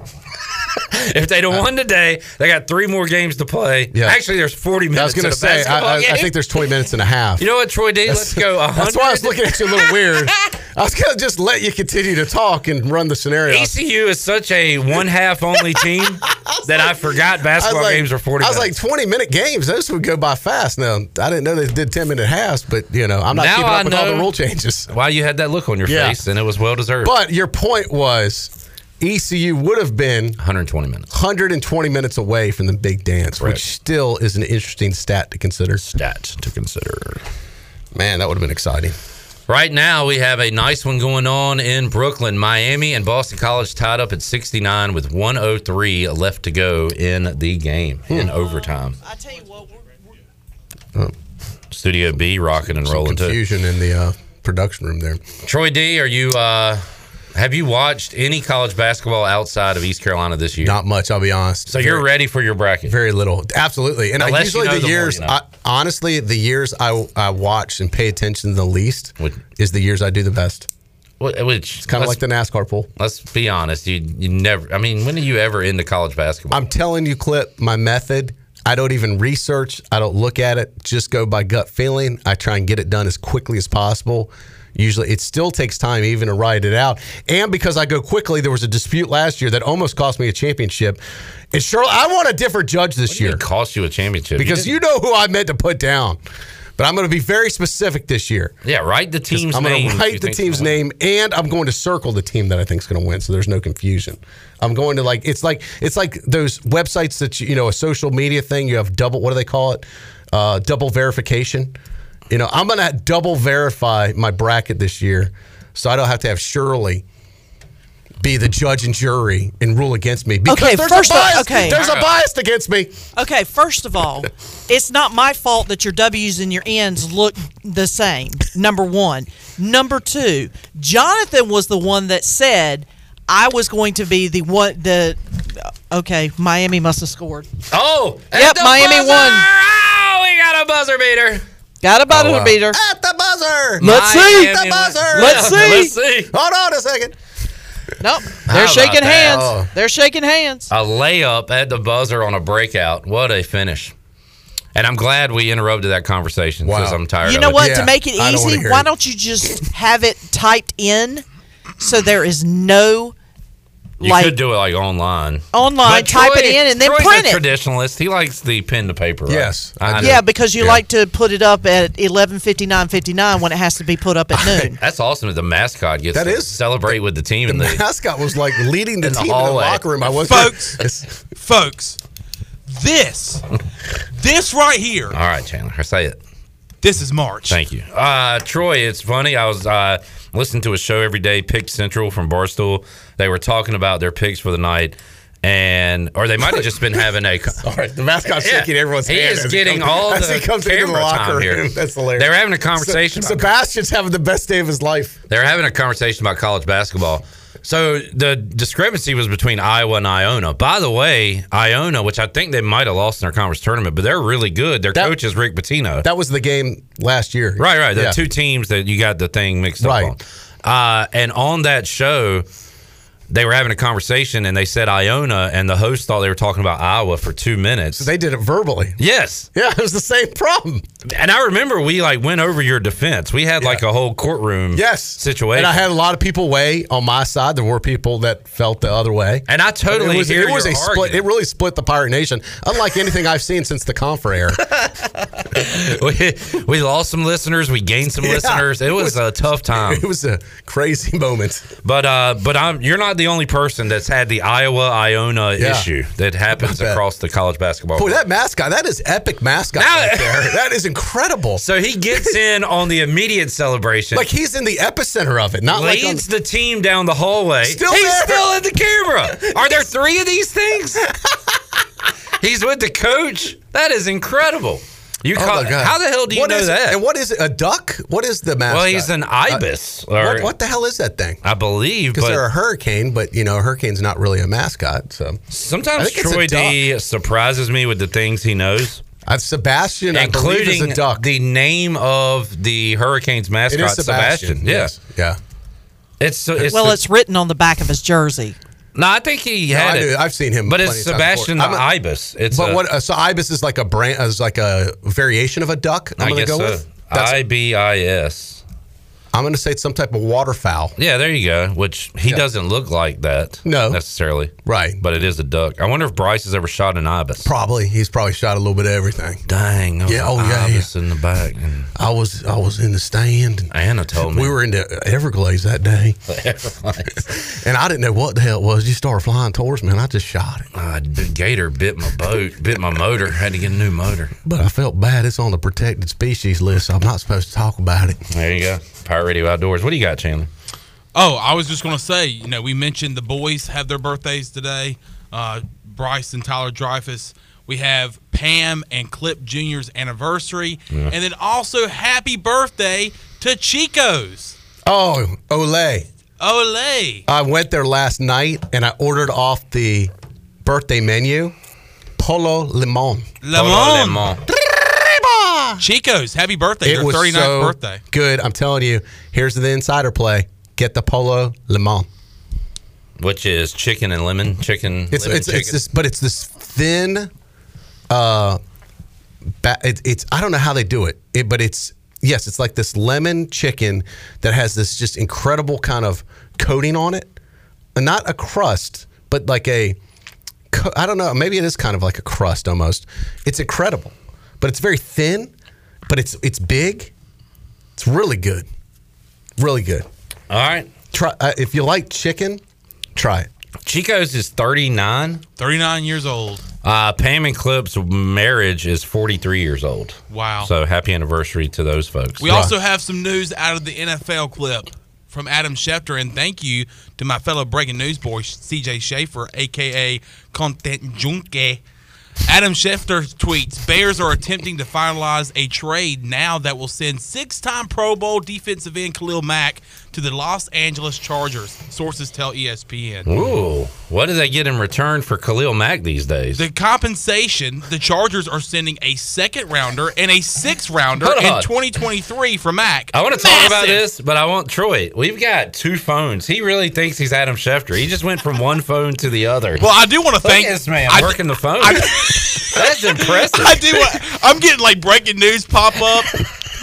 if they'd have won today, they got three more games to play. Yeah. Actually, there's 40 minutes. I was going to in a say, basketball I, I, I game. think there's 20 minutes and a half. You know what, Troy D? Let's go. 100. That's why I was looking at you a little weird. I was going to just let you continue to talk and run the scenario. ECU is such a one half only team that I forgot basketball I was like- games are 40 I was minutes. like 20 minute games. Those would go by fast. Now, I didn't know they did 10 minute halves, but you know, I'm not Now keeping up I with all the know rule changes. Why you had that look on your Yeah. face, and it was well deserved. But your point was ECU E would have been 120 minutes. 120 minutes away from the big dance, Correct. which still is an interesting stat to consider. Stat to consider. Man, that would have been exciting. Right now, we have a nice one going on in Brooklyn. Miami and Boston College tied up at 69 with 103 left to go in the game Hmm. in overtime. I tell you what, we're, Studio B rocking and Some rolling too. confusion in the uh, production room there. Troy D, are you? Uh, have you watched any college basketball outside of East Carolina this year? Not much, I'll be honest. So you're ready for your bracket? Very little, absolutely. And I, Unless usually you know the the more years, you know. I, honestly, the years I, I watch and pay attention the least is the years I do the best. Wh- Which It's kind of like the NASCAR pool. Let's be honest. You you never. I mean, when are you ever into college basketball? I'm telling you, Clip, my method. I don't even research. I don't look at it. Just go by gut feeling. I try and get it done as quickly as possible. Usually, it still takes time even to write it out. And because I go quickly, there was a dispute last year that almost cost me a championship. And Cheryl, I want a different judge this year It cost you a championship You because you know who I meant to put down. But I'm going to be very specific this year. didn't- yeah, write the team's I'm name. to write the team's name, and I'm going to circle the team that I think is going to win, so there's no confusion. I'm going to like it's like it's like those websites that you, you know a social media thing. You have double what do they call it? Uh, double verification. You know, I'm going to double verify my bracket this year, so I don't have to have Shirley be the judge and jury and rule against me because Okay, there's first a of- bias. okay. There's a bias against me. Okay, first of all, it's not my fault that your W's and your N's look the same. Number one. Number two, Jonathan was the one that said I was going to be the one the okay, Miami must have scored. Oh, at Yep, the Miami buzzer! won. Oh, we got a buzzer beater. Got a buzzer Oh, wow. beater. At the buzzer. Let's see. Miami The buzzer. won. Let's see. Let's see. Hold on a second. Nope. How They're about shaking that? hands. Oh. They're shaking hands. A layup at the buzzer on a breakout. What a finish. And I'm glad we interrupted that conversation because I'm tired You of know it. what? to make it I don't wanna easy, hear why it. don't you just have it typed in so there is no You like could do it like online. online, But type it Troy- in and then Troy's print a it. traditionalist. He likes the pen to paper. Right? Yes, I I do. know. Yeah, because you Yeah. like to put it up at eleven fifty nine fifty nine when it has to be put up at noon. That's awesome that the mascot gets That to is- celebrate with the team in the Mascot was like leading the In the team in the hallway. locker room. I was Folks. folks. This, this right here. All right, Chandler, say it. This is March. Thank you, uh, Troy. It's funny. I was uh, listening to a show every day, Pick Central from Barstool. They were talking about their picks for the night, and or they might have just been having a. Sorry, the mascot's shaking everyone's He hand is as he getting comes- all as the he comes into the camera locker time room. here. That's hilarious. They're having a conversation. Se- about Sebastian's having the best day of his life. They're having a conversation about college basketball. So the discrepancy was between Iowa and Iona. By the way, Iona, which I think they might have lost in their conference tournament, but they're really good. Their coach is Rick Pitino. That was the game last year. Right, right. The Yeah. two teams that you got the thing mixed up on. Uh, and on that show, they were having a conversation and they said Iona, and the host thought they were talking about Iowa for two minutes. they did it verbally. Yes. Yeah, it was the same problem. And I remember we like went over your defense. We had like a whole courtroom Yes. situation. And I had a lot of people weigh on my side. There were people that felt the other way. And I totally it was, hear it was your a split. It really split the Pirate Nation, unlike anything I've seen since the Confer era. we, we lost some listeners. We gained some Yeah. listeners. It It was, was- a tough time. It was a crazy moment. But uh, but I'm you're not the only person that's had the Iowa Iona Yeah. issue that happens I bet. across the college basketball. Boy, world. that mascot, that is epic mascot right there. That is incredible. So he gets in on the immediate celebration. Like he's in the epicenter of it, not leads like on- the team down the hallway. Still He's there. still in the camera. Are there three of these things? He's with the coach. That is incredible. You Oh call, my God. how the hell do you What know is- that? And what is it? A duck? What is the mascot? Well, he's an Uh, ibis, or- what, what the hell is that thing? I believe, Because but they're a hurricane, but you know, a hurricane's not really a mascot. So I sometimes think it's a Troy duck. D surprises me with the things he knows. I've Sebastian, I believe, is a including duck. the name of the Hurricanes mascot, Sebastian. Yeah. Yes. Yeah. It's, so- it's well, the- it's written on the back of his jersey. No, I think he No, had I it. do. I've seen him, but plenty it's of times before. Sebastian the I'm a- ibis. It's but a- what? Uh, so ibis is like a brand, is like a variation of a duck. I'm I going to guess go so. with. That's, I B I S. I'm going to say it's some type of waterfowl. Yeah, there you go. Which he Yeah. doesn't look like that. No. necessarily. Right. but it is a duck. I wonder if Bryce has ever shot an ibis. Probably he's probably shot a little bit of everything. Dang. there was an Yeah. Oh yeah. yeah. Ibis in the back. And I was I was in the stand. And Anna told me We were in the Everglades that day, and I didn't know what the hell it was. You started flying towards me, and I just shot it. Uh, the gator bit my boat, bit my motor. Had to get a new motor. But I felt bad. It's on the protected species list. So I'm not supposed to talk about it. There you go. Pirate Radio Outdoors. What do you got, Chandler? Oh, I was just going to say, you know, we mentioned the boys have their birthdays today. Uh, Bryce and Tyler Dreyfus. We have Pam and Clip Jr.'s anniversary. Yeah. And then also, happy birthday to Chico's. Oh, Olay. Olay. I went there last night and I ordered off the birthday menu Polo Limon. Lemon. Chico's, happy birthday. It Your was 39th so birthday. good. I'm telling you, here's the insider play get the Polo Limon. Which is chicken and lemon. Chicken. It's, lemon it's, chicken. it's this, but it's this thin. Uh, ba- it, it's I don't know how they do it, it, but it's yes, it's like this lemon chicken that has this just incredible kind of coating on it, and not a crust, but like a co- I don't know, maybe it is kind of like a crust almost. It's incredible, but it's very thin, but it's it's big. It's really good, really good. All right, try uh, if you like chicken, try it. Chico's is 39. 39 years old. Uh, Pam and Clip's marriage is 43 years old. Wow. So happy anniversary to those folks. We also have some news out of the NFL clip from Adam Schefter, and thank you to my fellow breaking news boy CJ Schaefer, aka Content Junke. Adam Schefter tweets: Bears are attempting to finalize a trade now that will send six-time Pro Bowl defensive end Khalil Mack to the Los Angeles Chargers. Sources tell E ESPN. Ooh, what do they get in return for Khalil Mack these days? The compensation, the Chargers are sending a second rounder and a sixth rounder Hold in on. 2023 for Mack. I want to talk about Massive. this, but I want Troy. We've got two phones. He really thinks he's Adam Schefter. He just went from one phone to the other. Well, I do want to Look thank at this man I, working the phone. I- That's impressive. I do. wa- I'm getting like breaking news pop up.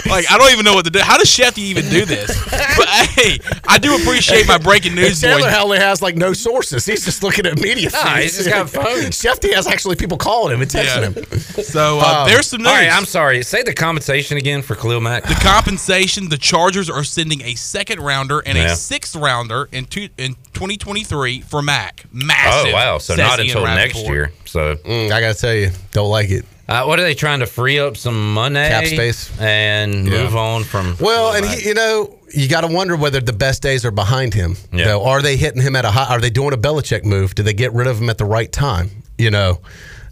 Like I don't even know what to do. How does Shefty even do this? But hey, I do appreciate my breaking news Chandler boys. only has like no sources. He's just looking at media. Nah, feeds. he's just got phones. Shefty has actually people calling him and texting Yeah. him. So uh, Um, there's some news. All right, I'm sorry. Say the compensation again for Khalil Mack. the compensation. The Chargers are sending a second rounder and Yeah. a sixth rounder in two, in 2023 for Mac. Massive. Oh wow! So says not Ian until next Rappaport. year. So Mm, I gotta tell you, don't like it. Uh, what are they trying to free up some money, Cap space. and Yeah. move on from? Well, and he, you know, you got to wonder whether the best days are behind him. Yeah. Though, are they hitting him at a high? Are they doing a Belichick move? Do they get rid of him at the right time? You know,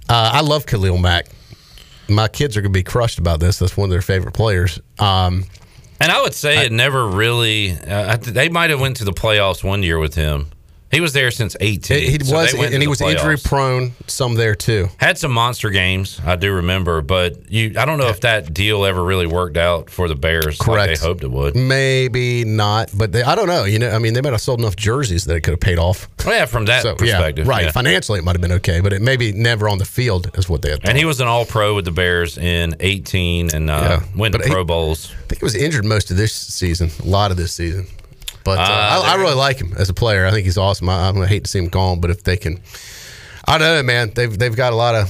uh, I love Khalil Mack. My kids are gonna be crushed about this. That's one of their favorite players. Um, And I would say it never really. Uh, I th- they might have went to the playoffs one year with him, He was there since 18. He so was, they went to and the he was injury playoffs. prone. Some there too. Had some monster games, I do remember, but you, I don't know if that deal ever really worked out for the Bears. Correct. Like they hoped it would. Maybe not, but they, I don't know. You know, I mean, they might have sold enough jerseys that it could have paid off. Well, Oh, yeah, from that So, yeah, perspective, right. yeah. Financially, it might have been okay, but it maybe never on the field is what they had. And he was an All Pro with the Bears in 18 and uh, went to But he- Pro Bowls. I think he was injured most of this season, a lot of this season. But uh, Ah, I, I there- really like him as a player. I think he's awesome. I, I'm gonna hate to see him gone, but if they can, I don't know, man. They've they've got a lot of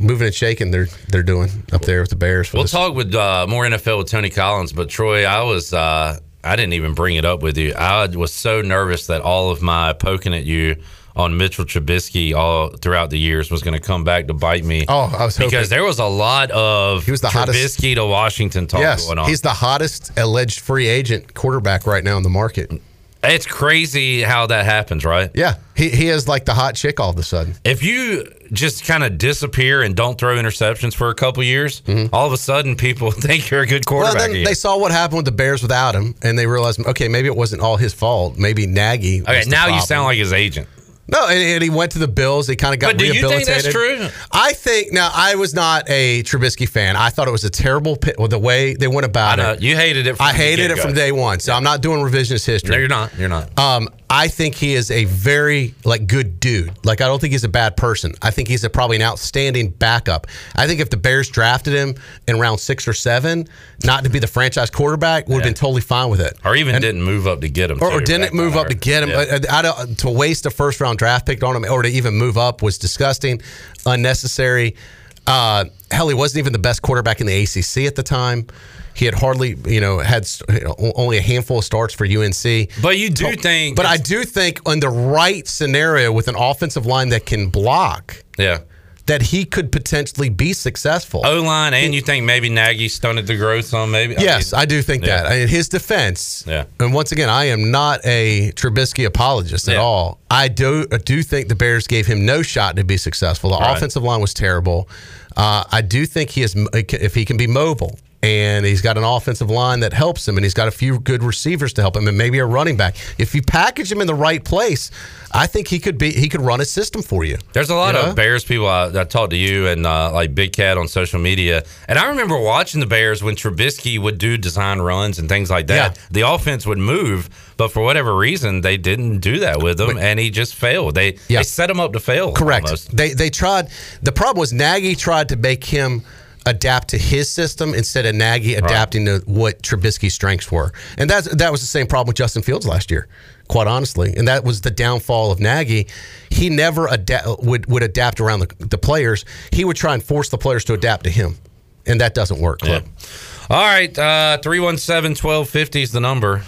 moving and shaking. They're they're doing up there with the Bears. We'll talk with uh, more NFL with Tony Collins, but Troy, I was uh, I didn't even bring it up with you. I was so nervous that all of my poking at you on Mitchell Trubisky all throughout the years was going to come back to bite me. Oh, I was hoping. because there was a lot of he was the Trubisky hottest- to Washington talk yes, going on. he's the hottest alleged free agent quarterback right now in the market. Mm. it's crazy how that happens, right? Yeah, he he is like the hot chick all of a sudden. If you just kind of disappear and don't throw interceptions for a couple years, all of a sudden people think you're a good quarterback. Mm-hmm. Well, then again. they saw what happened with the Bears without him, and they realized, okay, maybe it wasn't all his fault. Maybe Nagy. was okay, the now you problem. sound like his agent. No, and, and he went to the Bills. He kind of got But do you think rehabilitated. that's true? I think now I was not a Trubisky fan. I thought it was a terrible pi well, the way they went about know. it. You hated it from I the hated it get-go. from day one. So I'm not doing revisionist history. No, you're not. You're not. Um, I think he is a very like good dude. Like I don't think he's a bad person. I think he's a, probably an outstanding backup. I think if the Bears drafted him in round six or seven, not to be the franchise quarterback, would have been totally fine with it. Or even didn't move up to get him. Or, too, or back didn't move then, up to or- get him. yeah. Uh, I don't, to waste a first round draft pick on him, or to even move up was disgusting, unnecessary. Uh, hell, he wasn't even the best quarterback in the ACC at the time. He had hardly, you know, had st- only a handful of starts for UNC. But you do think. But I do think, in the right scenario, with an offensive line that can block, Yeah. that he could potentially be successful. O line, and you think maybe Nagy stunted the growth some, maybe? I Yes, mean, I do think yeah. that. In his defense, Yeah. and once again, I am not a Trubisky apologist at Yeah. all. I do I do think the Bears gave him no shot to be successful. The Right. offensive line was terrible. Uh, I do think he is if he can be mobile and he's got an offensive line that helps him and he's got a few good receivers to help him and maybe a running back. If you package him in the right place, I think he could be he could run a system for you. There's a lot You know? of Bears people. I, I talked to you and uh, like Big Cat on social media, and I remember watching the Bears when Trubisky would do design runs and things like that. The offense would move, but for whatever reason, they didn't do that with him, and he just failed. They Yeah. they set him up to fail. Correct. almost. They they tried. The problem was Nagy tried to make him adapt to his system instead of Nagy adapting to what Trubisky's strengths were, and that's that was the same problem with Justin Fields last year. Quite honestly, and that was the downfall of Nagy. He never ada- would would adapt around the, the players. He would try and force the players to adapt to him, and that doesn't work. Clip. All right, uh, 317-1250 is the number.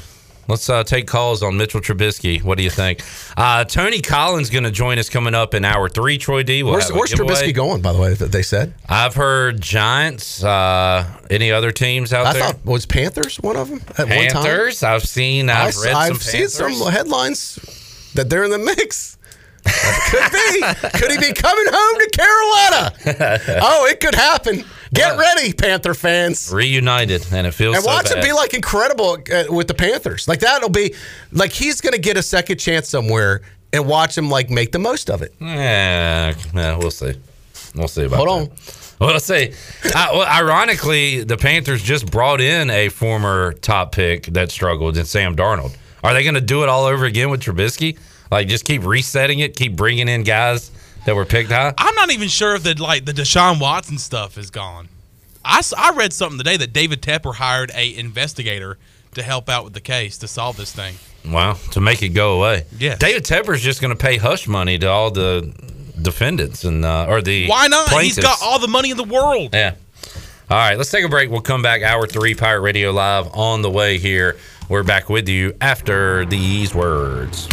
Let's uh, take calls on Mitchell Trubisky. What do you think? Uh, Tony Collins going to join us coming up in hour three. Troy D. We'll where's have a where's giveaway. Trubisky going? By the way, that they said. I've heard Giants. Uh, any other teams out I there? thought was Panthers one of them at one time. Panthers. I've seen. I've s- read I've some seen some Panthers. headlines that they're in the mix. could be. Could he be coming home to Carolina? Oh, it could happen. Get ready, Panther fans. Reunited, and it feels. And watch Uh-huh. so him bad. be like incredible uh, with the Panthers. Like that'll be like he's going to get a second chance somewhere and watch him like make the most of it. Yeah, yeah, we'll see. We'll see about. Hold that. We'll see. I, well, ironically, the Panthers just brought in a former top pick that struggled, and Sam Darnold. Are they going to do it all over again with Trubisky? Like just keep resetting it, keep bringing in guys that were picked high. I'm not even sure if the like the Deshaun Watson stuff is gone. I, s- I read something today that David Tepper hired a investigator to help out with the case to solve this thing. Wow, to make it go away. Yes. David Tepper's just going to pay hush money to all the defendants and uh, or the Why not? He's got plaintiffs. all the money in the world. Yeah. All right, let's take a break. We'll come back. Hour three, Pirate Radio Live on the way here. We're back with you after these words.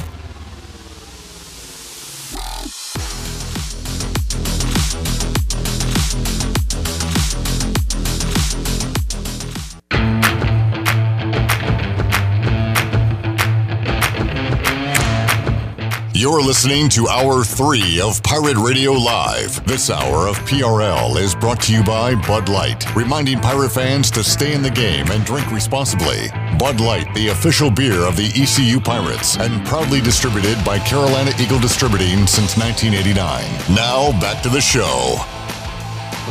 You're listening to Hour 3 of Pirate Radio Live. This hour of PRL is brought to you by Bud Light, reminding pirate fans to stay in the game and drink responsibly. Bud Light, the official beer of the ECU Pirates, and proudly distributed by Carolina Eagle Distributing since 1989. Now, back to the show.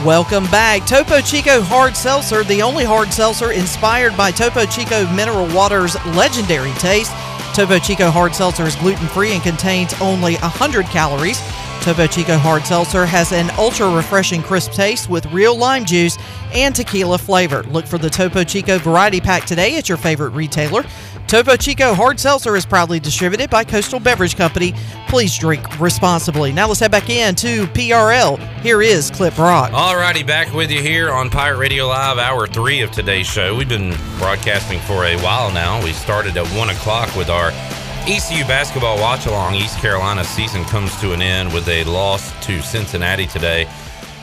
Welcome back. Topo Chico Hard Seltzer, the only hard seltzer inspired by Topo Chico Mineral Water's legendary taste. Topo Chico Hard Seltzer is gluten free and contains only 100 calories. Topo Chico Hard Seltzer has an ultra refreshing crisp taste with real lime juice and tequila flavor. Look for the Topo Chico variety pack today at your favorite retailer. Topo Chico Hard Seltzer is proudly distributed by Coastal Beverage Company. Please drink responsibly. Now let's head back in to PRL. Here is Clip Rock. Alrighty, back with you here on Pirate Radio Live, hour three of today's show. We've been broadcasting for a while now. We started at one o'clock with our ECU basketball watch along. East Carolina's season comes to an end with a loss to Cincinnati today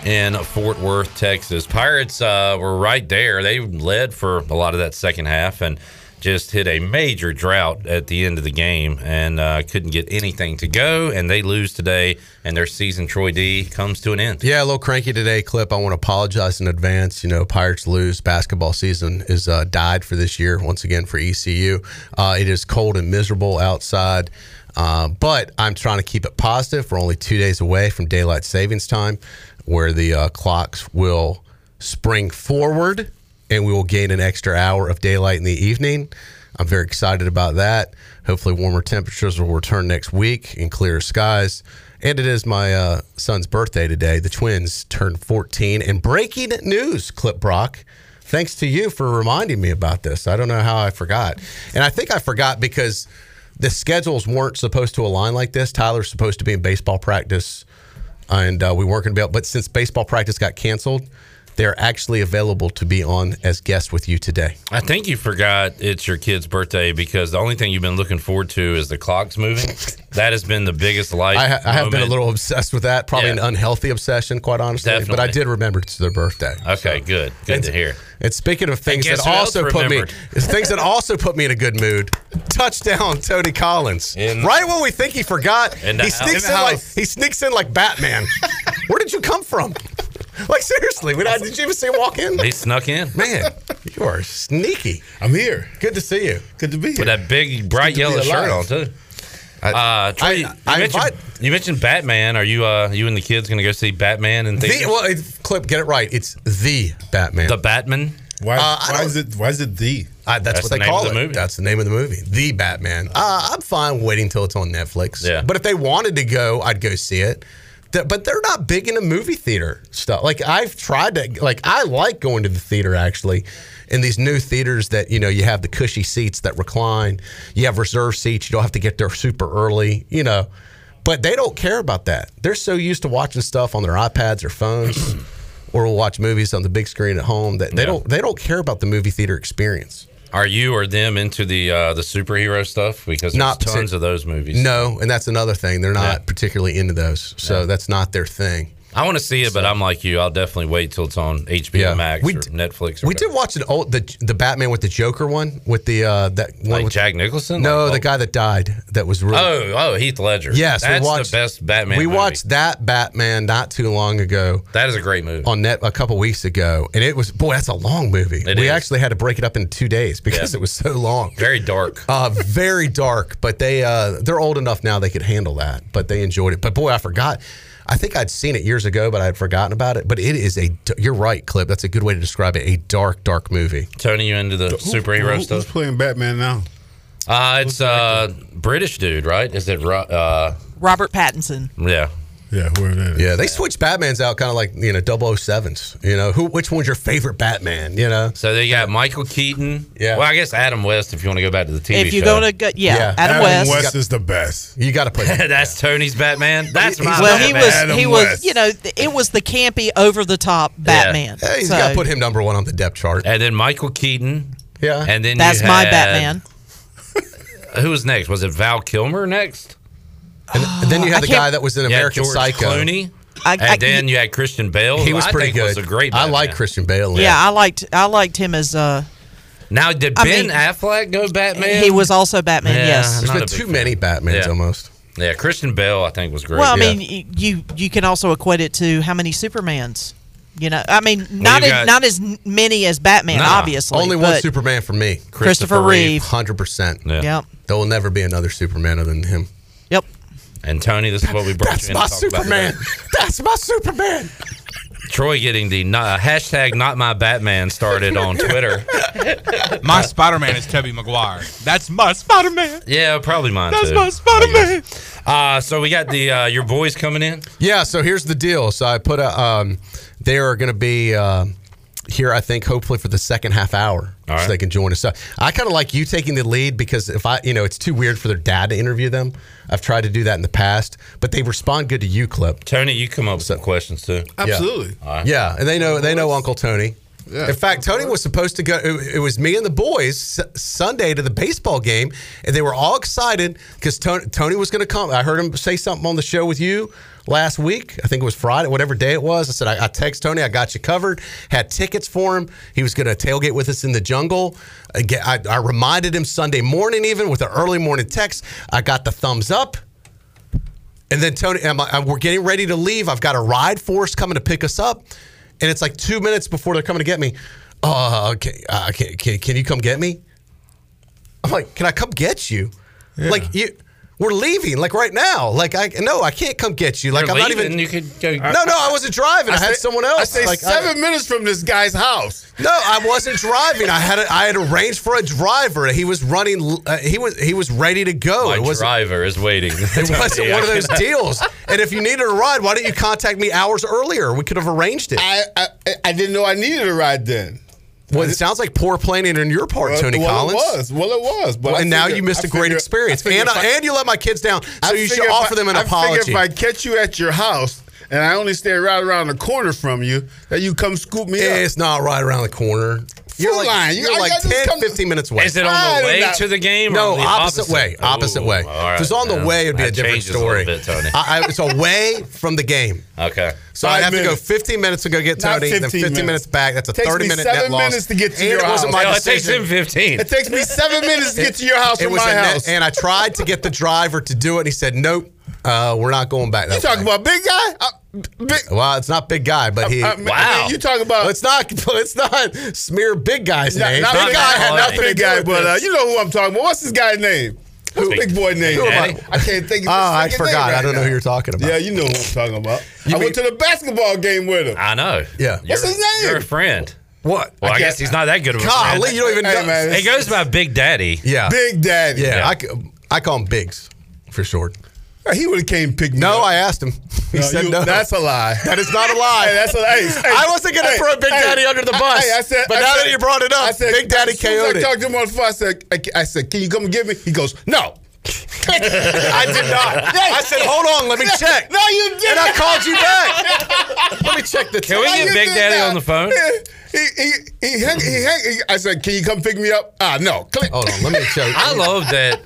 in Fort Worth, Texas. Pirates uh, were right there. They led for a lot of that second half and just hit a major drought at the end of the game and uh, couldn't get anything to go. And they lose today, and their season, Troy D, comes to an end. Yeah, a little cranky today, Clip. I want to apologize in advance. You know, Pirates lose. Basketball season is uh, died for this year, once again, for ECU. Uh, it is cold and miserable outside, uh, but I'm trying to keep it positive. We're only two days away from daylight savings time, where the uh, clocks will spring forward and we will gain an extra hour of daylight in the evening. I'm very excited about that. Hopefully, warmer temperatures will return next week and clearer skies. And it is my uh, son's birthday today. The twins turned 14. And breaking news, Clip Brock. Thanks to you for reminding me about this. I don't know how I forgot. And I think I forgot because the schedules weren't supposed to align like this. Tyler's supposed to be in baseball practice, and uh, we weren't going to be able. But since baseball practice got canceled, they're actually available to be on as guests with you today. I think you forgot it's your kid's birthday because the only thing you've been looking forward to is the clocks moving. that has been the biggest life. I, ha- I have been a moment. little obsessed with that, probably Yeah. an unhealthy obsession, quite honestly. But I Definitely. did remember it's their birthday. Okay, good. Good to hear. And speaking of things guess that who else also put me remembered? things that also put me in a good mood, touchdown Tony Collins. right when we think he forgot, In the he house. sneaks In in, the like house. he sneaks in like Batman. Where did you come from? Like seriously, when I, did you even see him walk in? He snuck in. Man, you are sneaky. I'm here. Good to see you. Good to be here. With that big bright to be yellow shirt on alive. too. uh, Troy, I- you, I mentioned, you mentioned Batman. Are you uh, you and the kids going to go see Batman and things? The, well, it, clip, get it right. It's the Batman. The Batman. Why, Uh, I why don't- is it? Why is it the? I, that's, That's what the they name call of the it. movie. That's the name of the movie, The Batman. Uh, I'm fine waiting till it's on Netflix. Yeah. But if they wanted to go, I'd go see it. Th- But they're not big into movie theater stuff. Like I've tried to, like I like going to the theater actually, in these new theaters that you know you have the cushy seats that recline, you have reserved seats, you don't have to get there super early, you know. But they don't care about that. They're so used to watching stuff on their iPads or phones, or will watch movies on the big screen at home that they Yeah. don't they don't care about the movie theater experience. Are you or them into the uh, the superhero stuff? Because there's Not tons partic- of those movies. No, and that's another thing. They're not particularly into those, so that's not their thing. I want to see it, but I'm like you. I'll definitely wait till it's on HBO Yeah. Max We or d- Netflix. Or We did watch an old the the Batman with the Joker one with the uh that one Like with Jack Nicholson? No, Like, the guy that died that was really Oh, oh, Heath Ledger. Yes, that's we watched the best Batman. We movie. watched that Batman not too long ago That is a great movie. on net a couple weeks ago, and it was boy, that's a long movie. It we is. actually had to break it up into two days because Yeah. it was so long. Very dark. Uh, very dark, but they uh, they're old enough now they could handle that. But they enjoyed it. But boy, I forgot. I think I'd seen it years ago, but I had forgotten about it. But it is a. d- You're right, Clip. That's a good way to describe it. A dark, dark movie. Tony, you into the superhero Who- Who's stuff? playing Batman now? Uh, it's uh, British dude, right? Is it? Ro- Uh, Robert Pattinson. yeah. Yeah, whoever that is. Yeah, they switch Batmans out kind of like you know 007s. You know who? Which one's your favorite Batman? You know. So they got Michael Keaton. Yeah. Well, I guess Adam West. If you want to go back to the TV if you're show. going to go, yeah, Yeah. Adam, West. is the best. You got to play. that's Tony's Batman. That's my well, he was Batman. he was you know th- it was the campy over the top Batman. Hey, he's So, got to put him number one on the depth chart. And then Michael Keaton. Yeah. And then that's you my had- Batman. Who was next? Was it Val Kilmer next? And then you I had the can't- guy that was in You had American George Psycho. Clooney. I- I- and then you had Christian Bale. He who was I pretty think good. Was a great. I like Batman. Christian Bale. Yeah. I liked I liked him as uh Now did I Ben mean- Affleck go Batman? he was also Batman. Yeah. Yes, Not There's a been big too fan. many Batmans Yeah. almost. Yeah, Christian Bell, I think, was great. Well, I mean, y you you can also equate it to how many Supermans. You know, I mean, not you as, got- not as many as Batman, obviously. Only one but- Superman for me. Christopher Christopher Reeve. Reeve. Hundred percent. Yeah. Yep. There will never be another Superman other than him. Yep. And Tony, this is what we brought you in to talk about. today. That's my Superman. Troy getting the not, uh, hashtag not my Batman started on Twitter. My Spider Man is Tobey Maguire. That's my Spider Man. Yeah, probably mine. That's too. my Spider Man. Uh, so we got the uh, your boys coming in. Yeah. So here's the deal. So I put a. Um, they are going to be uh, here. I think hopefully for the second half hour, so they can join us. So I kind of like you taking the lead because if I, you know, it's too weird for their dad to interview them. I've tried to do that in the past, but they respond good to you, clip. Tony, you come up with some questions too. Absolutely. All right. Yeah, and they know they know Uncle Tony. Yeah, in fact, Tony was supposed to go. It, it was me and the boys S- Sunday to the baseball game, and they were all excited because Tony, Tony was going to come. I heard him say something on the show with you last week. I think it was Friday, whatever day it was. I said I, I text Tony, I got you covered. Had tickets for him. He was going to tailgate with us in the jungle. Again, I, I reminded him Sunday morning, even with an early morning text. I got the thumbs up. And then Tony, am I, we're getting ready to leave. I've got a ride force coming to pick us up, and it's like two minutes before they're coming to get me. Uh, okay, uh, can, can, can you come get me? I'm like, can I come get you? Like you, we're leaving like right now. Like I no, I can't come get you. Like You're I'm not leaving, even. you could go- no, no, I wasn't driving. I, had stay- someone else. I stayed Like, seven minutes from this guy's house. no, I wasn't driving. I had a, I had arranged for a driver. He was running. Uh, he was he was ready to go. My Oh, it wasn't. driver is waiting. It wasn't one of those deals. And if you needed a ride, why didn't you contact me hours earlier? We could have arranged it. I, I I didn't know I needed a ride then. Well, it sounds like poor planning on your part, Well, Tony well, it Collins. was. Well, it was. But Well, I and now figure- you missed I a great figure- experience, I figure and if I- and you let my kids down. So you figure should if offer I- them an I apology. figure if I catch you at your house and I only stay right around the corner from you, that you come scoop me up. it's not right around the corner. You're like, lying. You- You're I- like I just 10, come- 15 minutes away. Is it on the way to the game? or No, on the opposite, way. Opposite Ooh, way. all right, if it's on the yeah. way, it'd be That a different changes little story. bit, Tony. I, I, it's away from the game. okay. So Five I'd have to go minutes. 15 minutes to go get Not Tony, then 15 15 minutes. minutes back. That's a Takes 30 me minute net seven loss. minutes to get to and your it house. wasn't my Hell, it decision. takes him 15. It takes me seven minutes to get to your house It from was my a net, house. and I tried to get the driver to do it, and he said, "Nope, uh, we're not going back." you That talking way. about big guy? Uh, I, big, Well, it's not big guy, but he. I- I mean, Uh, you talking about? Let's not. Let's not smear big guy's Not, name. not big guy, had nothing not big guy, but uh, you know who I'm talking about. What's this guy's name? What's big boy name? Who am I? I can't think. of his Oh, I freaking name forgot. right I don't know now. who you're talking about. Yeah, you know who I'm talking about. I mean- went to the basketball game with him. I know. Yeah. What's You're- his name? You're a friend. What? Well, I, I guess can't- he's not that good of a Golly, friend. you don't even Hey, know. man, It goes by Big Daddy. Yeah. Big Daddy. Yeah, Yeah. I c I I call him Bigs for short. He would have came pick me No, up. I asked him. He No, said you- no. That's a lie. That is not a lie. Hey, that's a lie. Hey, hey, I wasn't gonna hey, throw Big hey, Daddy under the I- bus, hey, I said- but I now said- that you brouk it up, I said, Big Daddy as soon as KO'd it. I talked to him on the phone. I said, I, I said, can you come get me? He goes, no. I did not. I said, hold on, let me check. No, you didn't. And I called you back. Let me check the Can we text. get Big Daddy on the phone? He, he, he, hang, he, hang, he, I said, can you come pick me up? Ah, no. Click. Hold on, let me check. I love that.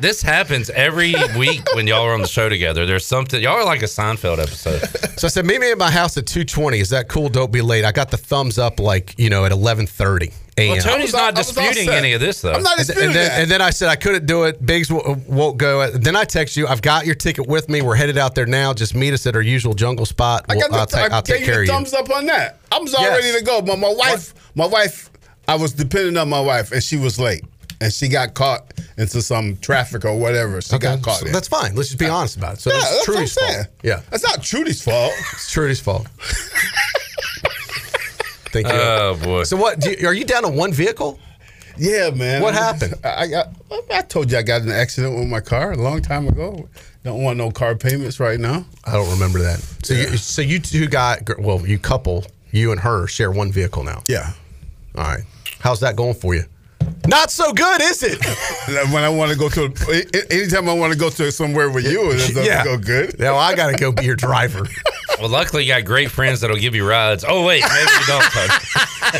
This happens every week when y'all are on the show together. There's something y'all are like a Seinfeld episode. So I said, meet me at my house at 2:20. Is that cool? Don't be late. I got the thumbs up, like you know, at 11:30 a.m. Well, Tony's I not was- I was disputing upset. any of this though. I'm not And, disputing and then, that. and then I said I couldn't do it. Biggs w- won't go. Then I text you. I've got your ticket with me. We're headed out there now. Just meet us at our usual jungle spot. I We'll- got the, I'll, ta- I I'll gave take care you of a you. thumbs up on that. I was all ready to go, but my wife, my wife, I was dependent on my wife, and she was late, and she got caught into some traffic or whatever. She Okay, got caught. so in. that's fine. Let's just be honest about it. So Yeah, that's, that's what I'm Trudy's fault. saying. Yeah, That's not Trudy's fault. it's Trudy's fault. Thank you. Oh boy. so what? Do you, are you down to one vehicle? Uh, yeah, man. What I- happened? I, got. I told you I got in an accident with my car a long time ago. Don't want no car payments right now. I don't remember that. So you, so you two got well, you couple, you and her share one vehicle now. Yeah. All right. How's that going for you? Not so good, is it? When I want to go to, a- anytime I want to go to somewhere with you, it doesn't go good. Now I gotta go be your driver. Well, luckily you got great friends that'll give you rides. Oh wait, maybe you don't. Tony.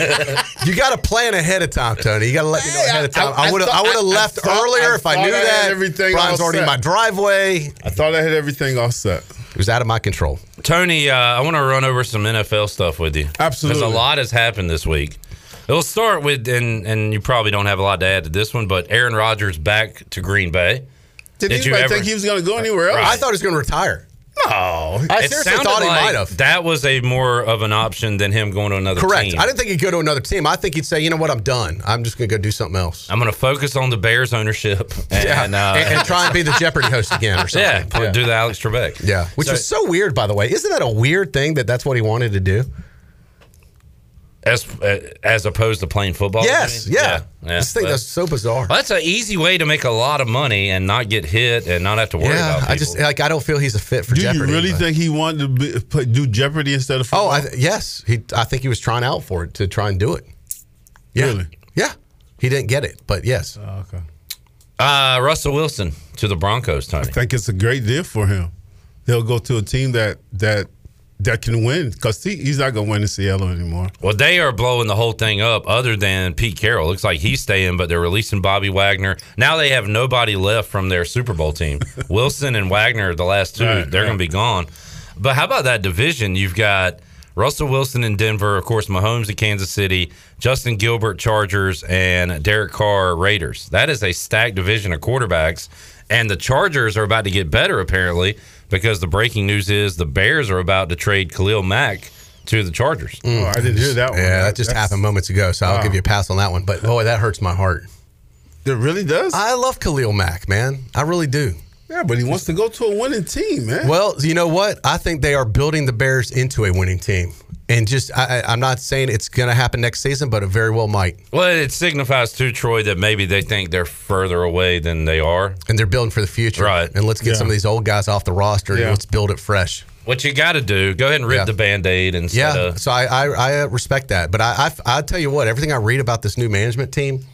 you gotta plan ahead of time, Tony. You gotta let me know ahead of time. I- I would have I I would have thought- I left thought- earlier I if I thought knew I had that. everything Brian's all already in set. my driveway. I thought I had everything all set. It was out of my control. Tony, uh, I want to run over some NFL stuff with you. Absolutely. Because a lot has happened this week. It'll start with, and, and you probably don't have a lot to add to this one, but Aaron Rodgers back to Green Bay. Did, Did you anybody ever- think he was going to go anywhere else? Right. I thought he was going to retire. No, I It seriously sounded thought he like might have. That was a more of an option than him going to another Correct. team. I didn't think he'd go to another team. I think he'd say, you know what, I'm done. I'm just going to go do something else. I'm going to focus on the Bears ownership and, uh, and, and try and be the Jeopardy host again or something. Yeah, pl- do the Alex Trebek. Yeah, which So- is so weird, by the way. Isn't that a weird thing that that's what he wanted to do? as uh, as opposed to playing football. you Yes, mean? yeah. yeah. This thing Well, that's so bizarre. well, that's an easy way to make a lot of money and not get hit and not have to worry about Yeah, people. I just like I don't feel he's a fit for Do Jeopardy. you really but- think he wanted to be, play, do Jeopardy instead of football? Oh, I th- yes. He, I think he was trying out for it to try and do it. Yeah. Really? Yeah. He didn't get it, but yes. okay. Uh, Russell Wilson to the Broncos, Tony. I think it's a great deal for him. He'll go to a team that that that can win because he, he's not going to win in Seattle anymore. Well, they are blowing the whole thing up. Other than Pete Carroll, looks like he's staying, but they're releasing Bobby Wagner. Now they have nobody left from their Super Bowl team. Wilson and Wagner, are the last two, Right, they're right. going to be gone. But how about that division? You've got Russell Wilson in Denver, of course, Mahomes in Kansas City, Justin Gilbert Chargers, and Derek Carr Raiders. That is a stacked division of quarterbacks, and the Chargers are about to get better apparently because the breaking news is the Bears are about to trade Khalil Mack to the Chargers. Oh, I didn't hear that one. Mm. Yeah, that just That's- happened moments ago, so I'll Wow. give you a pass on that one. But boy, that hurts my heart. It really does. I love Khalil Mack, man. I really do. Yeah, but he wants to go to a winning team, man. Well, you know what? I think they are building the Bears into a winning team. And just, I, I- I'm not saying it's going to happen next season, but it very well might. Well, it signifies to Troy that maybe they think they're further away than they are. And they're building for the future. Right. And let's get Yeah. some of these old guys off the roster Yeah. and let's build it fresh. What you got to do, go ahead and rip the band aid and Yeah, so I, I I uh, respect that, but I, I I tell you what, everything I read about this new management team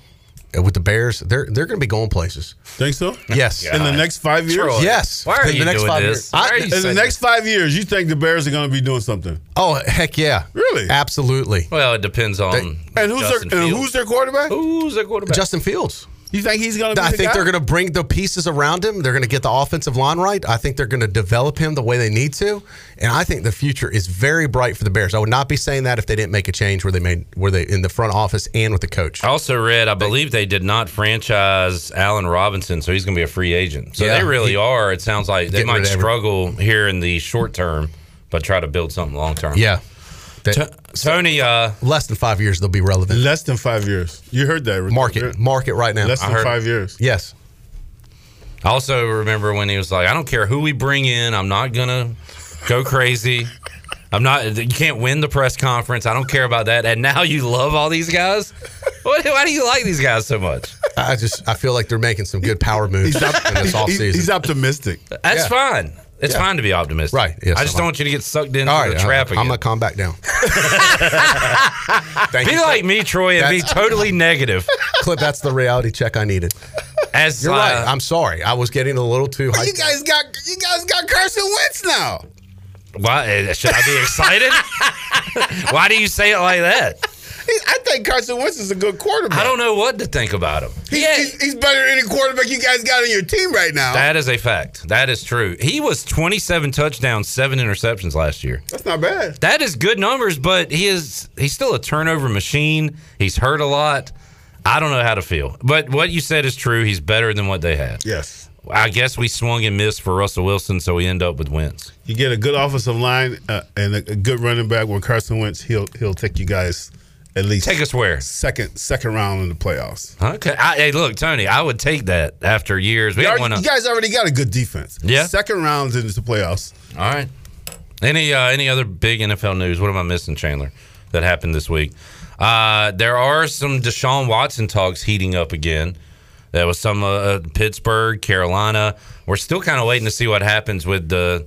uh, with the Bears, they're they're going to be going places. Think so? Yes. In the next five years? Troy, Yes. why are In the you next doing five this? years. Why are you in the saying next five years, you think the Bears are going to be doing something? Oh heck yeah! Really? Absolutely. Well, it depends on. And who's Justin their and Fields. who's their quarterback? Who's their quarterback? Justin Fields. You think he's going to? be I the think guy? they're going to bring the pieces around him. They're going to get the offensive line right. I think they're going to develop him the way they need to, and I think the future is very bright for the Bears. I would not be saying that if they didn't make a change where they made where they in the front office and with the coach. I also read, I believe they did not franchise Allen Robinson, so he's going to be a free agent. So Yeah. they really are. It sounds like they Getting rid might of every- struggle here in the short term, but try to build something long term. Yeah. That- Tony, uh, less than five years they'll be relevant. Less than five years. You heard that? Rick. Mark it. Mark it right now. Less than five years. Yes. I also remember when he was like, I don't care who we bring in, I'm not going to go crazy. I'm not, you can't win the press conference. I don't care about that. And now you love all these guys? What, why do you like these guys so much? I just I feel like they're making some good power moves He's, op- in this offseason. he's, he's optimistic. That's Yeah. fine. It's Yeah. fine to be optimistic. Right. Yes, I just I'm- don't want you to get sucked into All right, the trap again. I'm gonna calm back down. be like me, Troy, and be That's- totally negative. Clip, that's the reality check I needed. As You're uh, right. I'm sorry. I was getting a little too Well, hyped. you guys got you guys got Carson Wentz now. why, uh, should I be excited? why do you say it like that? He- I think Carson Wentz is a good quarterback. I don't know what to think about him. He's, he's, he's better than any quarterback you guys got on your team right now. That is a fact. That is true. He was 27 touchdowns, seven interceptions last year. That's not bad. That is good numbers, but he is he's still a turnover machine. He's hurt a lot. I don't know how to feel. But what you said is true. He's better than what they had. Yes. I guess we swung and missed for Russell Wilson, so we end up with wins. You get a good offensive line uh, and a, a good running back when Carson Wentz. He'll he'll take you guys at least Take us where? second second round in the playoffs. Okay. I, hey, look, Tony, I would take that after years. We You, don't already- want you to. guys already got a good defense. Yeah. second rounds into the playoffs. All right. Any uh, any other big NFL news? What am I missing, Chandler? That happened this week. Uh, there are some Deshaun Watson talks heating up again. There was some uh, Pittsburgh, Carolina. We're still kind of waiting to see what happens with the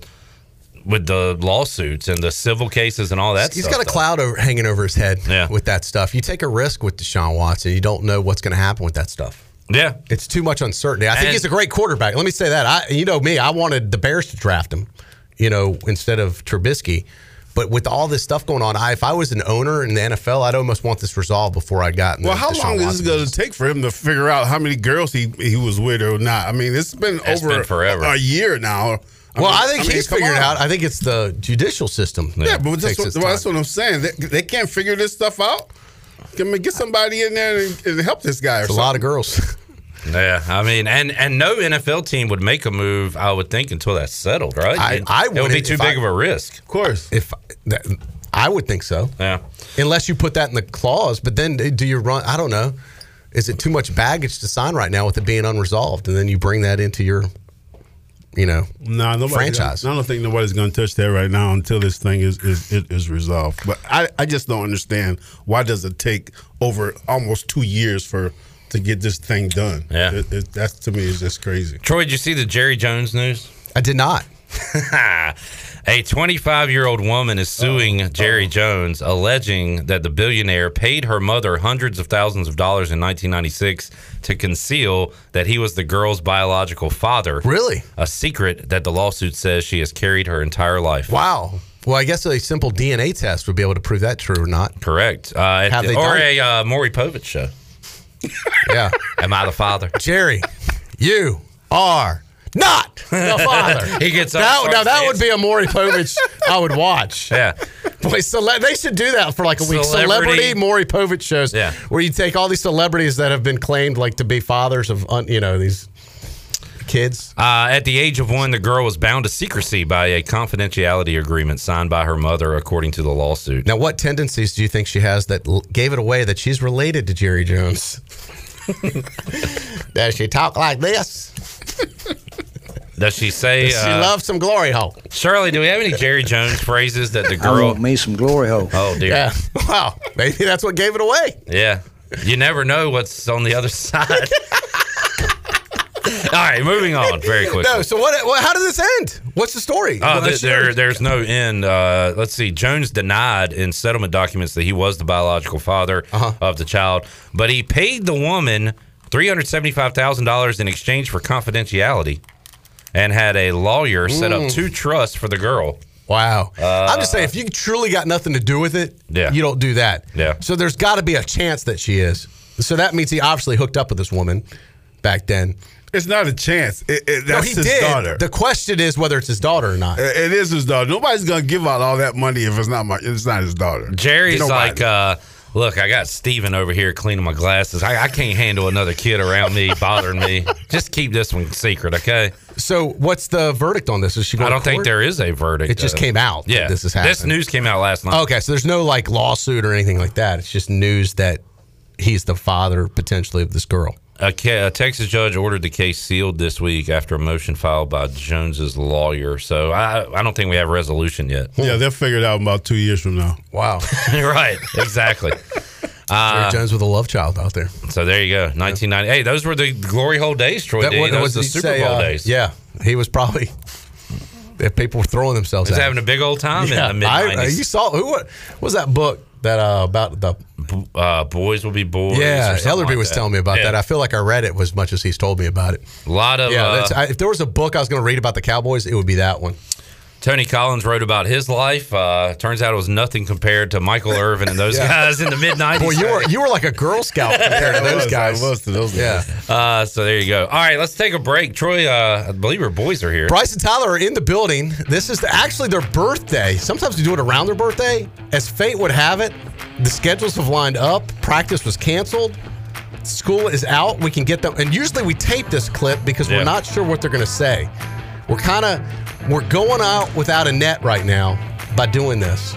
with the lawsuits and the civil cases and all that. He's stuff, got a though. cloud over, hanging over his head Yeah. with that stuff. You take a risk with Deshaun Watson. You don't know what's going to happen with that stuff. Yeah, It's too much uncertainty. I think And- he's a great quarterback. Let me say that. I, you know me, I wanted the Bears to draft him, you know, instead of Trubisky. But with all this stuff going on, I, if I was an owner in the NFL, I'd almost want this resolved before I got. in Well, the how Deshaun long is Watson this going to take for him to figure out how many girls he he was with or not? I mean, it's been It's over been forever. a year now. well, mean- I think mean, he's come figured it on. out. I think it's the judicial system. Yeah, that but takes that's what, its well, time. that's what I'm saying. They, they can't figure this stuff out. Can we get somebody in there and, and help this guy? Or It's a lot of girls. Yeah, I mean, and and no NFL team would make a move, I would think, until that's settled, right? I, It- I it would be wouldn't too if big I- of a risk. Of course. If that, I would think so. Yeah. Unless you put that in the clause, but then do you run? I don't know. Is it too much baggage to sign right now with it being unresolved, and then you bring that into your, you know, Nah, nobody, franchise? I don't think nobody's going to touch that right now until this thing is is, is, is resolved. But I, I just don't understand why does it take over almost two years for to get this thing done? Yeah. it, it, that to me is just crazy. Troy, did you see the Jerry Jones news? I did not. a 25 year old woman is Oh, suing Jerry Jones, alleging that the billionaire paid her mother hundreds of thousands of dollars in 1996 to conceal that he was the girl's biological father. Really? A secret that the lawsuit says she has carried her entire life. Wow. Well, I guess a simple DNA test would be able to prove that true or not. Correct. Uh, Have they or done a uh, Maury Povich show. Yeah. Am I the father? Jerry, you are not the father. He gets up, that, now. starts That would be a Maury Povich I would watch. Yeah, boy, cele- they should do that for like a week. Celebrity- Celebrity, Maury Povich shows, Yeah. where you take all these celebrities that have been claimed like to be fathers of, un, you know, these kids. Uh, at the age of one, the girl was bound to secrecy by a confidentiality agreement signed by her mother, according to the lawsuit. Now, what tendencies do you think she has that l- gave it away that she's related to Jerry Jones? Does she talk like this? Does she say uh, Does she loves some glory hole? Shirley, do we have any Jerry Jones phrases that the girl? me some glory hole. Oh dear. Oh, Yeah. Wow. Maybe that's what gave it away. Yeah. You never know what's on the other side. All right, moving on very quickly. No. So what, what? How did this end? What's the story? Oh, Well, th- there, there's no end. Uh, let's see. Jones denied in settlement documents that he was the biological father Uh-huh. of the child, but he paid the woman three hundred seventy-five thousand dollars in exchange for confidentiality, and had a lawyer set up Mm. two trusts for the girl. Wow. I'm just saying, if you truly got nothing to do with it, uh, Yeah. you don't do that. Yeah. So there's got to be a chance that she is. So that means he obviously hooked up with this woman back then. It's not a chance. It, it, that's his daughter. The question is whether it's his daughter or Uh, not. It- it is his daughter. Nobody's going to give out all that money if it's not my. It's not his daughter. Jerry's Nobody. like, uh, look, I got Steven over here cleaning my glasses. I, I can't handle another kid around me bothering me. Just keep this one secret, okay? So what's the verdict on this? Is she? Going I to don't think court? there is a verdict. It just uh, came out that Yeah, this This has happened. news came out last night. Okay, so there's no like lawsuit or anything like that. It's just news that he's the father potentially of this girl. A, ca- a Texas judge ordered the case sealed this week after a motion filed by Jones's lawyer. So I, I don't think we have resolution yet. yeah, they'll figure it out in about two years from now. Wow. right. Exactly. Uh, Jerry Jones with a love child out there. So there you go. 1990. Hey, those were the glory hole days, Troy. D. what- those what were the did he Super say, Bowl uh, days. Yeah, he was probably. If people were throwing themselves, He was at having him. a big old time in the mid I- uh, 90s. You saw who? What was that book that uh, about the? uh, boys will be boys. yeah, or something Ellerby like was telling me about Yeah. that. I feel like I read it as much as he's told me about it. A lot of yeah, that's, uh, I, if there was a book I was going to read about the Cowboys, it would be that one. Tony Collins wrote about his life. Uh, turns out it was nothing compared to Michael Irvin and those Yeah. guys in the mid nineties. Boy, you were you were like a Girl Scout compared to I those was, guys. I was to those yeah. Uh, so there you go. All right, let's take a break. Troy, uh, I believe our boys are here. Bryce and Tyler are in the building. This is the, actually their birthday. Sometimes we do it around their birthday. As fate would have it, the schedules have lined up. Practice was canceled. School is out. We can get them. And usually we tape this clip because Yeah. we're not sure what they're going to say. We're kind of we're going out without a net right now by doing this.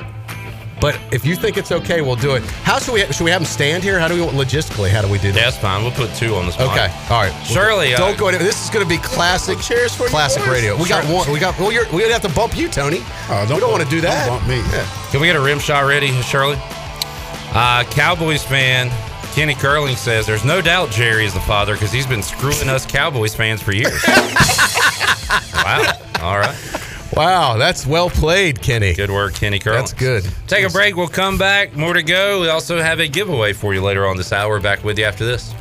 But if you think it's okay, we'll do it. How should we should we have them stand here? How do we logistically? How do we do that? That's fine. We'll put two on the spot. Okay. All right. Shirley, uh, don't go. Anywhere. This is going to be classic. Cheers for classic radio. We got one. We got. Well, you're, we're gonna have to bump you, Tony. we don't want to do that. Oh, Don't bump me. Can we get a rim shot ready, Shirley? Uh, Cowboys fan Kenny Curling says there's no doubt Jerry is the father because he's been screwing us Cowboys fans for years. wow. All right. Wow, that's well played, Kenny. Good work, Kenny Curling. That's good. Take a break. We'll come back. More to go. We also have a giveaway for you later on this hour. Back with you after this.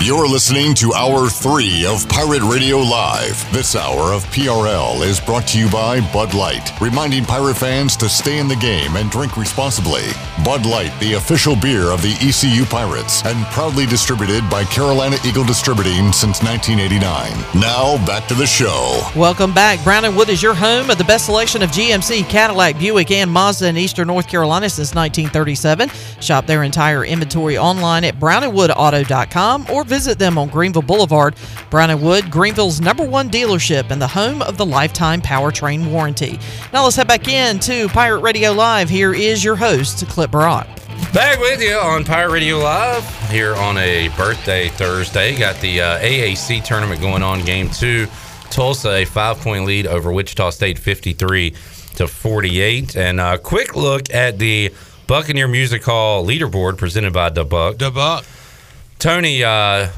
You're listening to Hour 3 of Pirate Radio Live. This hour of PRL is brought to you by Bud Light, reminding pirate fans to stay in the game and drink responsibly. Bud Light, the official beer of the ECU Pirates, and proudly distributed by Carolina Eagle Distributing since 1989. Now, back to the show. Welcome back. Brown and Wood is your home of the best selection of GMC, Cadillac, Buick, and Mazda in Eastern North Carolina since 1937. Shop their entire inventory online at brownandwoodauto.com or visit them on Greenville Boulevard. Brown and Wood, Greenville's number one dealership and the home of the lifetime powertrain warranty. Now let's head back in to Pirate Radio Live. Here is your host, Clip Brock. Back with you on Pirate Radio Live here on a birthday Thursday. Got the uh, AAC tournament going on. Game two, Tulsa a five point lead over Wichita State, fifty three to forty eight. And a quick look at the Buccaneer Music Hall leaderboard presented by DeBuck. DeBuck. Tony uh,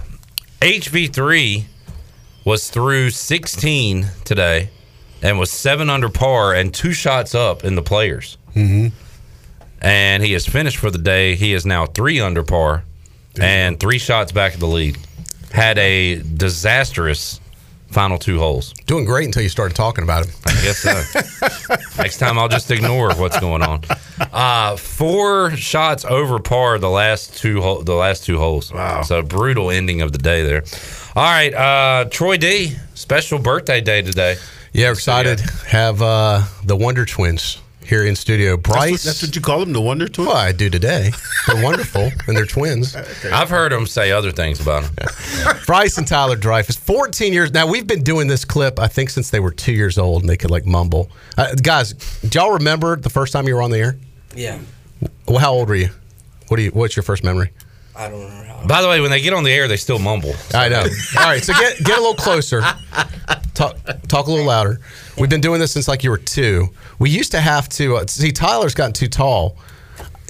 HV three was through sixteen today and was seven under par and two shots up in the players Mm-hmm. and he is finished for the day. He is now three under par and three shots back of the lead. Had a disastrous final two holes. Doing great until you started talking about him. I guess so. Next time I'll just ignore what's going on. Uh, four shots over par the last two ho- the last two holes. Wow. So brutal ending of the day there. All right, uh, Troy D, special birthday day today. Yeah, excited. Have uh, the Wonder Twins here in studio. Bryce. That's what, you call them, the Wonder Twins? Well, I do today. They're wonderful, and they're twins. I've heard him say other things about him. Bryce and Tyler Dreyfus, 14 years. Now, we've been doing this clip, I think, since they were two years old, and they could, like, mumble. Uh, guys, do y'all remember the first time you were on the air? Yeah. Well, how old were you? What do you? What's your first memory? I don't remember. By the way, when they get on the air, they still mumble. I know. All right, so get get a little closer. Talk talk a little louder. We've been doing this since like you were two. We used to have to uh, see Tyler's gotten too tall.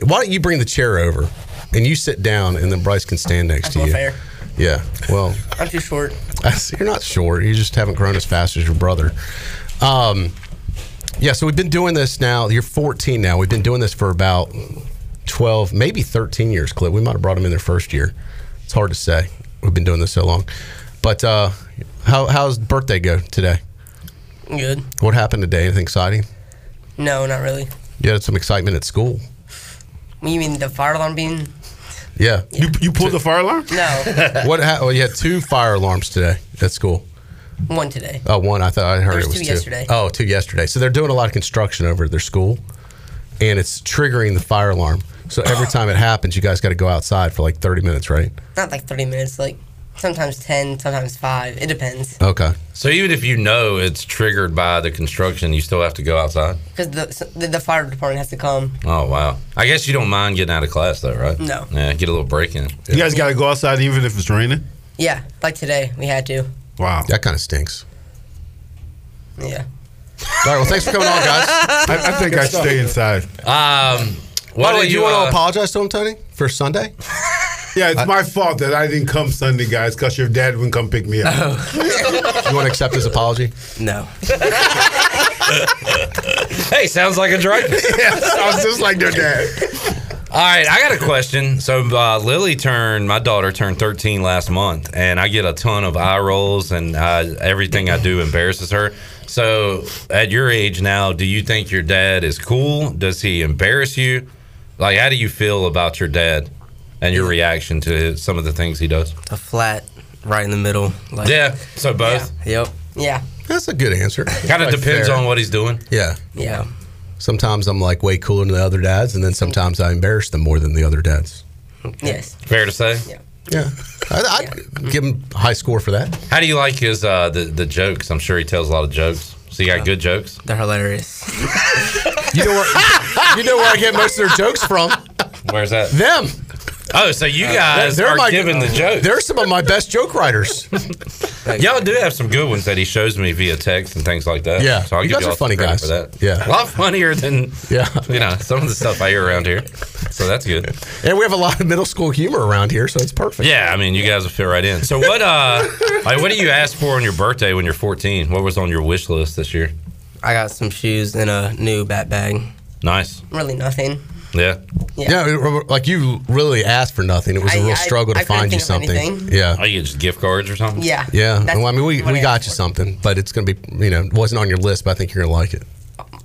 Why don't you bring the chair over and you sit down, and then Bryce can stand next to not you. fair. Yeah. Well, I'm too short. you're not short. You just haven't grown as fast as your brother. Um, yeah. So we've been doing this now. You're 14 now. We've been doing this for about 12, maybe 13 years. Clip. We might have brought him in their first year. It's hard to say. We've been doing this so long. But uh, how, how's birthday go today? Good. What happened today? Anything exciting? No, not really. You had some excitement at school. You mean the fire alarm being? Yeah. You, you pulled the fire alarm? No. what? Ha- well, you had two fire alarms today at school. One today. Oh, one. I thought I heard There was it was two two. yesterday. Oh, two yesterday. So they're doing a lot of construction over at their school, and it's triggering the fire alarm. So every time it happens, you guys got to go outside for like thirty minutes, right? Not like 30 minutes. Like sometimes 10, sometimes 5. It depends. Okay. So even if you know it's triggered by the construction, you still have to go outside. Because the, so- the the fire department has to come. Oh wow! I guess you don't mind getting out of class though, right? No. Yeah, get a little break in. You guys got to go outside even if it's raining? Yeah, like today we had to. Wow. That kind of stinks. Yeah. All right. Well, thanks for coming on, guys. I, I think I'd stay inside. Um, By the way, do you, uh, want to apologize to him, Tony, for Sunday? Yeah, it's my fault that I didn't come Sunday, guys, because your dad wouldn't come pick me up. Oh. you want to accept his apology? No. hey, sounds like a drug. yeah, sounds just like their dad. All right, I got a question. So uh, Lily turned my daughter turned 13 last month, and I get a ton of eye rolls, and uh, everything I do embarrasses her. So at your age now, do you think your dad is cool? Does he embarrass you? Like, how do you feel about your dad and your reaction to some of the things he does? A flat, right in the middle. Like, yeah. So both. Yep. Yeah. That's a good answer. Kind of depends on what he's doing. Yeah. Yeah. Sometimes I'm like way cooler than the other dads, and then sometimes I embarrass them more than the other dads. Yes. Fair to say. Yeah. I, I give him high score for that. How do you like his uh, the the jokes? I'm sure he tells a lot of jokes. So you got good jokes. They're hilarious. You know where you know where I get most of their jokes from? Where's that? Them. Uh, Oh, so you guys are giving the jokes. They're some of my best joke writers. Y'all do have some good ones that he shows me via text and things like that. Yeah. Uh, so I'll You give guys y'all are some funny credit guys. for that. Yeah. a lot funnier than yeah, you know some of the stuff I hear around here. So that's good. and we have a lot of middle school humor around here, so it's perfect. Yeah, I mean, you guys will fit right in. So what? uh Like, what do you ask for on your birthday when you're 14? What was on your wish list this year? I got some shoes and a new bat bag. Nice. Really nothing. Yeah. Yeah, it- like you really asked for nothing. It was a I- real I- struggle I to couldn't find you think of something. anything. Yeah. Oh, you get just gift cards or something? Yeah. Yeah. That's Well, I mean, we, what we I got you something, but it's going to be, you know, it wasn't on your list, but I think you're going to like it.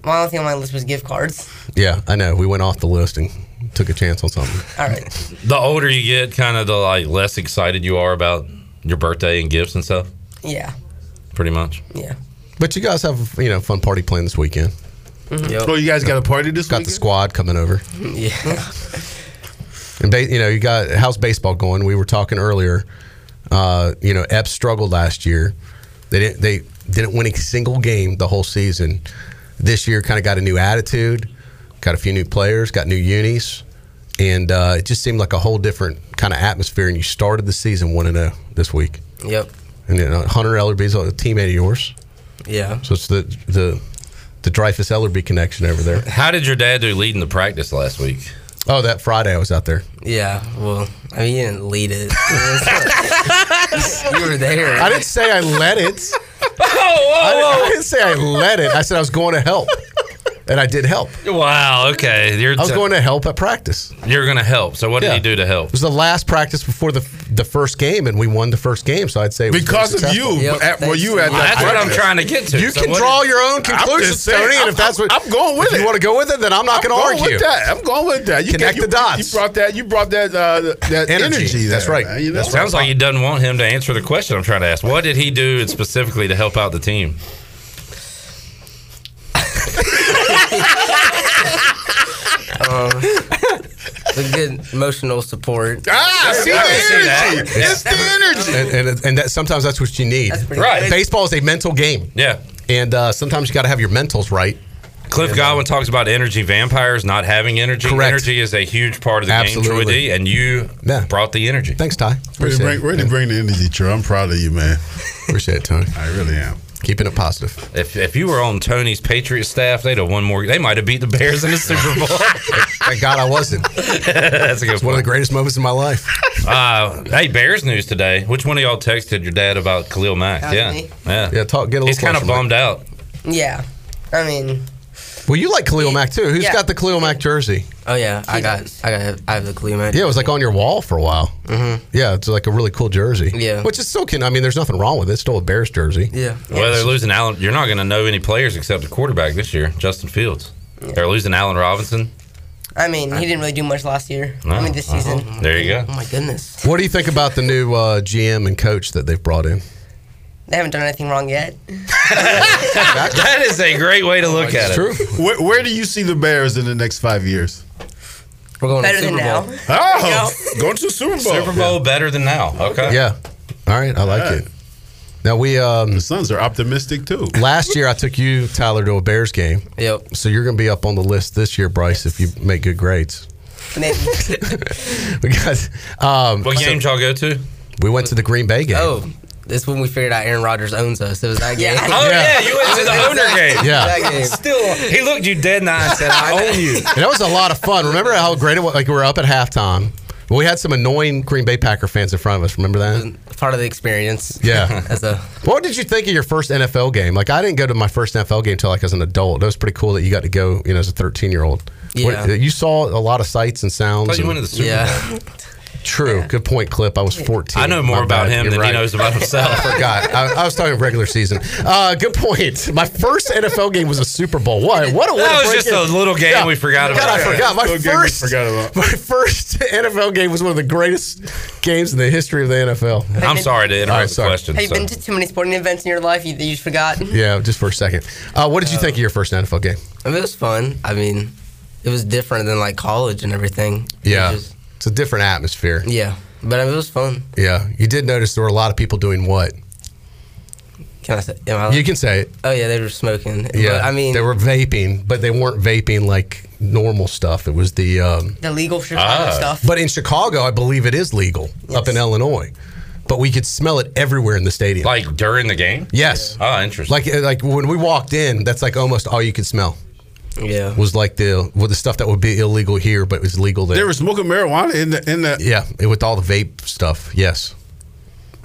My only thing on my list was gift cards. Yeah, I know. We went off the list and took a chance on something. All right. The older you get, kind of the like less excited you are about your birthday and gifts and stuff. Yeah. Pretty much. Yeah. But you guys have, you know, fun party plan this weekend. Yep. So Oh, you guys got a party this Got the squad coming over. Mm-hmm. Yeah. And ba- you know, you got how's baseball going? We were talking earlier. Uh, you know, Epps struggled last year. They didn't. They didn't win a single game the whole season. This year, kind of got a new attitude. Got a few new players. Got new unis. And uh, it just seemed like a whole different kind of atmosphere. And you started the season one and zero this week. Yep. And you know, Hunter Ellerby's a teammate of yours. Yeah. So it's the the the Dreyfus Ellerby connection over there. How did your dad do leading the practice last week? Oh, that Friday I was out there. Yeah. Well, I mean, you didn't lead it. you were there. I didn't say I led it. I, didn't- I didn't say I led it. I said I was going to help, and I did help. Wow. Okay. You're I was going to help at practice. You're going to help. So what Yeah. did he do to help? It was the last practice before the the first game, and we won the first game. So I'd say it was very Because of successful. you, Yep, at- were you thanks. at that That's what I'm practice? trying to get to. You So can what draw did- your own I'm conclusions, just saying, Tony. And I'm- if that's what I'm going with if it. you want to go with it, then I'm not I'm going to going argue. with that. I'm going with that. You Connect you- the dots. You brought that. You brought that. Uh, that energy. That's there, right. man. You know? That sounds like you doesn't want him to answer the question I'm trying to ask. What did he do specifically to help out the team? Um, the good emotional support. Ah, see the energy. It's the energy. And, and, and that sometimes that's what you need. pretty Right. good. Baseball is a mental game. Yeah. And uh, sometimes you got to have your mentals right. Cliff Godwin talks about energy vampires not having energy. Correct. Energy is a huge part of the game, Troy Absolutely. D, and you brought the energy. Thanks, Ty. Ready to Appreciate bring, it. ready to bring the energy, Troy. I'm proud of you, man. Appreciate it, Tony. I really am. Keeping it positive. If, if you were on Tony's Patriots staff, they'd have won more. They might have beat the Bears in the Super Bowl. Thank God I wasn't. That's a good It's one of the greatest moments in my life. Uh, hey, Bears news today. Which one of y'all texted your dad about Khalil Mack? That was yeah, me. yeah, yeah. Talk. Get a little He's kind of closer, Mike. bummed out. Yeah. I mean, Well, you like Khalil Mack too. Who's Yeah. got the Khalil Mack jersey? oh yeah, I got, I got, I have the clue, man. Yeah, it was like on your wall for a while. Mm-hmm. Yeah, it's like a really cool jersey. Yeah. which is still can. I mean, there's nothing wrong with it. It's still a Bears jersey. Yeah. Well, they're losing Allen. You're not going to know any players except the quarterback this year, Justin Fields. They're losing Allen Robinson. I mean, he didn't really do much last year. No, I mean, this Uh-huh. no. season. There you go. Oh my goodness, What do you think about the new uh, GM and coach that they've brought in? they haven't done anything wrong yet. that is a great way to look at it. True. Where, where do you see the Bears in the next five years? We're going Better than now. Oh, going to the Super Bowl. Super Bowl better than now. Okay. Yeah. All right, I like All right. it. Now we um The Suns are optimistic too. last year I took you Tyler to a Bears game. Yep. So you're going to be up on the list this year, Bryce, if you make good grades. They- We got um What games y'all go to? we went to the Green Bay game. oh, this is when we figured out Aaron Rodgers owns us. It was that game. Oh yeah, you went to the owner game. Yeah. That game. Still, he looked you dead in the eye and said, "I own you." And that was a lot of fun. Remember how great it was? Like we were up at halftime. Well, we had some annoying Green Bay Packer fans in front of us. Remember that? Part of the experience. Yeah. As a What did you think of your first NFL game? Like I didn't go to my first NFL game until like as an adult. It was pretty cool that you got to go, you know, as a 13 year old. Yeah. you saw a lot of sights and sounds. Thought you and- went to the Super Bowl. yeah. True. Good point, Clip. I was 14. I know more My about bad. him You're than right. he knows about himself. I forgot. I, I was talking regular season. Uh, good point. My first NFL game was a Super Bowl. What? What a way That to was break just in. a little game we forgot God, about. I forgot. My Little game we first, forgot about. my first NFL game was one of the greatest games in the history of the NFL. I'm sorry to interrupt All right, the sorry. question. Have you so- been to too many sporting events in your life you, that you just forgot? Yeah, just for a second. Uh, what did you think of your first NFL game? I mean, it was fun. I mean, it was different than like college and everything. It was Yeah, just- it's a different atmosphere. yeah. But I mean, it was fun. Yeah, you did notice there were a lot of people doing what? Can I say? Am I, You can say it. oh yeah, they were smoking. Yeah, But, I mean, they were vaping, but they weren't vaping like normal stuff. It was the um, the legal Chicago Ah. stuff. But in Chicago, I believe it is legal up in Illinois. But we could smell it everywhere in the stadium. like during the game? yes. Oh, interesting. Like uh, like when we walked in, that's like almost all you could smell yeah. was like the well, the stuff that would be illegal here but was legal there. They were smoking marijuana in the in the. yeah, it- with all the vape stuff. Yes.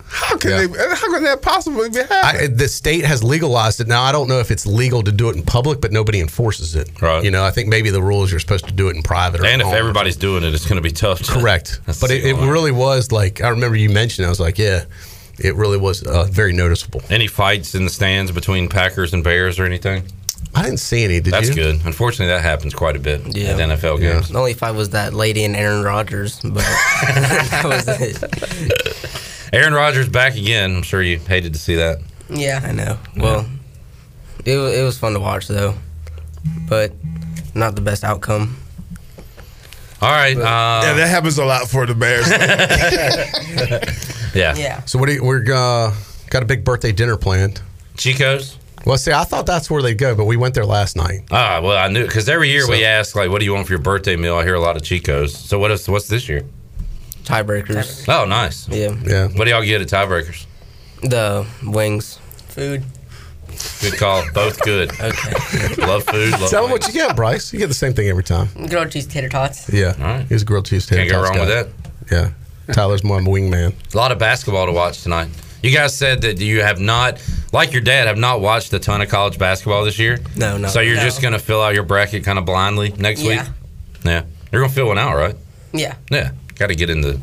How can Yeah. they? How can that possibly be happening? I, the state has legalized it now. I don't know if it's legal to do it in public, but nobody enforces it. Right. You know, I think maybe the rule is you're supposed to do it in private. Or And if at home. everybody's doing it, it's going to be tough. To, correct, but it, it really was like I remember you mentioned. it. I was like, yeah, it really was uh, very noticeable. Any fights in the stands between Packers and Bears or anything? I didn't see any. Did That's you? good. Unfortunately, that happens quite a bit Yeah. at NFL Yeah. games. The only fight was that lady and Aaron Rodgers, but that was it. Aaron Rodgers back again. I'm sure you hated to see that. Yeah, I know. Well, it wa- it was fun to watch though, but not the best outcome. All right. uh, yeah, that happens a lot for the Bears. yeah. Yeah. So what? Do you, we're uh, got a big birthday dinner planned. Chico's. Well, see, I thought that's where they go, but we went there last night. Ah, well, I knew because every year we ask like, "What do you want for your birthday meal?" I hear a lot of Chicos. So what is what's this year? Tiebreakers. Oh, nice. Yeah. Yeah. What do y'all get at tiebreakers? The wings. Food. Good call. Both good. okay. Love food. Love Tell them what you get, Bryce. You get the same thing every time. Grilled cheese tater tots. Yeah. He was a grilled cheese tater Can't go tots wrong with guy. that. Yeah. Tyler's my wingman. A lot of basketball to watch tonight. You guys said that you have not, like your dad, have not watched a ton of college basketball this year. No, no. So you're No. just going to fill out your bracket kind of blindly next Yeah. week. Yeah. You're going to fill one out, right? Yeah. Yeah. Got to get in the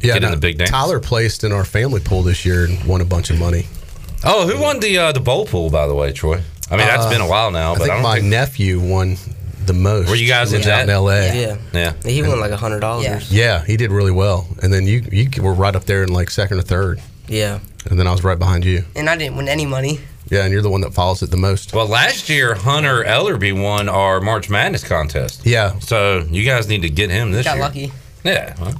get in no, the big dance. Tyler placed in our family pool this year and won a bunch of money. Oh, who won the uh, the bowl pool by the way, Troy? I mean, that's Uh, been a while now, I but I, think don't my think nephew won the most. Were you guys He in was out that? in L.A.? Yeah. Yeah. He won like a hundred dollars. Yeah. Yeah, he did really well. And then you you were right up there in like second or third. Yeah. And then I was right behind you. And I didn't win any money. Yeah, and you're the one that follows it the most. Well, last year Hunter Ellerby won our March Madness contest. Yeah. So you guys need to get him this Got year. lucky. Yeah. well,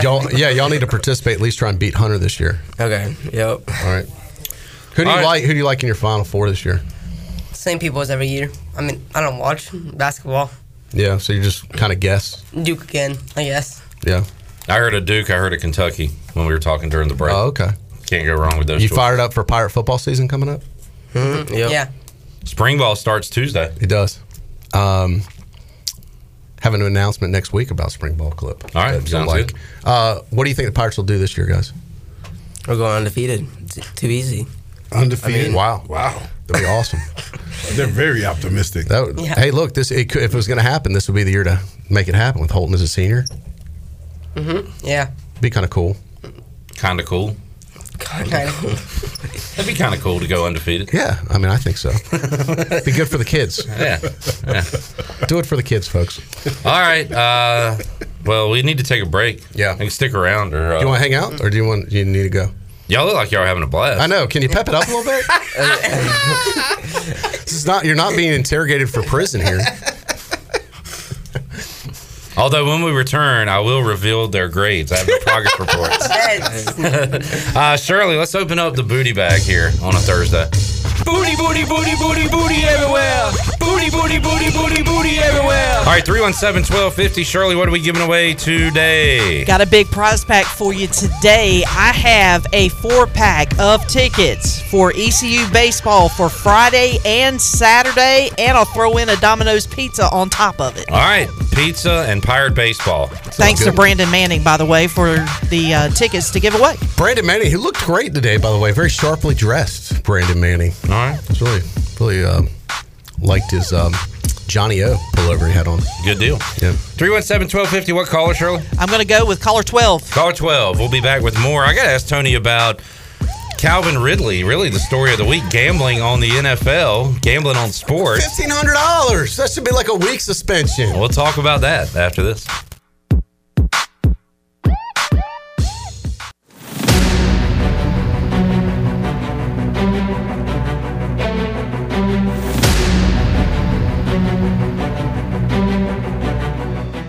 Y'all, yeah, y'all need to participate. At least try and beat Hunter this year. Okay. Yep. All right. Who do you All right. like? Who do you like in your Final Four this year? Same people as every year. I mean, I don't watch basketball. Yeah. So you just kind of guess. Duke again, I guess. Yeah. I heard of Duke. I heard of Kentucky when we were talking during the break. Oh, okay. Can't go wrong with those. You choices. fired up for Pirate football season coming up? Hmm? Yeah. Spring ball starts Tuesday. It does. Um, have an announcement next week about spring ball clip. All right, That you'll sounds good. Uh, what do you think the Pirates will do this year, guys? We're going undefeated. T- too easy. Undefeated. wow. Wow. That'd be awesome. They're very optimistic. That would, Yeah. Hey, look, this it could, if it was going to happen, this would be the year to make it happen with Holton as a senior. Mm-hmm. Yeah. Be kind of cool. Kind of cool. Kinda cool. That'd be kind of cool to go undefeated. Yeah, I mean, I think so. be good for the kids. Yeah. yeah. Do it for the kids, folks. All right. Uh, well, we need to take a break. Yeah. And stick around. Or, uh, Do you want to hang out, or do you want you need to go? Y'all look like y'all are having a blast. I know. Can you pep it up a little bit? this is not. You're not being interrogated for prison here. Although when we return, I will reveal their grades. I have the progress reports. uh, Shirley, let's open up the booty bag here on a Thursday. Booty, booty, booty, booty, booty everywhere. Booty, booty, booty, booty, booty everywhere. All right, 317 1250. Shirley, what are we giving away today? Got a big prize pack for you today. I have a four pack of tickets for ECU baseball for Friday and Saturday, and I'll throw in a Domino's pizza on top of it. All right, pizza and pirate baseball. Thanks to Brandon Manning, by the way, for the uh, tickets to give away. Brandon Manning, he looked great today, by the way. Very sharply dressed, Brandon Manning. All right. really, really um, liked his um, Johnny O pullover he had on. Good deal. Yeah. 317 1250. What caller, Shirley? I'm going to go with caller 12. Caller 12. We'll be back with more. I got to ask Tony about Calvin Ridley, really the story of the week gambling on the NFL, gambling on sports. $1,500. That should be like a week suspension. We'll talk about that after this.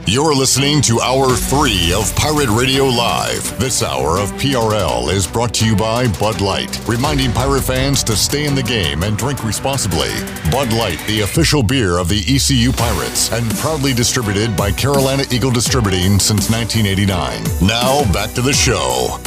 You're listening to Hour 3 of Pirate Radio Live. This hour of PRL is brought to you by Bud Light, reminding pirate fans to stay in the game and drink responsibly. Bud Light, the official beer of the ECU Pirates, and proudly distributed by Carolina Eagle Distributing since 1989. Now, back to the show.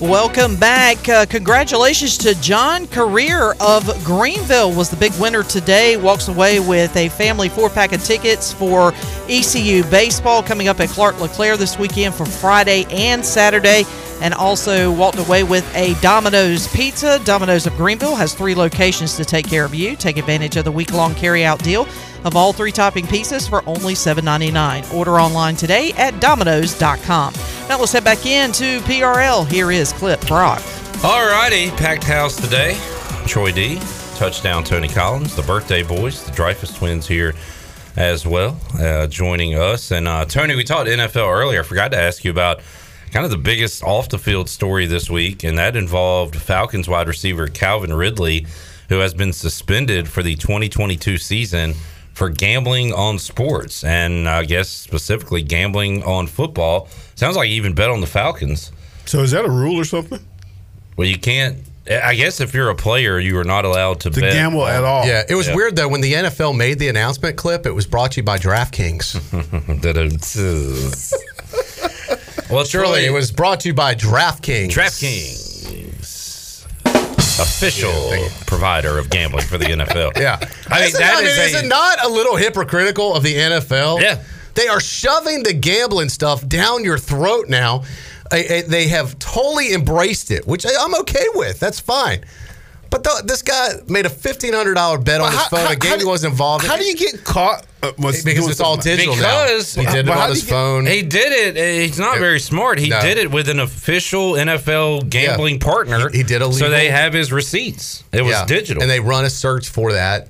Welcome back. Uh, congratulations to John Career of Greenville was the big winner today. Walks away with a family four-pack of tickets for E ECU baseball coming up at Clark LeClaire this weekend for Friday and Saturday. and also walked away with a Domino's Pizza. Domino's of Greenville has three locations to take care of you. Take advantage of the week long carry out deal of all three topping pieces for only $7.99. Order online today at Domino's.com. Now let's head back in to PRL. Here is Clip Brock. All righty, packed house today. Troy D, touchdown Tony Collins, the birthday boys, the Dreyfus twins here as well, uh, joining us. And uh, Tony, we talked NFL earlier. I forgot to ask you about kind of the biggest off the field story this week, and that involved Falcons wide receiver Calvin Ridley, who has been suspended for the 2022 season for gambling on sports, and I guess specifically gambling on football. Sounds like he even bet on the Falcons. So is that a rule or something? Well, you can't. I guess if you're a player, you are not allowed to, To bet. gamble at all. Yeah, it was Yeah. weird though when the NFL made the announcement clip. It was brought to you by DraftKings. uh. well, surely it was brought to you by DraftKings. DraftKings, official provider of gambling for the NFL. Yeah, I mean Isn't that I mean, is is a- it not a little hypocritical of the NFL? Yeah, they are shoving the gambling stuff down your throat now. I- I- They have totally embraced it, which I- I'm okay with. That's fine. But th- this guy made a fifteen hundred dollar bet on But his how- phone. how- a game how he do- wasn't involved. in. how do you get caught? uh, was Because doing it's all something like- digital now. because He did it But on how his do you get- phone. He did it. eh, He's not very smart. He No. did it with an official NFL gambling partner. He, did a so illegal. they have his receipts. It was Yeah. digital. and they run a search for that.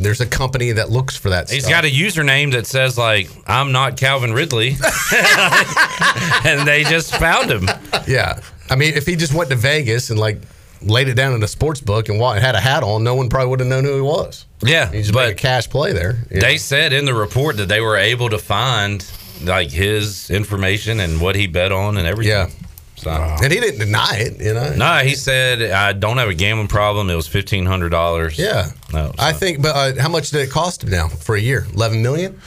There's a company that looks for that. He's stuff. got a username that says like "I'm not Calvin Ridley," and they just found him. Yeah. I mean, if he just went to Vegas and like laid it down in a sports book and wa- had a hat on, no one probably would have known who he was. Yeah, He just made a cash play there. Yeah. They said in the report that they were able to find like his information and what he bet on and everything. Yeah. So. And he didn't deny it, you know. No, he said I don't have a gambling problem. It was fifteen hundred dollars. Yeah. No. I think, but uh, how much did it cost him now for a year? Eleven million.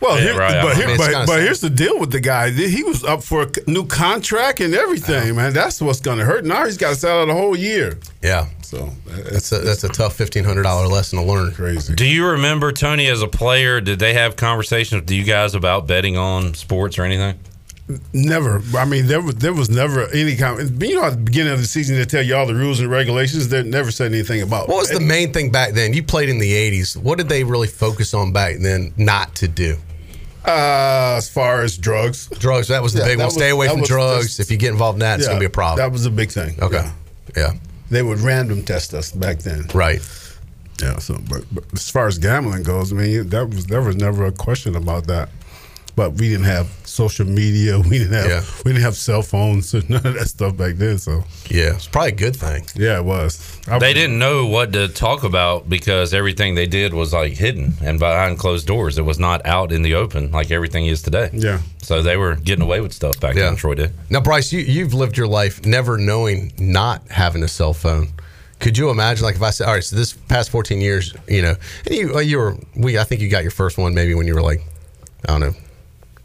Well, Yeah, here, right, but, I here, mean, it's but, kinda but sad. here's the deal with the guy. He was up for a c- new contract and everything, man. That's what's going to hurt. Now he's got to sell out a whole year. Yeah. So that's a that's a tough fifteen hundred dollar lesson to learn. Crazy. Do you remember Tony as a player? Did they have conversations with you guys about betting on sports or anything? Never. I mean, there was there was never any kind. You know, at the beginning of the season, they tell you all the rules and regulations. They never said anything about. What was the main thing back then? You played in the eighties. What did they really focus on back then? Not to do. Uh, as far as drugs, drugs. That was the Yeah, big that one. was- Stay away that from was drugs. just- if you get involved in that, it's Yeah, gonna be a problem. That was a big thing. Okay. Yeah. They would random test us back then. Right. Yeah. So, but, but as far as gambling goes, I mean, that was there was never a question about that. But we didn't have social media. We didn't have Yeah. we didn't have cell phones and none of that stuff back then. So yeah, it's probably a good thing. Yeah, it was. they didn't know what to talk about because everything they did was like hidden and behind closed doors. It was not out in the open like everything is today. Yeah. So they were getting away with stuff back then. Troy did. Now, Bryce, you, you've lived your life never knowing not having a cell phone. Could you imagine, like, if I said, all right, so this past 14 years, you know, and you, uh, you were, we, I think you got your first one maybe when you were like, I don't know,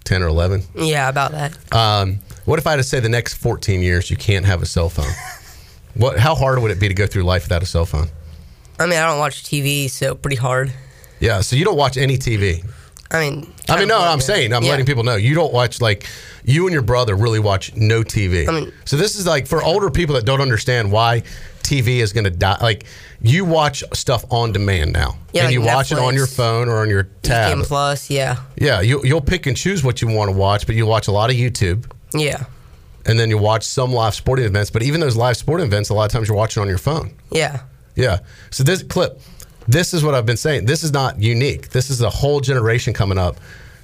10 or 11. Yeah, about that. Um, what if I had to say the next 14 years you can't have a cell phone? what, how hard would it be to go through life without a cell phone? I mean, I don't watch TV, so pretty hard. Yeah. So you don't watch any TV. I mean, I mean, no, I'm saying, I'm Yeah. letting people know you don't watch like you and your brother really watch no TV. so this is like for older people that don't understand why TV is going to die. Like you watch stuff on demand now, Yeah, and like you watch it on your phone or on your tab. Game Plus, yeah, Yeah, you, you'll pick and choose what you want to watch, but you watch a lot of YouTube, yeah, and then you watch some live sporting events. But even those live sporting events, a lot of times you're watching on your phone. yeah. Yeah. So this clip, this is what I've been saying. This is not unique. This is a whole generation coming up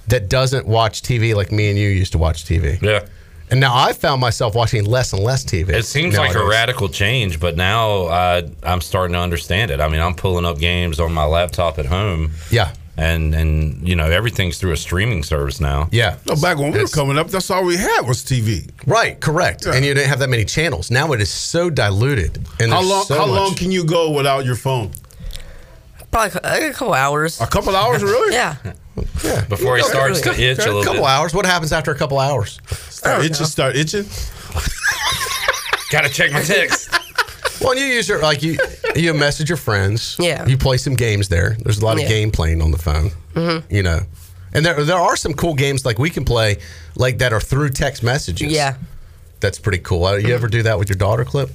that doesn't watch TV like me and you used to watch TV. Yeah. And now I found myself watching less and less TV. It seems like a nowadays. radical change, but now I, I'm starting to understand it. I mean, I'm pulling up games on my laptop at home. Yeah. And and you know everything's through a streaming service now. Yeah. No, back when we were coming up, that's all we had was TV. Right. Correct. And you didn't have that many channels. Now it is so diluted. And how there's long? so how much- long can you go without your phone? Probably a couple hours. A couple hours, really? yeah. Before he starts to itch a little couple bit. hours. What happens after a couple hours? Start itching. Start itching. Gotta check my text. Well, you use your like you you message your friends. Yeah. You play some games there. There's a lot Yeah. of game playing on the phone. Mm-hmm. Mhm. You know, and there there are some cool games like we can play like that are through text messages. Yeah. Mm-hmm. that's pretty cool. Uh, You ever do that with your daughter clip?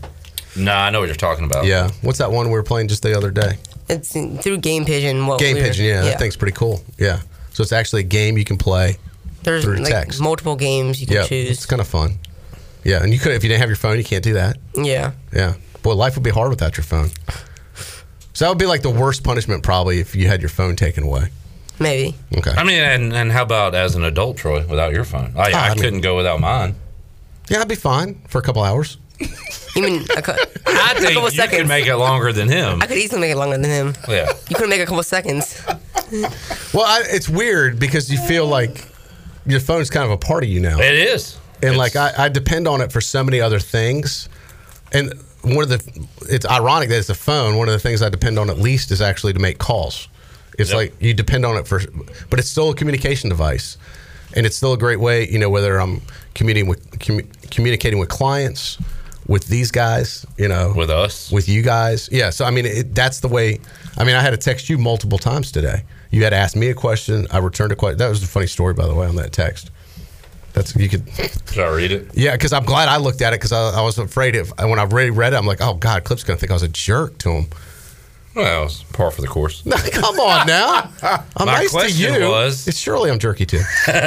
No, I know what you're talking about. Yeah. What's that one we were playing just the other day? It's in- through Game Pigeon. What game we were- Pigeon. Yeah, that thing's pretty cool. Yeah. So it's actually a game you can play There's through like text. multiple games you can yeah, choose. it's kind of fun. Yeah, and you could if you didn't have your phone, you can't do that. Yeah. Yeah. Boy, life would be hard without your phone. So that would be like the worst punishment probably if you had your phone taken away. Maybe. Okay. I mean, and, and how about as an adult, Troy, without your phone? I, Ah, I, I mean- couldn't go without mine. Yeah, I'd be fine for a couple hours. You mean a, cou- I think couple you could make it longer than him. I could easily make it longer than him. Yeah. You couldn't make a couple seconds. Well, I, it's weird because you feel like your phone's kind of a part of you now. It is. And like I, I depend on it for so many other things. And one of the it's ironic that it's a phone. One of the things I depend on at least is actually to make calls. It's Yep. like you depend on it for but it's still a communication device. And it's still a great way, you know, whether I'm communicating with commu- communicating with clients, with these guys, you know, with us, with you guys. Yeah. So I mean, it, that's the way. I mean, I had to text you multiple times today. You had asked me a question. I returned a question. That was a funny story, by the way, on that text. That's you could. Should I read it? Yeah, because I'm glad I looked at it because I, I was afraid if when I really read it, I'm like, oh god, Clip's gonna think I was a jerk to him. Well, it's par for the course. Come on now, I'm My nice to question you. was- it's surely I'm jerky too.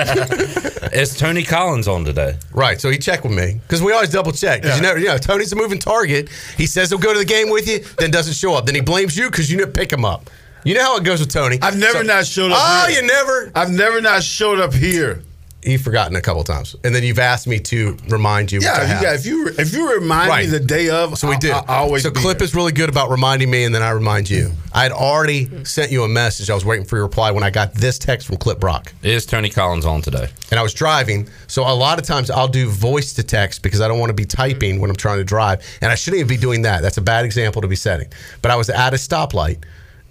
Is Tony Collins on today? Right, so he checked with me because we always double check. 'Cause You know, you know, Tony's a moving target. He says he'll go to the game with you, then doesn't show up. Then he blames you because you didn't pick him up. You know how it goes with Tony. I've never not showed up Oh, here. you never. I've never not showed up here. You've forgotten a couple times, and then you've asked me to remind you. which I Yeah, have. you got, if you if you remind Right. me the day of, So we I- do. I, I always so be Clip here. is really good about reminding me, and then I remind you. I had already sent you a message. I was waiting for your reply when I got this text from Clip Brock, Is Tony Collins on today? and I was driving. So a lot of times I'll do voice to text because I don't want to be typing when I'm trying to drive, and I shouldn't even be doing that. That's a bad example to be setting. But I was at a stoplight,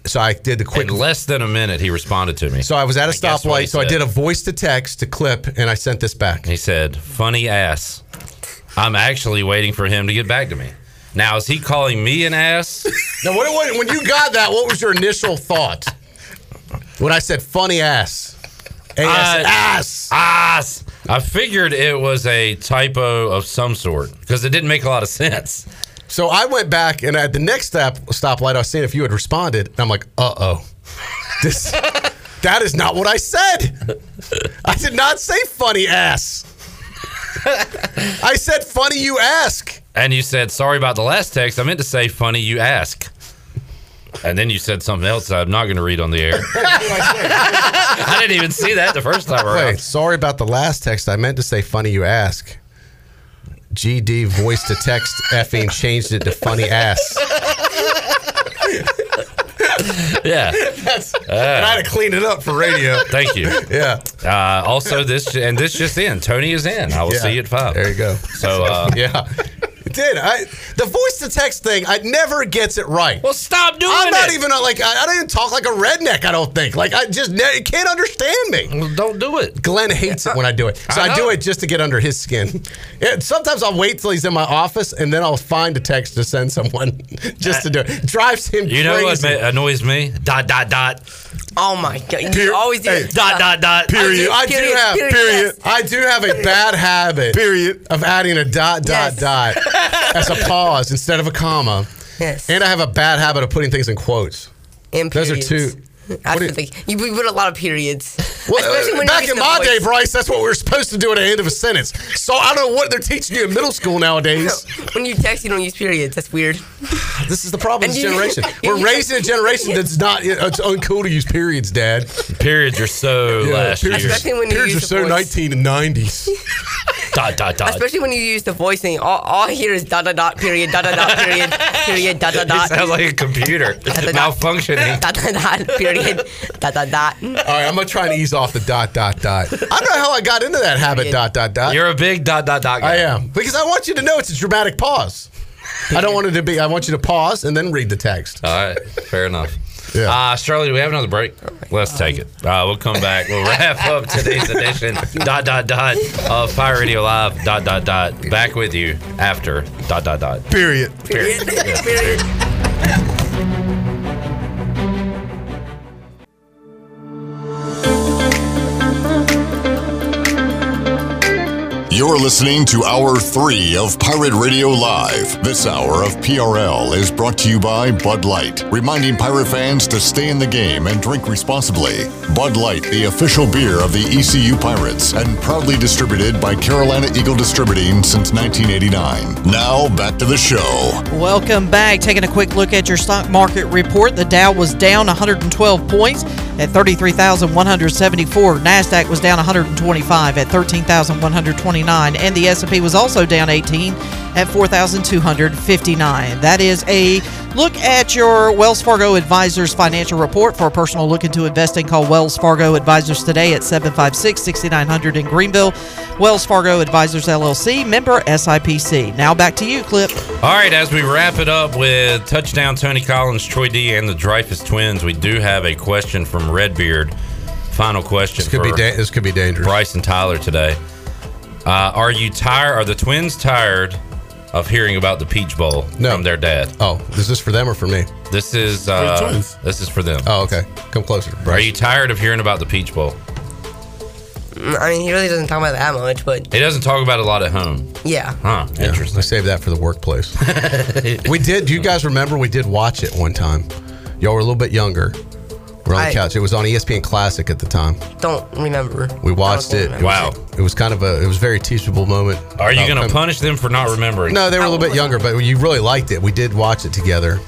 so I did the quick In less than a minute, he responded to me. So I was at a guess what he stoplight, so I said. did a voice to text to clip, and I sent this back. He said, "Funny ass." I'm actually waiting for him to get back to me. Now, is he calling me an ass? Now, what, what, when you got that, what was your initial thought? When I said funny ass. I- AS, ass. Ass. I figured it was a typo of some sort because it didn't make a lot of sense. So I went back, and at the next stop, stoplight, I was seeing if you had responded. And I'm like, uh oh. This, that is not what I said. I did not say funny ass. I said funny you ask. And you said, "Sorry about the last text. I meant to say funny you ask." And then you said something else that I'm not going to read on the air. I didn't even see that the first time around. Wait, sorry about the last text. I meant to say funny you ask. GD voice to text effing changed it to funny ass. Yeah. Uh. That's, and I had to clean it up for radio. Thank you. Yeah. Uh, also, this and this just in. Tony is in. I will Yeah. see you at five. There you go. So uh, yeah, It did. I, the voice to text thing, I never gets it right. Well, stop doing I'm not it. even uh, like, I, I don't even talk like a redneck, I don't think. Like, I just ne- you can't understand me. Well, don't do it. Glenn hates it when I do it. So I I, do know. it just to get under his skin. Yeah, sometimes I'll wait till he's in my office and then I'll find a text to send someone just to do it. Drives him you know what crazy. ma- annoys me? Dot dot dot. Oh my god! You always do Hey, that. dot, dot, dot. Period. I do Period, have period, period. yes. I do have a bad habit. Period. Of adding a dot dot dot as a pause instead of a comma. Yes. And I have a bad habit of putting things in quotes. And Those are periods. two. I What do you- think you, you put a lot of periods. Well, uh, Especially when you're back in using my the day, voice. Bryce, that's what we were supposed to do at the end of a sentence. So I don't know what they're teaching you in middle school nowadays. When you text, you don't use periods. That's weird. This is the problem with And this you- generation. We're raising a generation that's not, it's uncool to use periods, Dad. Periods are so Yeah, last year. periods- Especially when you periods are use the so voice. 1990s. Dot dot dot. Especially when you use the voice thing. All, all I hear is dot dot dot period dot dot dot period period dot dot It dot sounds like a computer malfunctioning. dot dot dot period dot dot dot. All right, I'm gonna try and ease off the dot dot dot. I don't know how I got into that habit. Dot dot dot. You're a big dot dot dot guy. I am because I want you to know it's a dramatic pause. I don't want it to be. I want you to pause and then read the text. All right, fair enough. Uh, Shirley, do we have another break? Let's take it. Uh, we'll come back. We'll wrap up today's edition. dot dot dot of Fire Radio Live. Dot dot dot. Back with you after. Dot dot dot. Period. Period. Yeah, period. You're listening to Hour 3 of Pirate Radio Live. This hour of PRL is brought to you by Bud Light, reminding pirate fans to stay in the game and drink responsibly. Bud Light, the official beer of the ECU Pirates, and proudly distributed by Carolina Eagle Distributing since 1989. Now, back to the show. Welcome back. Taking a quick look at your stock market report. The Dow was down 112 points at 33,174. Nasdaq was down 125 at 13,129, and the S&P was also down 18 at 4,259. That is a look at your Wells Fargo Advisors financial report for a personal look into investing. Call Wells Fargo Advisors today at 756-6900 in Greenville. Wells Fargo Advisors LLC, member SIPC. Now back to you, Clip. All right, as we wrap it up with touchdown Tony Collins, Troy D, and the Dreyfus twins, we do have a question from Redbeard. Final question. This could be for da- this could be dangerous. Bryce and Tyler today. Uh, are you tired? Are the twins tired of hearing about the Peach Bowl from their dad? Oh, is this for them or for me? This is the uh, twins. this is for them. Oh, okay. Come closer. Are you tired of hearing about the Peach Bowl? I mean, he really doesn't talk about it that much, but He doesn't talk about it a lot at home. yeah. Huh. Interesting. I saved that for the workplace. we did. Do you guys remember? We did watch it one time. Y'all were a little bit younger. We're on the I- couch. It was on E ESPN Classic at the time. Don't remember. We watched it. remember. It was, it was kind of a. It was a very teachable moment. Are you About going coming- to punish them for not remembering? Oh, No, they were a little bit younger, but you really liked it. We did watch it together.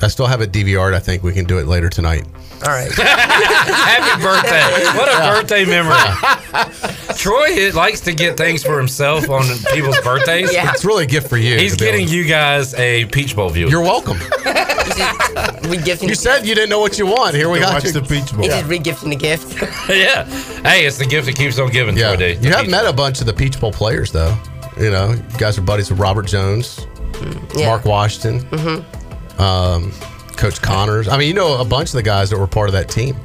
I still have it DVR'd. I think we can do it later tonight. All right. Happy birthday. What a birthday memory. Troy it likes to get things for himself on people's birthdays. Yeah. It's really a gift for you. He's to be getting you guys a Peach Bowl view. You're welcome. we gifting. You said you didn't know what you want. Here we You got watched you. the Peach Bowl. He's just regifting the gift. yeah. Hey, it's the gift that keeps on giving, Troy D. You have met a bunch of the Peach Bowl players, though. You know, you guys are buddies with Robert Jones, Yeah. Mark Washington, um, Coach Connors. I mean, you know a bunch of the guys that were part of that team.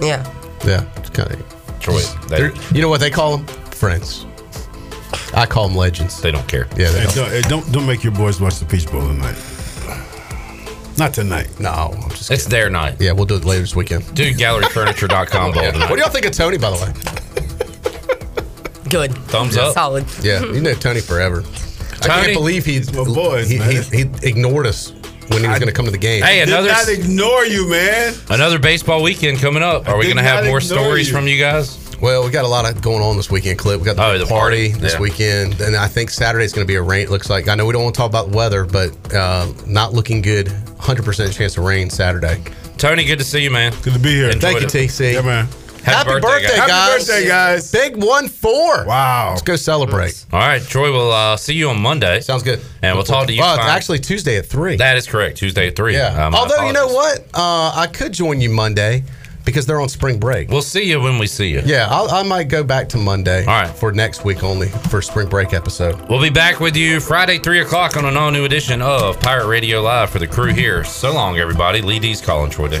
Yeah. Yeah, it's kind of Troy. they- you know what they call them? Friends. I call them legends. They don't care. Yeah, they Hey, don't. don't, hey, don't don't make your boys watch the Peach Bowl tonight. Not tonight. No, I'm just it's their night. Yeah, we'll do it later this weekend. Dude, galleryfurniture.com bowl tonight. What do y'all think of Tony, by the way? Good. Thumbs up. Solid. Yeah, you know Tony forever. I Tony- can't believe he, he, he, he ignored us when he was going to come to the game. Hey, another s- ignore you, man. Another baseball weekend coming up. Oh, Are we did going to have not more ignore stories you. from you guys? Well, we got a lot of going on this weekend, Clip. We got the, Oh, the party, party. this Yeah. weekend, and I think Saturday's going to be a rain. It looks like I know we don't want to talk about weather, but uh, not looking good. Hundred percent chance of rain Saturday. Tony, good to see you, man. Good to be here. Thank you, TC. Yeah, man. Happy birthday, guys. guys! Happy birthday, guys! Big one four. Wow! Let's go celebrate. All right, Troy, we'll uh, see you on Monday. Sounds good. And we'll talk to you. Well, it's fine. actually Tuesday at three. That is correct. Tuesday at 3. Yeah. Uh, my Although you know what, uh, I could join you Monday because they're on spring break. We'll see you when we see you. Yeah, I'll, I might go back to Monday. All right. For next week only for spring break episode. We'll be back with you Friday, 3 o'clock on an all new edition of Pirate Radio Live for the crew here. So long, everybody. Lee D's calling Troy Day.